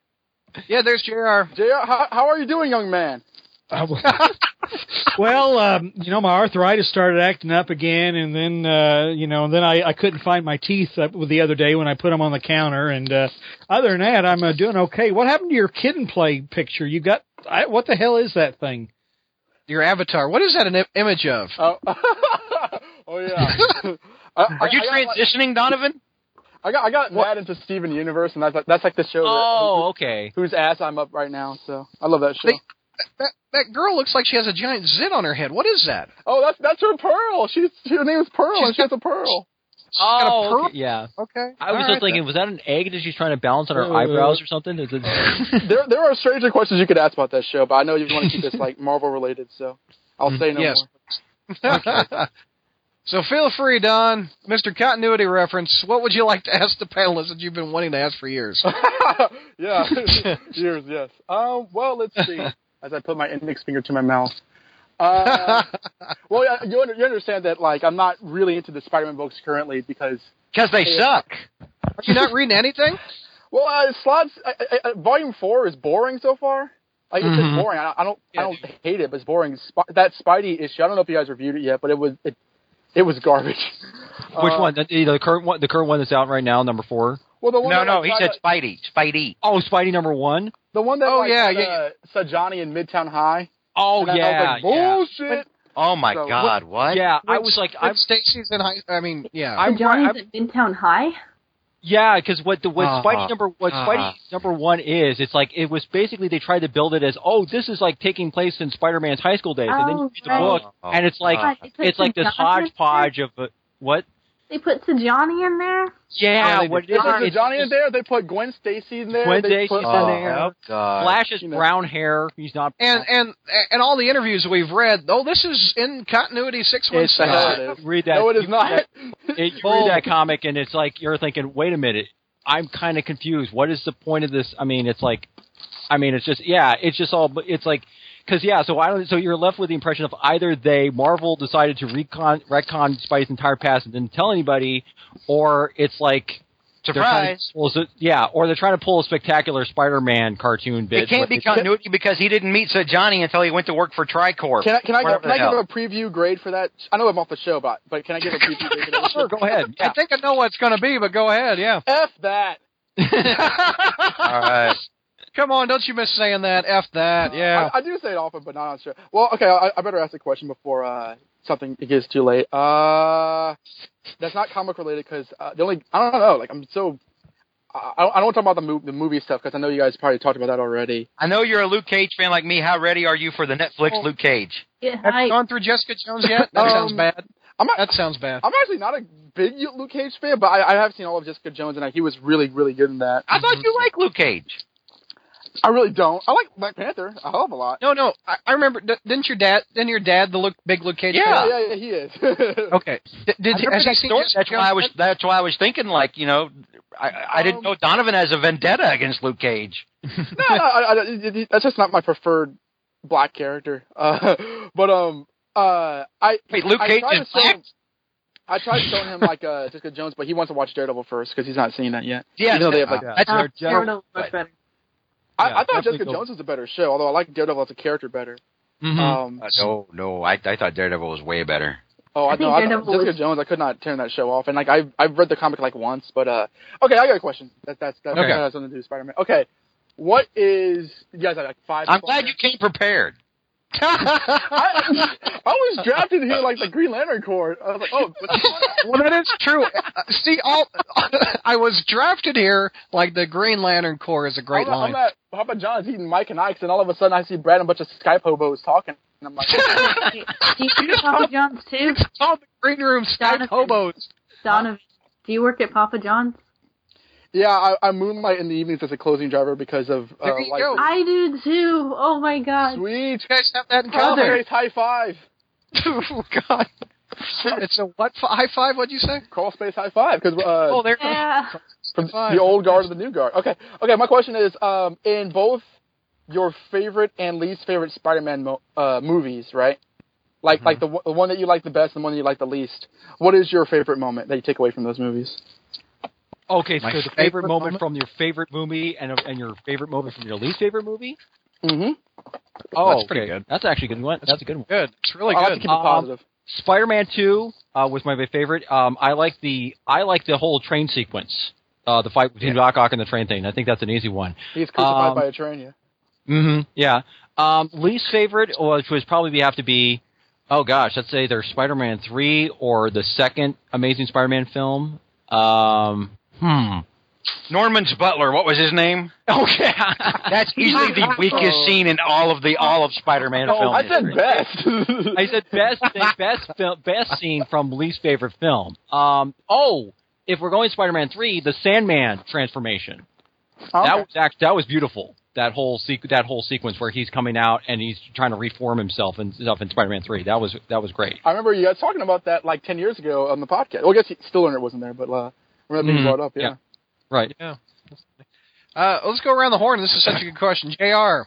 Uh, Yeah, there's JR.
JR, how, how are you doing, young man?
well, um, you know, my arthritis started acting up again, and then uh, you know, then I, I couldn't find my teeth uh, the other day when I put them on the counter. And uh, other than that, I'm uh, doing okay. What happened to your kid and play picture? You got I, what the hell is that thing?
Your avatar. What is that an i- image of?
Oh, oh yeah.
Are you transitioning, Donovan?
I got I got mad into Steven Universe, and that's like, that's like the show.
Oh,
that,
okay.
Whose ass I'm up right now? So I love that show.
That, that girl looks like she has a giant zit on her head. What is that?
oh, that's that's her pearl. She's her name is Pearl, and she has a pearl.
Oh, okay, yeah.
Uh,
Okay.
I was
All
just
right,
thinking, was that an egg that she's trying to balance on her
Uh,
eyebrows or something? Is it?
there there are stranger questions you could ask about that show, but I know you want to keep this like Marvel related, so I'll say
Mm,
no
Yes.
more.
so feel free, Don, Mr. Continuity reference. What would you like to ask the panelists that you've been wanting to ask for years?
Yeah, years, yes. Um, well, let's see. As I put my index finger to my mouth. Uh, well, yeah, you, under, you understand that like I'm not really into the Spider-Man books currently because
Because they suck.
Are you not reading anything?
Well, uh, slots. Uh, uh, uh, volume four is boring so far. Like it's
Mm-hmm.
Mhm.
just boring. I, I don't. I don't hate it, but it's boring. Sp- that Spidey issue. I don't know if you guys reviewed it yet, but it was it. It was garbage.
Which
Uh,
one? The, the current one. The current one that's out right now, number four.
Well, the one
no,
that,
no,
like,
he
tried
said
to-
Spidey. Spidey.
Oh, Spidey number one.
The one that
Oh,
like,
yeah,
had,
yeah,
uh, Sajani in Midtown High.
Oh
and I- I was like, bullshit.
Oh my
So-
God! What?
Yeah, I was like, I'm
Stacy's in high. I mean, yeah.
I'm
Johnny's
right-
at Midtown High.
Yeah, because what the what
Uh-huh.
Spidey number what
Uh-huh.
Spidey number one is, it's like it was basically they tried to build it as oh this is like taking place in Spider-Man's high school days, and then you
Oh,
read the
right.
book,
Oh,
and it's like
God. They put
it's like
some
this
John in
hodgepodge of uh, what?
They put Sajani in there.
Yeah,
Oh, they
what
did.
it is,
They put
it's-
Johnny in there. They put Gwen Stacy in there.
Gwen
they
Stacy's
put, uh,
in there. Oh,
God.
Flash has brown hair. He's not.
And and and all the interviews we've read. Oh, this is in continuity six months.
It's not. Read that.
No, it is
you-
not.
it- you
Oh.
read that comic, and it's like you're thinking, wait a minute, I'm kind of confused. What is the point of this? I mean, it's like, I mean, it's just yeah, it's just all. It's like. Because yeah, so I don't. So you're left with the impression of either they Marvel decided to recon retcon Spidey's entire past and didn't tell anybody, or it's like they're trying to
Surprise.
pull a- yeah, or they're trying to pull a spectacular Spider-Man cartoon bit.
It can't
but
be
it's-
continuity because he didn't meet Sir Johnny until he went to work for Tricorp.
Can I can I,
Whatever
can
the
I give
hell.
a preview grade for that? I know I'm off the show, but but can I give a preview grade for that?
sure, go ahead.
I think I know what it's going to be, but go ahead. Yeah.
F that.
All
right.
Come on, don't you miss saying that. F that. Yeah.
I, I do say it often, but not on show. Well, okay, I, I better ask a question before uh, something it gets too late. Uh, that's not comic related because uh, the only I don't know, like I'm so I, I don't- I don't want to talk about the, mo- the movie stuff because I know you guys probably talked about that already.
I know you're a Luke Cage fan like me. How ready are you for the Netflix
Oh.
Luke Cage?
Yeah,
Have you gone through Jessica Jones yet? That
Um,
sounds bad.
I'm not,
that sounds bad.
I'm actually not a big Luke Cage fan, but I, I have seen all of Jessica Jones and I, he was really really good in that.
I thought you liked Luke Cage.
I really don't. I like Black Panther a hell of a lot.
No, no. I, I remember. d- Didn't your dad? Didn't your dad the Luke, big Luke Cage? fan?
yeah, yeah, he is.
Okay. D- did
I
you,
remember
has he
that
seen
story.
Jessica
That's why I was.
Jones?
That's why I was thinking like you know, I, I didn't know Donovan has a vendetta against Luke Cage.
no, no, I, I- it- it- that's just not my preferred black character. Uh, but um, uh, I
Wait, Luke
I
Cage
tried
is
to show him- I tried showing him like uh, Jessica Jones, but he wants to watch Daredevil first because he's not seen that yet.
Yes,
you know they have like
that's-
they're
that's-
general-
Daredevil. much
better.
I,
Yeah,
I thought
definitely
Jessica
go-
Jones was a better show, although I like Daredevil as a character better. Um,
Uh, no, no, I, I thought Daredevil was way better.
Oh, I,
I think
know. I,
Daredevil
Jessica Jones, I could not turn that show off, and like I've I've read the comic like once, but uh, okay, I got a question. That that's that,
Okay.
that has something to do with Spider Man. Okay, what is you guys have like five?
I'm glad you came prepared.
I, I was drafted here like the Green Lantern Corps. I was like, oh, what's going on?
well, that is true. Uh, See, all I was drafted here like the Green Lantern Corps is a great
I'm at-
line.
I'm at Papa John's eating Mike and Ike's, and all of a sudden I see Brad and a bunch of Skype hobos talking, and I'm like,
Do you work at Papa John's too?
All the green room
Donovan, hobos. Donovan, do you work at Papa John's?
yeah, I, I moonlight in the evenings as a closing driver because of uh, like
I do too. Oh my god.
Sweet. You
guys have that
in
Brother. high five.
oh God, it's a what fi- high five? What'd you say?
Crawl space high five because uh,
oh, there.
from the old guard to the new guard. Okay, okay. My question is, um, in both your favorite and least favorite Spider-Man mo- uh, movies, right? Like,
Mm-hmm.
like the, w- the one that you like the best and the one that you like the least. What is your favorite moment that you take away from those movies?
Okay,
My
so the favorite,
favorite
moment, from your favorite movie and and your favorite moment from your least favorite movie.
Mm-hmm.
Oh,
That's pretty
okay. That's actually a good one. That's, a good one. Oh,
Good. It's really
I like to keep it positive.
Spider-Man Two uh, was my favorite. Um, I like the I like the whole train sequence, uh, the fight between Doc Ock and the train thing. I think that's an easy one.
He's crucified
Um,
by a train. Yeah.
hmm yeah. Um, least favorite, which was probably have to be, oh gosh, let's say either Spider-Man Three or the second Amazing Spider-Man film. Um, hmm.
Norman's Butler. What was his name?
Oh yeah,
that's easily the weakest scene in all of the all of Spider-Man
Oh,
film. history.
best.
I said best thing, best fil- best scene from least favorite film. Um, oh, if we're going Spider-Man three, the Sandman transformation. That was act- that was beautiful. That whole sequ- that whole sequence where he's coming out and he's trying to reform himself and stuff in Spider-Man three. That was that was great.
I remember you guys talking about that like ten years ago on the podcast. Well, I guess he, still in it wasn't there, but uh, I remember
Mhm.
being brought up. Yeah.
Right.
Yeah. Uh, let's go around the horn. This is such a good question, Jr.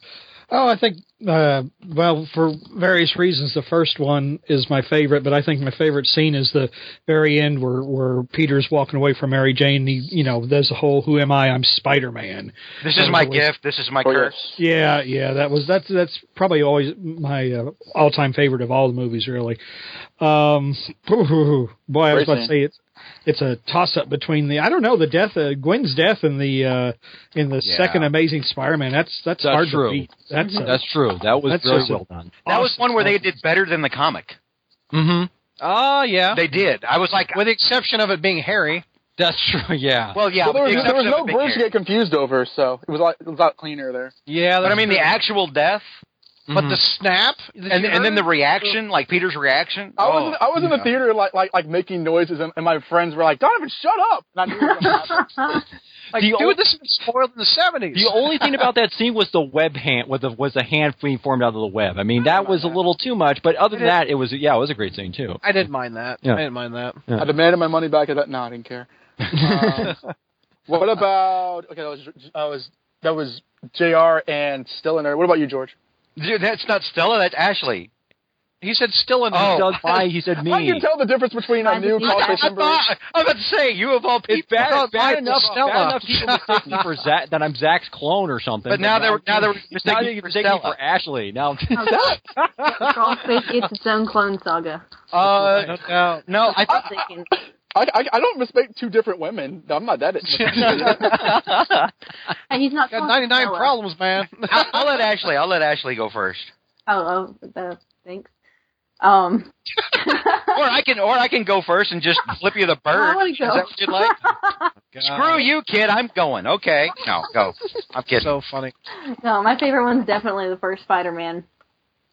Oh, I think uh, well for various reasons. The first one is my favorite, but I think my favorite scene is the very end where where Peter's walking away from Mary Jane. He, you know, there's a whole "Who am I? I'm Spider Man."
This is my gift. This is my curse.
Yeah, yeah, that was that's that's probably always my uh, all-time favorite of all the movies, really. Um, boy, I was about to
Great
say it's it's a toss-up between the I don't know the death uh, Gwen's death in the uh, in the second Amazing Spider-Man. That's that's,
That's
hard
true.
to beat. That's uh, a-
That's true. That was
that's
very
just a-
well done.
That was one where they did better than the comic.
Mm-hmm.
Oh yeah,
they did. I was like,
with the exception of it being Harry.
That's true. Yeah.
Well, yeah.
Well, there
with the
was, there was
exception
no
of the
bridge to
big hair.
get confused over, so it was a lot, it was a lot cleaner there.
Yeah,
but I mean the actual death. mm-hmm.
But the snap, that
and
you
and then the
heard?
reaction, like Peter's reaction.
I was in,
oh,
I was in the theater like like like making noises, and, and my friends were like, "Donovan, shut up!" And I knew it was gonna happen.
Like,
The
dude,
only-
this was spoiled in the seventies.
The only thing about that scene was the web hand was the was the hand being formed out of the web. I mean, that was a little too much, but other than that, it was yeah, it was a great scene too.
I didn't mind that.
Yeah.
I didn't mind that.
Yeah.
I demanded my money back. At that. No, I didn't care. Um, what about okay? That was that was that was Jr. and Stilliner. What about you, George?
Dude, that's not Stella. That's Ashley.
He said still in
He does why he said
I can
me.
tell the difference between a new call
I,
member.
thought, I was about to say you of all people.
It's bad,
I thought
bad
mine
enough,
was Stella.
bad enough people mistake me for Zach, that I'm Zach's clone or something.
But now they're- now they're
now
mistaking
they
you for
mistake me
Stella.
for Ashley. Now
Crawlspace gets its own clone saga.
Uh, no, no, I
I'm thinking.
I, I, I don't respect two different women. I'm not that.
Hey, he's not.
got
clone
ninety nine
Stella.
problems, man.
I'll, I'll let Ashley. I'll let Ashley go first.
Oh, oh uh, thanks. Um,
Or I can, or I can go first and just flip you the bird.
I wanna
Is
go.
that what you'd like? Screw you, kid. I'm going. Okay. No, go. I'm kidding.
So funny.
no, my favorite one's definitely the first Spider-Man.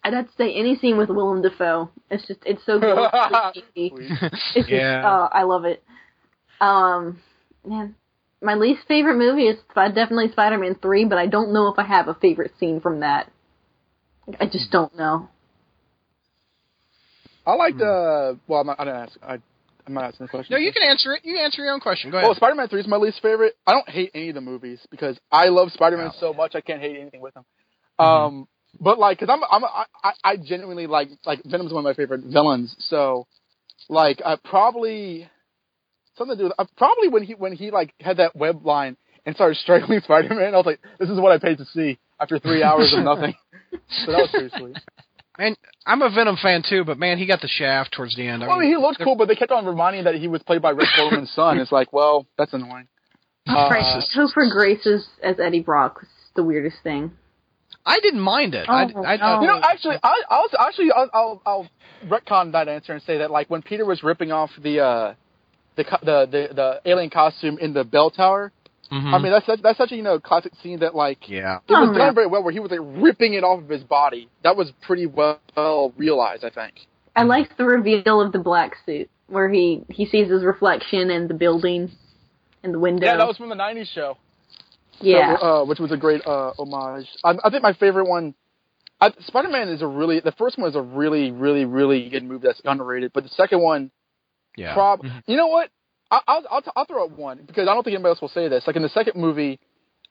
I'd have to say any scene with Willem Dafoe. It's just it's so good. it's just
Yeah.
uh, I love it. Um, man, my least favorite movie is Sp- definitely Spider-Man Three, but I don't know if I have a favorite scene from that. I just don't know.
I
Hmm.
liked. Uh, well, I'm not, I didn't ask. I, I'm not asking the question.
No, you can answer it. You can answer your own question. Go ahead.
Well, Spider-Man Three is my least favorite. I don't hate any of the movies because I love Spider-Man so much. I can't hate anything with him.
Mm-hmm.
Um, but like, cause I'm, I'm, I, I- I genuinely like, like Venom's one of my favorite villains. So, like, I probably something to do with uh, probably when he, when he like had that web line and started strangling Spider-Man. I was like, this is what I paid to see after three hours of nothing. so that was pretty sweet.
Man, I'm a Venom fan too, but man, he got the shaft towards the end.
Well, I mean, he looked cool, but they kept on reminding that he was played by Rick Foreman's son. It's like, well, that's annoying. Uh,
Right. Topher Grace as, as Eddie Brock was the weirdest thing.
I didn't mind it.
I- Oh, I- I-
you know, actually, I, I'll actually I'll, I'll, I'll retcon that answer and say that like when Peter was ripping off the uh, the, co- the the the alien costume in the bell tower. I
Mm-hmm.
mean, that's such, that's such a you know classic scene that like
Mm-hmm. yeah.
it was done very well, where he was like ripping it off of his body. That was pretty well, well realized, I think.
I liked the reveal of the black suit where he he sees his reflection in the building in the window.
Yeah, that was from the '90s show.
Yeah.
So, uh, which was a great uh, homage. I, I think my favorite one, I, Spider-Man is a really the first one is a really really really good movie that's underrated, but the second one,
Yeah.
prob- you know what? I, I'll I'll, t- I'll throw out one because I don't think anybody else will say this. Like in the second movie,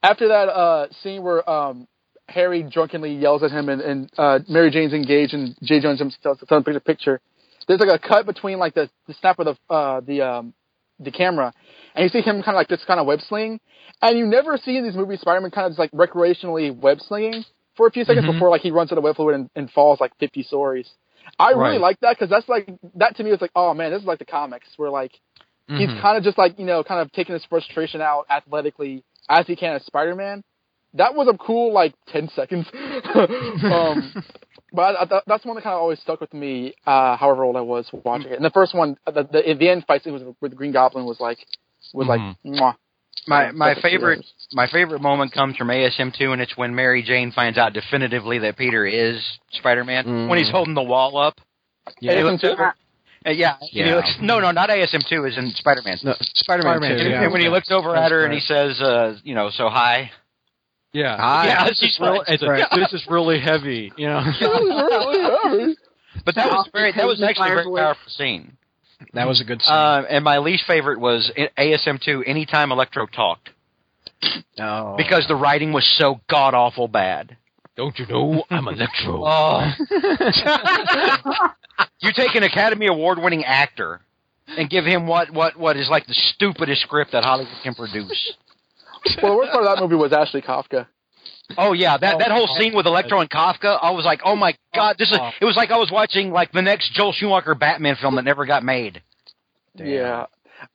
after that uh, scene where um, Harry drunkenly yells at him and, and uh, Mary Jane's engaged and Jay Jones himself tells him to take a picture. There's like a cut between like the, the snap of the uh, the um, the camera, and you see him kind of like this kind of web slinging, and you never see in these movies Spider-Man kind of just like recreationally web slinging for a few seconds before like he runs out of web fluid and, and falls like 50 stories. I really
Right.
like that because that's like that to me was like oh man this is like the comics where like he's
Mm-hmm.
Mhm.
kind of just like you know kind of taking his frustration out athletically as he can as Spider-Man. That was a cool like 10 seconds. um, but I, I, that- that's one that kind of always stuck with me. Uh, however old I was watching it, and the first one, uh, the, the, the end fight scene was with Green Goblin was like was like mwah.
Mm-hmm. My my
Perfect
favorite
heroes.
my favorite moment comes from ASM two, and it's when Mary Jane finds out definitively that Peter is Spider Man when
Mm-hmm.
he's holding the wall up.
Yeah.
He looks-
ASM2?
Uh, yeah, and he
Yeah.
looks- no, no, not ASM two is in Spider Man.
No, Spider-Man 2, yeah.
And when he looks over at
That's
her and he says, uh, you know, so hi.
Yeah,
Hi.
yeah.
That's
This is,
right.
real, it's
Right.
a, this is really heavy. You know,
But that was very that was actually a very powerful scene.
That was a good
scene. Uh, and my least favorite was in ASM two. Anytime Electro talked,
oh,
because the writing was so god awful bad.
Don't you know I'm Electro?
oh, you take an Academy Award winning actor and give him what what what is like the stupidest script that Hollywood can produce.
Well, the worst part of that movie was Ashley Kafka.
Oh yeah, that that whole scene with Electro and Kafka, I was like, oh my god, this is. It was like I was watching like the next Joel Schumacher Batman film that never got made.
Yeah.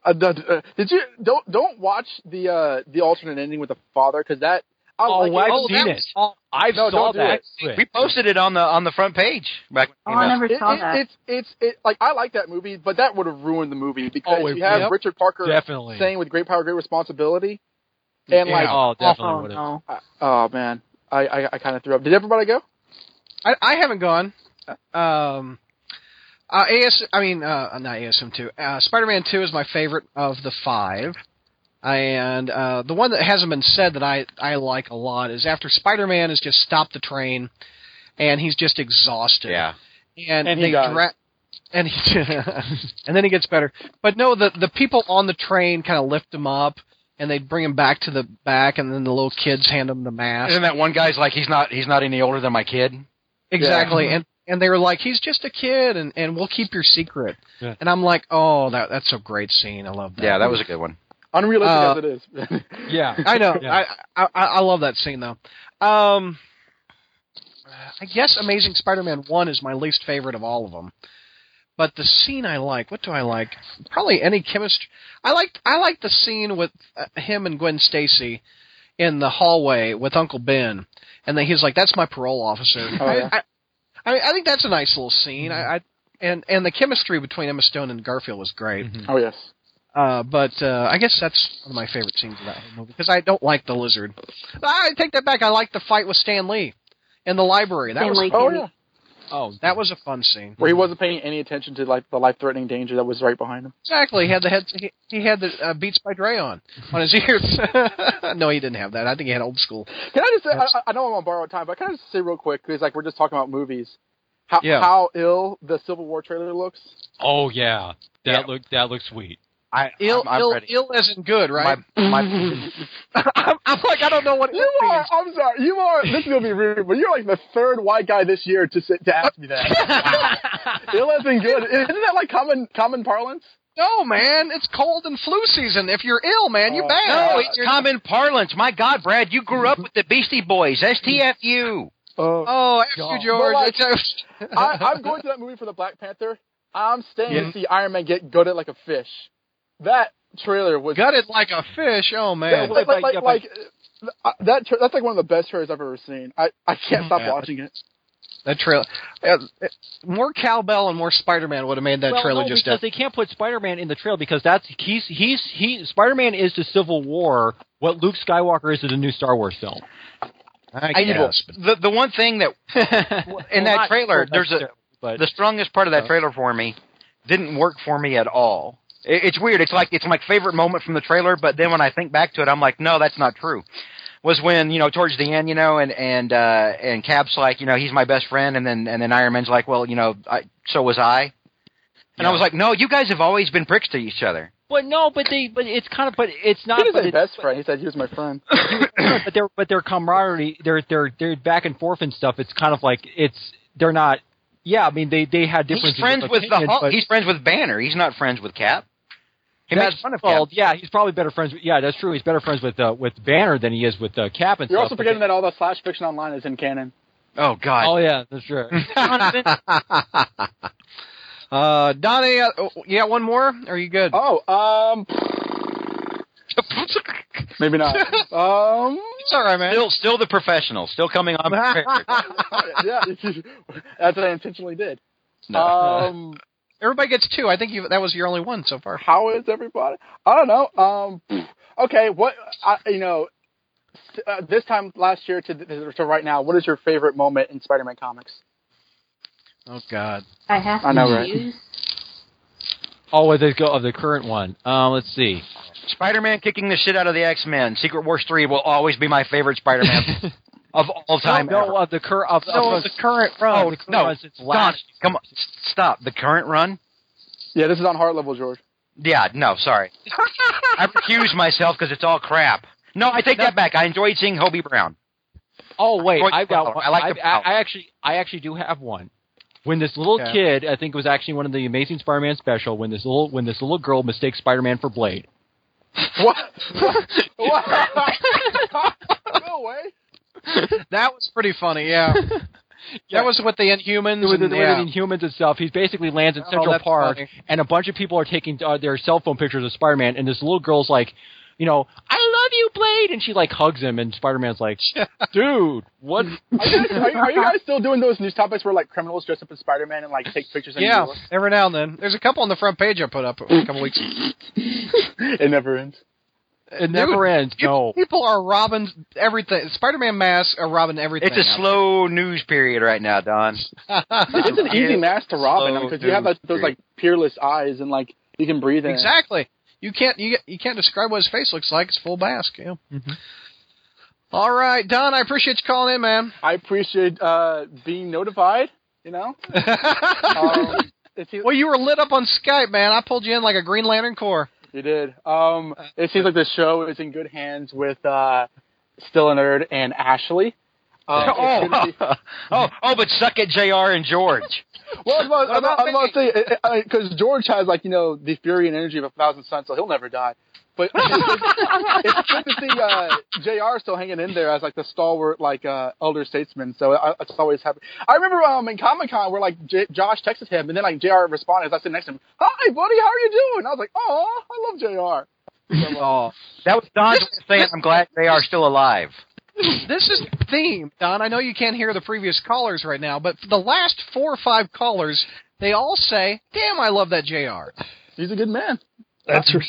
Uh, the, uh, did you don't don't watch the uh, the alternate ending with the father because that I
Oh,
like
I've
oh,
seen
that
it.
was-
I saw
No, don't do
that.
it.
We posted it on the on the front page. Back
Oh,
Oh,
when it came out.
It- it- It's it's it, like I like that movie, but that would have ruined the movie because
Oh, it-
you have
yep.
Richard Parker
Definitely.
saying with great power, great responsibility, and like
oh,
no.
Oh man, I I, I kind of threw up. Did everybody go?
I, I haven't gone. Um, uh, AS, I mean, uh, not ASM two. Uh, Spider-Man two is my favorite of the five, and uh, the one that hasn't been said that I I like a lot is after Spider-Man has just stopped the train, and he's just exhausted.
Yeah.
And,
And he
they
dies.
dra- and he, and then he gets better. But no, the the people on the train kind of lift him up, and they bring him back to the back, and then the little kids hand him the mask.
Isn't that one guy's like he's not he's not any older than my kid?
Exactly.
Yeah.
And and they were like, He's just a kid and, and we'll keep your secret.
Yeah.
And I'm like, Oh, that that's a great scene. I love that.
Yeah, that was a good one.
Unrealistic
Uh,
as it is.
yeah.
I know.
Yeah.
I, I I love that scene though. Um I guess Amazing Spider-Man 1 is my least favorite of all of them. But the scene I like, what do I like? Probably any chemistry. I like I like the scene with uh, him and Gwen Stacy in the hallway with Uncle Ben. And then he's like, "That's my parole officer."
Oh, yeah.
I, I, I mean, I think that's a nice little scene. I, I and and the chemistry between Emma Stone and Garfield was great.
Mm-hmm.
Oh yes.
Uh, Mm-hmm. but uh, I guess that's one of my favorite scenes of that whole movie because I don't like the lizard. I take that back. I like the fight with Stan Lee in the library. That
Stan
was
Lee Oh, Candy. yeah.
Oh, that was a fun scene.
Where he wasn't paying any attention to like the life-threatening danger that was right behind him.
Exactly. He had the head. He, he had the uh, Beats by Dre on on his ears. no, he didn't have that. I think he had old school.
Can I just say, I- I, I know I'm on borrowed time, but can I just say real quick, because like we're just talking about movies, how,
Yeah.
how ill the Civil War trailer looks?
Oh yeah, that look that looks sweet.
I
ill
I'm
ill
ready.
ill isn't good, right? I'm, I'm like I don't know what
you are. I'm sorry, you are. This is gonna be rude, but you're like the third white guy this year to sit, to ask me that. ill isn't good. Isn't that like common common parlance?
No, man, it's cold and flu season. If you're ill, man,
Oh,
you're bad.
No, it's common parlance. My God, Brad, you grew up with the Beastie Boys. STFU.
Oh, F you, George.
But, like,
It's-
I, I'm going to that movie for the Black Panther. I'm staying
Yeah.
to see Iron Man get gutted like a fish. That trailer was
gutted like a fish. Oh man,
like, like, like, like, uh, that tra- that's like one of the best trailers I've ever seen. I, I can't stop
Yeah.
watching it.
that trailer. uh, uh, More cowbell and more Spider-Man would have made that
well,
trailer
no,
just.
because they can't put Spider-Man in the trailer because that's he's he's he Spider-Man is to Civil War what Luke Skywalker is to the new Star Wars film.
I- the the one thing that in
well,
that
not-
trailer,
well,
there's a
but-
the strongest part of that trailer for me didn't work for me at all. It, it's weird. It's like it's my favorite moment from the trailer, but then when I think back to it, I'm like, no, that's not true. Was when you know towards the end, you know, and and uh, and Cap's like, you know, he's my best friend, and then and then Iron Man's like, well, you know, I, so was I. And I was like, no, you guys have always been pricks to each other.
But no, but they but it's kind of but it's not.
He didn't
but
say
it-
best friend. He said he was my friend.
but their but their camaraderie, their their their back and forth and stuff. It's kind of like it's they're not. Yeah, I mean they they had different.
He's friends with the Hulk.
But
He's friends with Banner. He's not friends with Cap. He
that's
makes fun of
well,
Cap.
Yeah, he's probably better friends. With, yeah, that's true. He's better friends with uh, with Banner than he is with uh, Cap and
You're
stuff.
also
but
forgetting that all the slash fiction online is in canon.
Oh God.
Oh yeah, that's true.
uh, Donnie, uh, oh, you got one more? Are you good?
Oh, um, maybe not. um,
it's all right, man.
Still, still the professional. Still coming on.
yeah, that's what I intentionally did.
No.
Um,
everybody gets two. I think you that was your only one so far.
How is everybody? I don't know. Um, pff, okay, what I, you know, s- uh, this time last year to to right now, what is your favorite moment in Spider-Man comics?
Oh God.
I have
I know, right?
use.
Oh, of the of the current one. Um, let's see.
Spider-Man kicking the shit out of the X-Men. Secret Wars three will always be my favorite Spider-Man of all time.
No,
ever.
no, of the cur of,
No,
of
the
current
Oh, no,
it's
God,
last.
come on, s- stop. The current run.
Yeah, this is on heart level, George.
Yeah, no, sorry. I recuse myself because it's all crap. No, I take that back. I enjoyed seeing Hobie Brown.
Oh wait,
Roy
I've got
Fowler.
one.
I like
I've-
the
I, I actually, I actually do have one. When this little
Okay.
kid, I think it was actually one of the Amazing Spider-Man special. When this little, when this little girl mistakes Spider-Man for Blade.
What? no way.
that was pretty funny. Yeah. That was with the Inhumans.
With the,
and, yeah.
with the Inhumans and stuff, he basically lands in
Oh,
Central
that's
Park,
funny.
and a bunch of people are taking uh, their cell phone pictures of Spider-Man, and this little girl's like, you know, I love you, Blade, and she like hugs him, and Spider-Man's like, dude, what?
Are you, guys, are, you, are you guys still doing those news topics where like criminals dress up as Spider-Man and like take pictures? in New
Yeah,
York?
every now and then. There's a couple on the front page I put up a couple weeks.
it never ends.
It never ends. No.
People are robbing everything. Spider-Man masks are robbing everything.
It's a slow news period right now, Don.
it's an easy mask to rob in
Oh,
Slow
because you have like, those like peerless eyes and like you can breathe in. it.
Exactly. You can't you you can't describe what his face looks like. It's full mask. Yeah.
Mm-hmm.
All right, Don. I appreciate you calling in, man.
I appreciate uh, being notified. You know. um, it seems,
Well, you were lit up on Skype, man. I pulled you in like a Green Lantern Corps.
you did. Um, it seems like the show is in good hands with uh, Still a Nerd and Ashley. Um, it's good to
oh,
see-
oh, oh, but suck it, Jr. and George.
Well, I'm about, I'm about, I'm about to say because I, I, 'cause George has like you know the fury and energy of a thousand suns, so he'll never die. But it's good to see uh, Jr. still hanging in there as like the stalwart, like uh, elder statesman. So I, it's always happy. I remember um, in Comic Con where like J- Josh texted him, and then like Jr. responded as I sit next to him, "Hi, buddy, how are you doing?" I was like, "Oh, I love Jr." uh,
Oh, that was Don's way of saying I'm glad they are still alive.
this is the theme, Don. I know you can't hear the previous callers right now, but for the last four or five callers, they all say, "Damn, I love that Jr."
He's a good man.
That's right.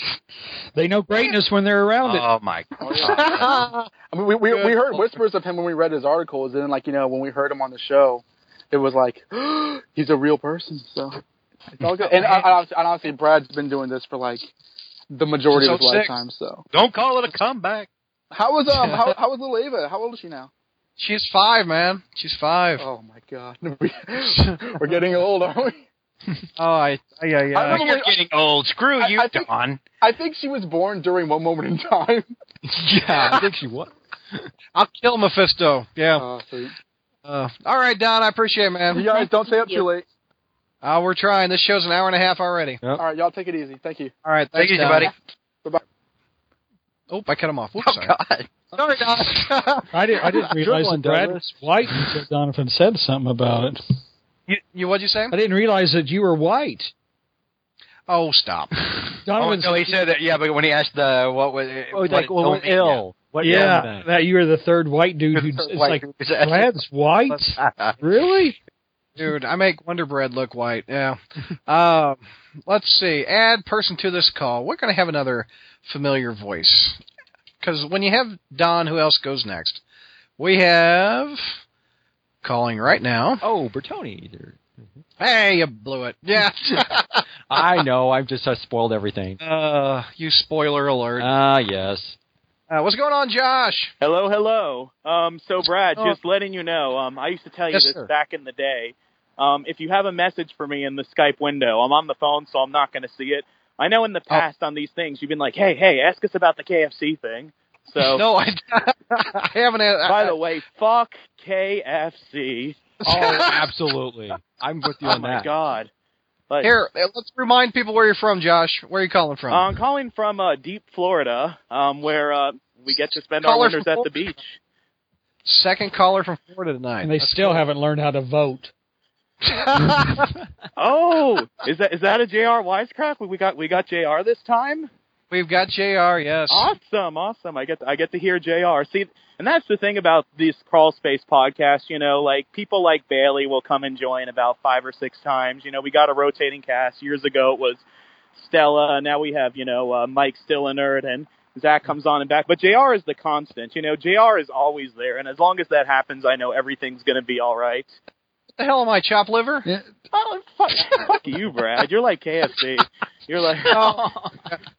They know greatness when they're around it.
Oh my
I mean, we we, we heard whispers of him when we read his articles, and then like you know when we heard him on the show, it was like he's a real person. So it's all good. And, I, I, honestly- and honestly, Brad's been doing this for like the majority of his
Since 06.
lifetime. So
Don't call it a comeback.
how was um how how was little Ava? How old is she now?
She's five, man. She's five.
Oh my god, we're getting old, aren't we?
Oh, I yeah yeah.
I remember
You're
when-
getting old. Screw
I-
you,
I think-
Don.
I think she was born during one moment in time.
Yeah, I
think she was.
I'll kill Mephisto. Yeah.
Oh, sweet.
Uh, all right, Don. I appreciate it, man.
Um,
You guys don't stay up too late.
Uh, we're trying. This show's an hour and a half already.
All right, y'all take it easy. Thank you.
All right, thanks,
Take it easy,
Dom.
buddy. Bye-bye.
Oh, I cut him off. Whoops, sorry.
Sorry,
I didn't. I didn't realize that Brad was white until Donovan said something about it.
You, you what'd you say?
I didn't realize that you were white.
Oh, stop.
Oh,
Donovan's
no, he said that. Yeah, but when he asked the what was
Oh,
what
like,
it
well,
told me, yeah.
ill. yeah, that you were the third white dude who's it's like
white dude.
Brad's white. really?
Dude, I make Wonder Bread look white. Yeah. Uh, let's see. Add person to this call. We're going to have another familiar voice. Because when you have Don, who else goes next? We have calling right now.
Oh, Bertoni. Mm-hmm.
Hey, you blew it. Yeah.
I know. I've just I spoiled everything.
Uh, you spoiler alert.
Ah, yes.
Uh, what's going on, Josh?
Hello, hello. Um, so Brad,
going on?
just letting you know, um, I used to tell you
Yes,
this
sir.
back in the day. Um, if you have a message for me in the Skype window, I'm on the phone, so I'm not going to see it. I know in
Oh.
the past on these things, you've been like, "Hey, hey, ask us about the KFC thing." So
no, I, I haven't.
By the way, fuck KFC.
Oh, absolutely. I'm with you
Oh
on
my
that.
god. Like-
Here, uh, let's remind people where you're from, Josh. Where are you calling from?
Um,
Uh, I'm calling from uh, deep Florida, um, where uh, we get to spend our
Caller
winters
from
at the beach.
Second caller from Florida tonight.
And they still haven't learned how to vote.
oh, is that is that a Jr. Wisecrack? We got we got Jr. this time.
We've got Jr. Yes.
Awesome, awesome. I get I get to hear Jr. See, and that's the thing about these crawl space podcasts. You know, like people like Bailey will come and join about five or six times. You know, we got a rotating cast. Years ago, it was Stella. and Now we have you know uh, Mike still a nerd and. Zach comes on and back, but Jr. is the constant. You know, Jr. is always there, and as long as that happens, I know everything's going to be all right.
the hell am I, chop liver?
Oh, fuck, fuck you, Brad. You're like KFC. You're like,
Oh.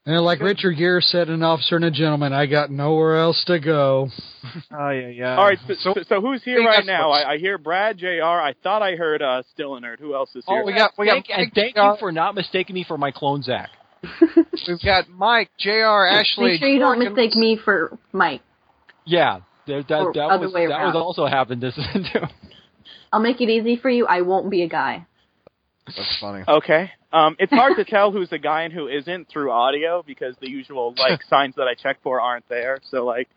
And like Richard Gere said, an officer and a gentleman. I got nowhere else to go.
Oh yeah, yeah.
All right, so, so, so who's here
Hey,
right
that's
now?
what's-
I, I hear Brad, Jr. I thought I heard uh, Stillenard. Who else is here?
Oh, we got, we got. and thank you for not mistaking me for my clone Zach.
We've got Mike, Jr. Ashley.
Make sure you don't mistake me for Mike.
Yeah, there, that
Or
that
other
was
way
that was
around.
also happened. This
I'll make it easy for you. I won't be a guy.
That's funny.
Okay. Um, it's hard to tell who's a guy and who isn't through audio because the usual like signs that I check for aren't there. So like,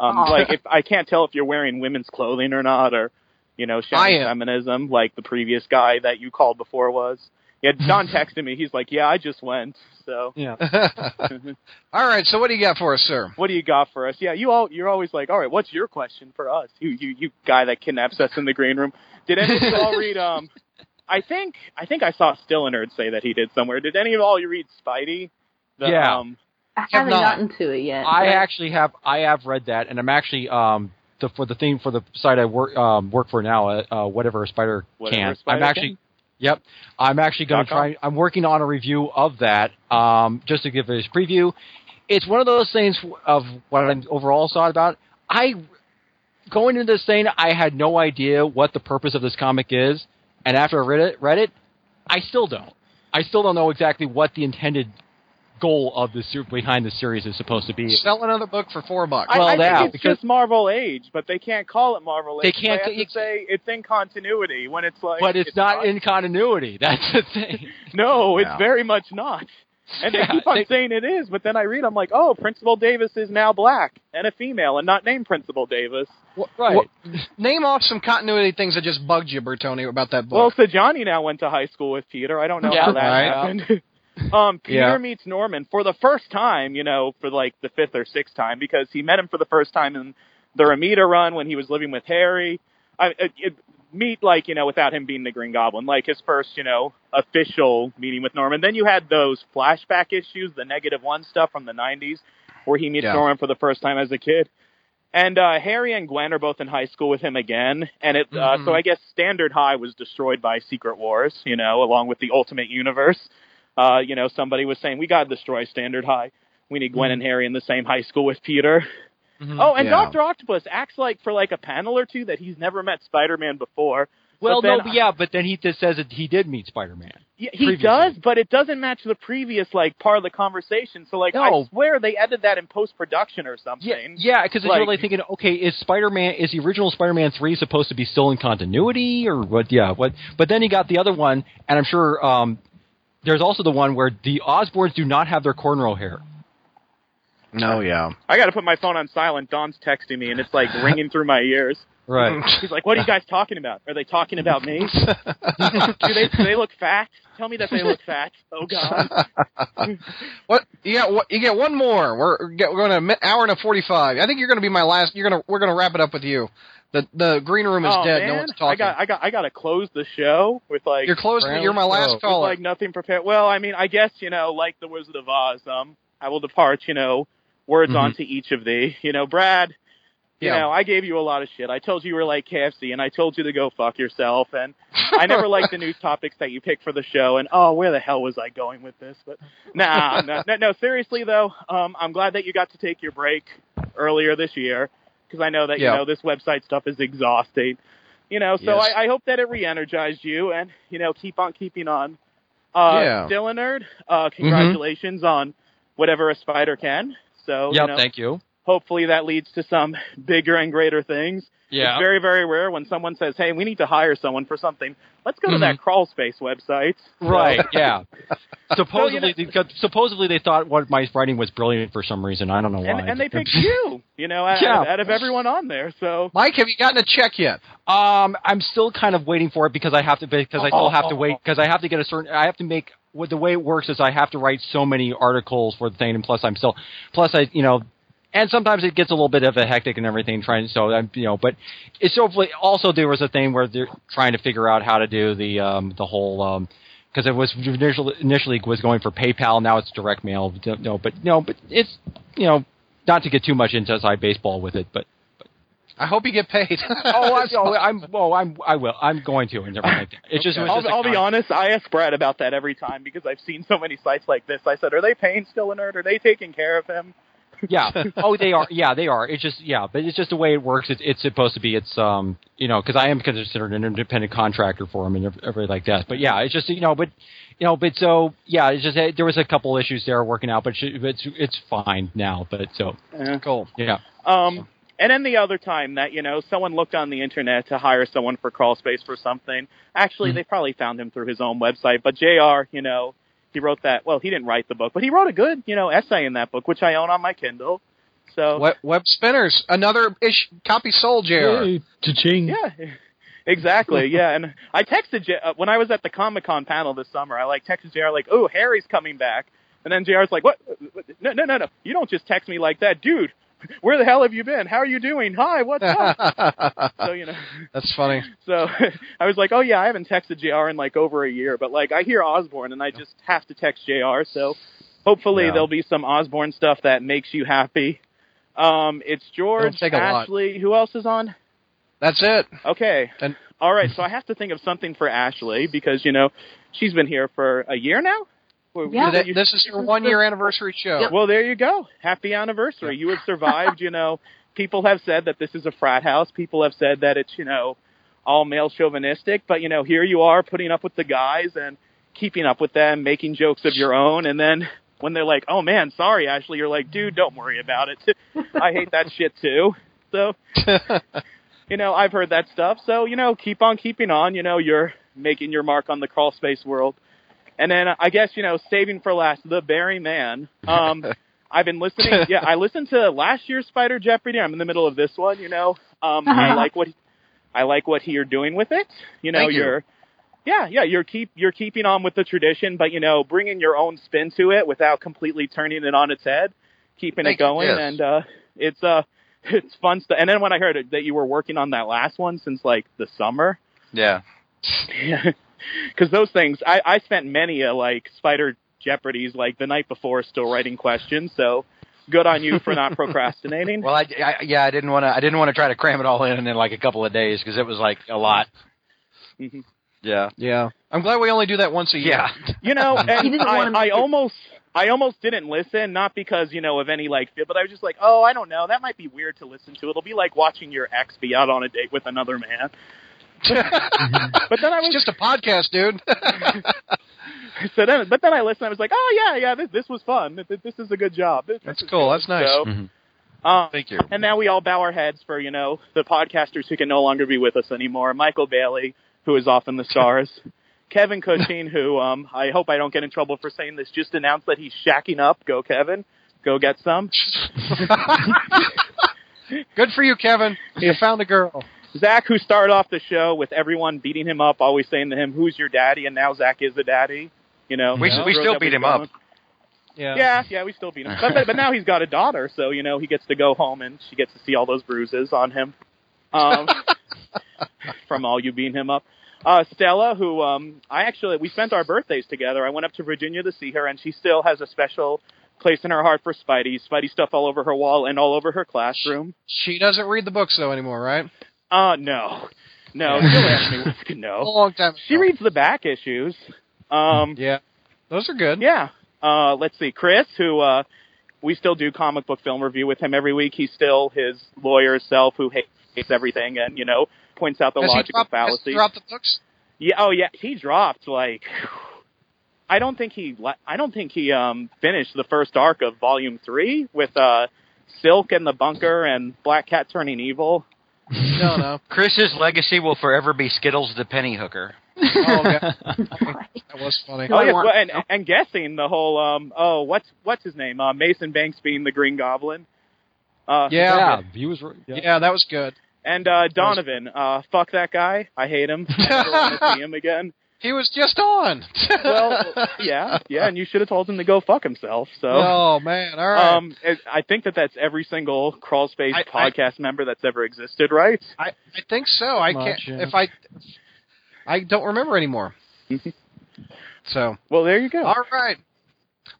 um,
Aw.
like if I can't tell if you're wearing women's clothing or not, or you know, showing
am.
feminism like the previous guy that you called before was. Yeah, Don texted me. He's like, "Yeah, I just went." So
yeah.
All right, so what do you got for us, sir?
What do you got for us? Yeah, you all you're always like, all right, what's your question for us? You you you guy that kidnaps us in the green room. Did any of you all read? Um, I think I think I saw Stillenerd say that he did somewhere. Did any of all you read Spidey? The,
Yeah.
Um,
I
Have
haven't
not.
gotten to it yet.
I
but-
actually have I have read that, and I'm actually um the, for the theme for the site I work um work for now, uh, uh whatever a spider
Whatever
can.
a spider
I'm actually
can.
yep, I'm actually going
Dot
to
com?
try. I'm working on a review of that um just to give it a preview. It's one of those things of what I'm overall thought about. I going into this thing, I had no idea what the purpose of this comic is, and after I read it, read it, I still don't. I still don't know exactly what the intended goal of the ser- behind the series is supposed to be.
Sell another book for four bucks.
I,
Well,
I
yeah,
think it's
because-
just Marvel Age, but they can't call it Marvel
They
Age.
can't-
They have to say it's in continuity when it's like.
but it's, not, in continuity. That's the thing.
no, it's
Yeah.
very much not. And they
Yeah,
keep on
they-
saying it is, but then I read, I'm like, oh, Principal Davis is now black and a female, and not named Principal Davis.
right.
name off some continuity things that just bugged you, Bertoni, about that
Well,
book.
so Johnny now went to high school with Peter. I don't know
Yeah.
how that
Right.
happened. um, Peter
Yeah.
meets Norman for the first time, you know, for like the fifth or sixth time, because he met him for the first time in the Ramita run when he was living with Harry. I, it, it, meet like you know without him being the Green Goblin, like his first you know official meeting with Norman. Then you had those flashback issues, the negative one stuff from the '90s, where he meets
Yeah.
Norman for the first time as a kid. And uh, Harry and Gwen are both in high school with him again, and it. Uh,
Mhm.
Mm-hmm.
so I guess Standard High was destroyed by Secret Wars, you know, along with the Ultimate Universe. Uh, you know, somebody was saying we gotta destroy Standard High. We need
Mm-hmm.
Gwen and Harry in the same high school with Peter. Oh, and
Yeah.
Doctor Octopus acts like for like a panel or two that he's never met Spider-Man before.
Well,
then
no, but yeah, but then he just says that he did meet Spider-Man.
Yeah, he does, but it doesn't match the previous like part of the conversation. So like,
No.
I swear they edited that in post production or something.
Yeah, because it's
Like-
really thinking, okay, is Spider-Man is the original Spider-Man three supposed to be still in continuity or what? Yeah, what? But then he got the other one, and I'm sure um, there's also the one where the Osborns do not have their cornrow hair.
No, yeah.
I got to put my phone on silent. Don's texting me, and it's like ringing through my ears.
Right.
He's like, "What are you guys talking about? Are they talking about me? do they do they look fat? Tell me that they look fat. Oh God."
what? You got, what- you got one more. We're get- we're going to a mi- hour and a forty-five. I think you're going to be my last. You're going to we're going to wrap it up with you. The the green room is
oh,
dead.
Man.
No one's talking.
I got, I got, I got to close the show with like.
You're closing- you're my last
With,
caller.
Like nothing prepared. Well, I mean, I guess you know, like the Wizard of Oz. Um, I will depart. You know, words
Mhm.
onto each of thee. You know, Brad. You
Yeah.
know, I gave you a lot of shit. I told you you were like KFC, and I told you to go fuck yourself. And I never liked the news topics that you picked for the show. And oh, where the hell was I going with this? But nah, no, no, no, seriously though, um, I'm glad that you got to take your break earlier this year because I know that
Yeah.
you know this website stuff is exhausting. You know, so
Yes.
I, I hope that it re-energized you, and you know, keep on keeping on. Uh,
Yeah.
Still a nerd. Uh, congratulations on whatever a spider can. So
yeah,
Oh, you know,
thank you.
hopefully that leads to some bigger and greater things.
Yeah.
It's very, very rare when someone says, "Hey, we need to hire someone for something. Let's go to that crawl space website." So-
Mm-hmm. Right. Yeah.
So, you
supposedly,
know-
they got- supposedly they thought what my writing was brilliant for some reason. I don't know why.
and, and they picked you, you know, out,
Yeah.
out of everyone on there. So,
Mike, have you gotten a check yet?
Um, I'm still kind of waiting for it because I have to because I still have to
Oh.
wait because I have to get a certain I have to make what the way it works is I have to write so many articles for the thing and plus I'm still plus I you know and sometimes it gets a little bit of a hectic and everything trying so I'm you know but it's hopefully also there was a thing where they're trying to figure out how to do the um the whole um because it was initially initially was going for PayPal now it's direct mail Don't- no but no but it's you know not to get too much into inside baseball with it but
I hope you get paid.
oh, I'm, oh, I'm, oh, I'm, I will. I'm going to and everything like that. It's just, it was
I'll,
just a
I'll be
con-
honest. I ask Brad about that every time because I've seen so many sites like this. I said, "Are they paying still a nerd? Are they taking care of him?"
Yeah. Oh, they are. Yeah, they are. It's just, yeah, but it's just the way it works. It's, it's supposed to be. It's, um, you know, because I am considered an independent contractor for them and ev- everything like that. But yeah, it's just, you know, but, you know, but so, yeah, it's just that there was a couple issues there working out, but it's, it's, it's fine now. But so,
cool.
Yeah.
Um, and then the other time that you know someone looked on the internet to hire someone for crawl space for something.
Hmm.
Actually, they probably found him through his own website. But Jr. You know, he wrote that. Well, he didn't write the book, but he wrote a good you know essay in that book, which I own on my Kindle. So
Web, web spinners. Another ish copy sold, Jr.
Yeah. Exactly. Yeah, and I texted J- uh, when I was at the Comic Con panel this summer. I like texted Jr. like, "Oh, Harry's coming back," and then Jr.'s like, "What? No, no, no, no! You don't just text me like that, dude. Where the hell have you been? How are you doing? Hi, what's up?" so you know,
That's funny.
so I was like, "Oh yeah, I haven't texted Jr. in like over a year, but like I hear Osborne, and I just have to text Jr. So hopefully
Yeah.
there'll be some Osborne stuff that makes you happy." Um, it's George,
take a lot.
Ashley. Who else is on?
That's it.
Okay. All right, so I have to think of something for Ashley because you know she's been here for a year now. Well,
Yeah.
you-
This is your one-year anniversary show.
Well, there you go. Happy anniversary. You have survived. you know, people have said that this is a frat house. People have said that it's you know all male chauvinistic, but you know here you are putting up with the guys and keeping up with them, making jokes of your own, and then when they're like, "Oh man, sorry, Ashley," you're like, "Dude, don't worry about it. I hate that shit too." So you know, I've heard that stuff. So, you know, keep on keeping on. You know, you're making your mark on the crawl space world. And then uh, I guess, you know, saving for last, the Barry Man. Um, I've been listening. Yeah, I listened to last year's Spider Jeopardy. I'm in the middle of this one, you know. Um, I like what I like what you're doing with it. You know,
Thank you.
are yeah, yeah, you're keep you're keeping on with the tradition, but you know, bringing your own spin to it without completely turning it on its head, keeping
Thank
it
you,
going,
yes.
and uh, it's uh, it's fun stuff. And then when I heard it, that you were working on that last one since like the summer,
Yeah.
because those things I I spent many a like Spider Jeopardies like the night before still writing questions, so good on you for not procrastinating.
Well, I, I yeah, I didn't want to. I didn't want to try to cram it all in in like a couple of days because it was like a lot.
Mm-hmm.
Yeah.
Yeah. I'm glad we only do that once a year.
Yeah.
you know,
He
and
didn't wanna
I, I
make it-
almost I almost didn't listen, not because you know of any like, but I was just like, oh, I don't know, that might be weird to listen to. It'll be like watching your ex be out on a date with another man. Mm-hmm. but then I was
just a podcast, dude.
so then, but then I listened. I was like, oh yeah, yeah, this this was fun. This, this is a good job. This,
That's cool. That's nice.
So-
Mhm.
um,
Thank you.
And now we all bow our heads for you know the podcasters who can no longer be with us anymore. Michael Bailey, who is off in the stars. Kevin Cushing, who um, I hope I don't get in trouble for saying this, just announced that he's shacking up. Go Kevin, go get some.
Good for you, Kevin. You found a girl.
Zach, who started off the show with everyone beating him up, always saying to him, "Who's your daddy?" and now Zach is the daddy. You know,
We, we
Throws
still beat him
everyone.
up.
Yeah. yeah, we still beat him. But, but, but now he's got a daughter, so you know he gets to go home and she gets to see all those bruises on him um, from all you beating him up. Uh, Stella, who um, I actually we spent our birthdays together. I went up to Virginia to see her, and she still has a special place in her heart for Spidey. Spidey stuff all over her wall and all over her classroom.
She doesn't read the books though anymore, right?
Uh, no, no, she'll ask me.
A
No,
long time.
She reads the back issues. Um,
yeah, those are good.
Yeah. Uh, let's see, Chris, who uh, we still do comic book film review with him every week. He's still his lawyer self who hates everything, and you know points out the
Has he
logical
dropped- has he
fallacy.
dropped the books?
Yeah. Oh yeah, he dropped like. I don't think he. li- I don't think he um finished the first arc of volume three with uh Silk and the Bunker and Black Cat turning evil.
No, no.
Chris's legacy will forever be Skittles the penny hooker.
Oh, yeah. that was funny.
Oh, yes, well, and, and guessing the whole um oh what's what's his name uh, Mason Banks being the Green Goblin. Uh,
Yeah.
he was. Yeah.
that was good.
And uh, Donovan, uh, fuck that guy. I hate him. I never want to see him again.
He was just on.
well, yeah, Uh, yeah, and you should have told him to go fuck himself. So.
Oh man, all right.
Um, it- I think that that's every single crawl space
I- I-
podcast member that's ever existed, right?
I, I think so. I can't.
Much, yeah.
If I, I don't remember anymore. so.
Mm-hmm. Well, there you go.
All right.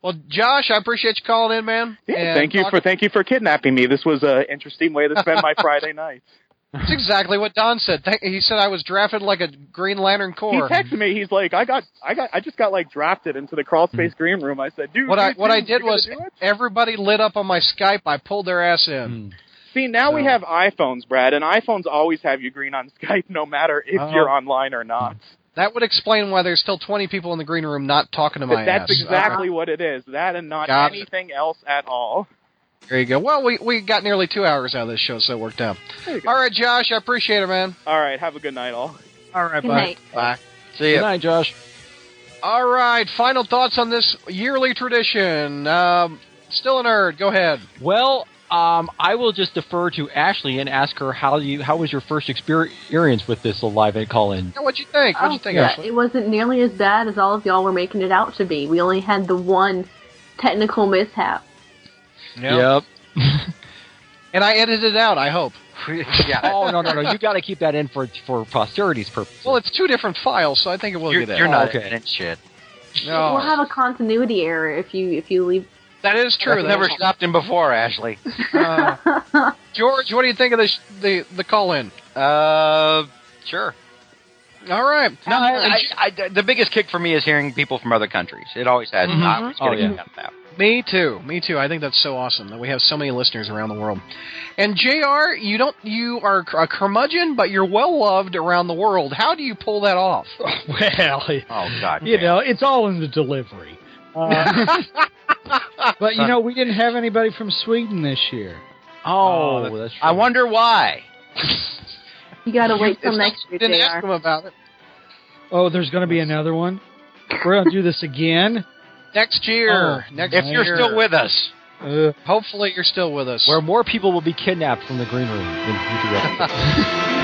Well, Josh, I appreciate you calling in, man. And
thank you
talk-
for thank you for kidnapping me. This was an interesting way to spend my Friday night.
That's exactly what Don said. Thank- He said I was drafted like a Green Lantern
He
Corps.
texted me. He's like, I got, I got, I just got like drafted into the crawl space green room. I said, dude,
Hmm. what I
dude,
what
dude,
I did
you gonna
was
do it?
everybody lit up on my Skype. I pulled their ass
Hmm.
in.
See, now
Oh.
we have iPhones, Brad, and iPhones always have you green on Skype, no matter if
Oh.
you're online or not.
That would explain why there's still 20 people in the green room not talking to my
But that's
ass.
exactly what it is. That and not
Uh-huh. Got it.
anything else at all.
There you go. Well, we we got nearly two hours out of this show, so it worked out.
There you go.
All right, Josh, I appreciate it, man.
All right, have a good night, all.
All right,
Good
bye.
night.
Bye. See ya. Good night, Josh. All right, final thoughts on this yearly tradition. Um, still a nerd. Go ahead.
Well, um, I will just defer to Ashley and ask her how you how was your first experience with this live and call in.
What you think?
What'd you
Oh,
think,
yeah,
Ashley?
It wasn't nearly as bad as all of y'all were making it out to be. We only had the one technical mishap.
Yep.
and I edited it out. I hope.
yeah. Oh no no no! You got to keep that in for for posterity's purpose.
Well, it's two different files, so I think it will
You're-
get
you're
out.
not editing
shit.
We'll
No,
have a continuity error if you if you leave.
that is true.
I've
That
never
is-
Stopped him before, Ashley.
Uh, George, what do you think of this the the call in?
Uh, sure.
All right.
No, I, I, I- the biggest kick for me is hearing people from other countries. It always has.
Mhm.
I always get
Oh,
a kick
yeah.
out of that.
Me too. Me too. I think that's so awesome that we have so many listeners around the world. And Jr., you don't you are a curmudgeon, but you're well loved around the world. How do you pull that off?
Well,
oh god,
you know, it's all in the delivery. Uh, but you know, we didn't have anybody from Sweden this year.
Oh,
that's
I wonder why.
You gotta wait till
it's
next
not-
year.
didn't
JR.
ask
him about it.
Oh, there's going to be another one. We're going to do this again.
Next year,
Oh,
next
if you're
year.
still with
us.
Uh,
Hopefully, you're still with us.
Where more people will be kidnapped from the green room than future references.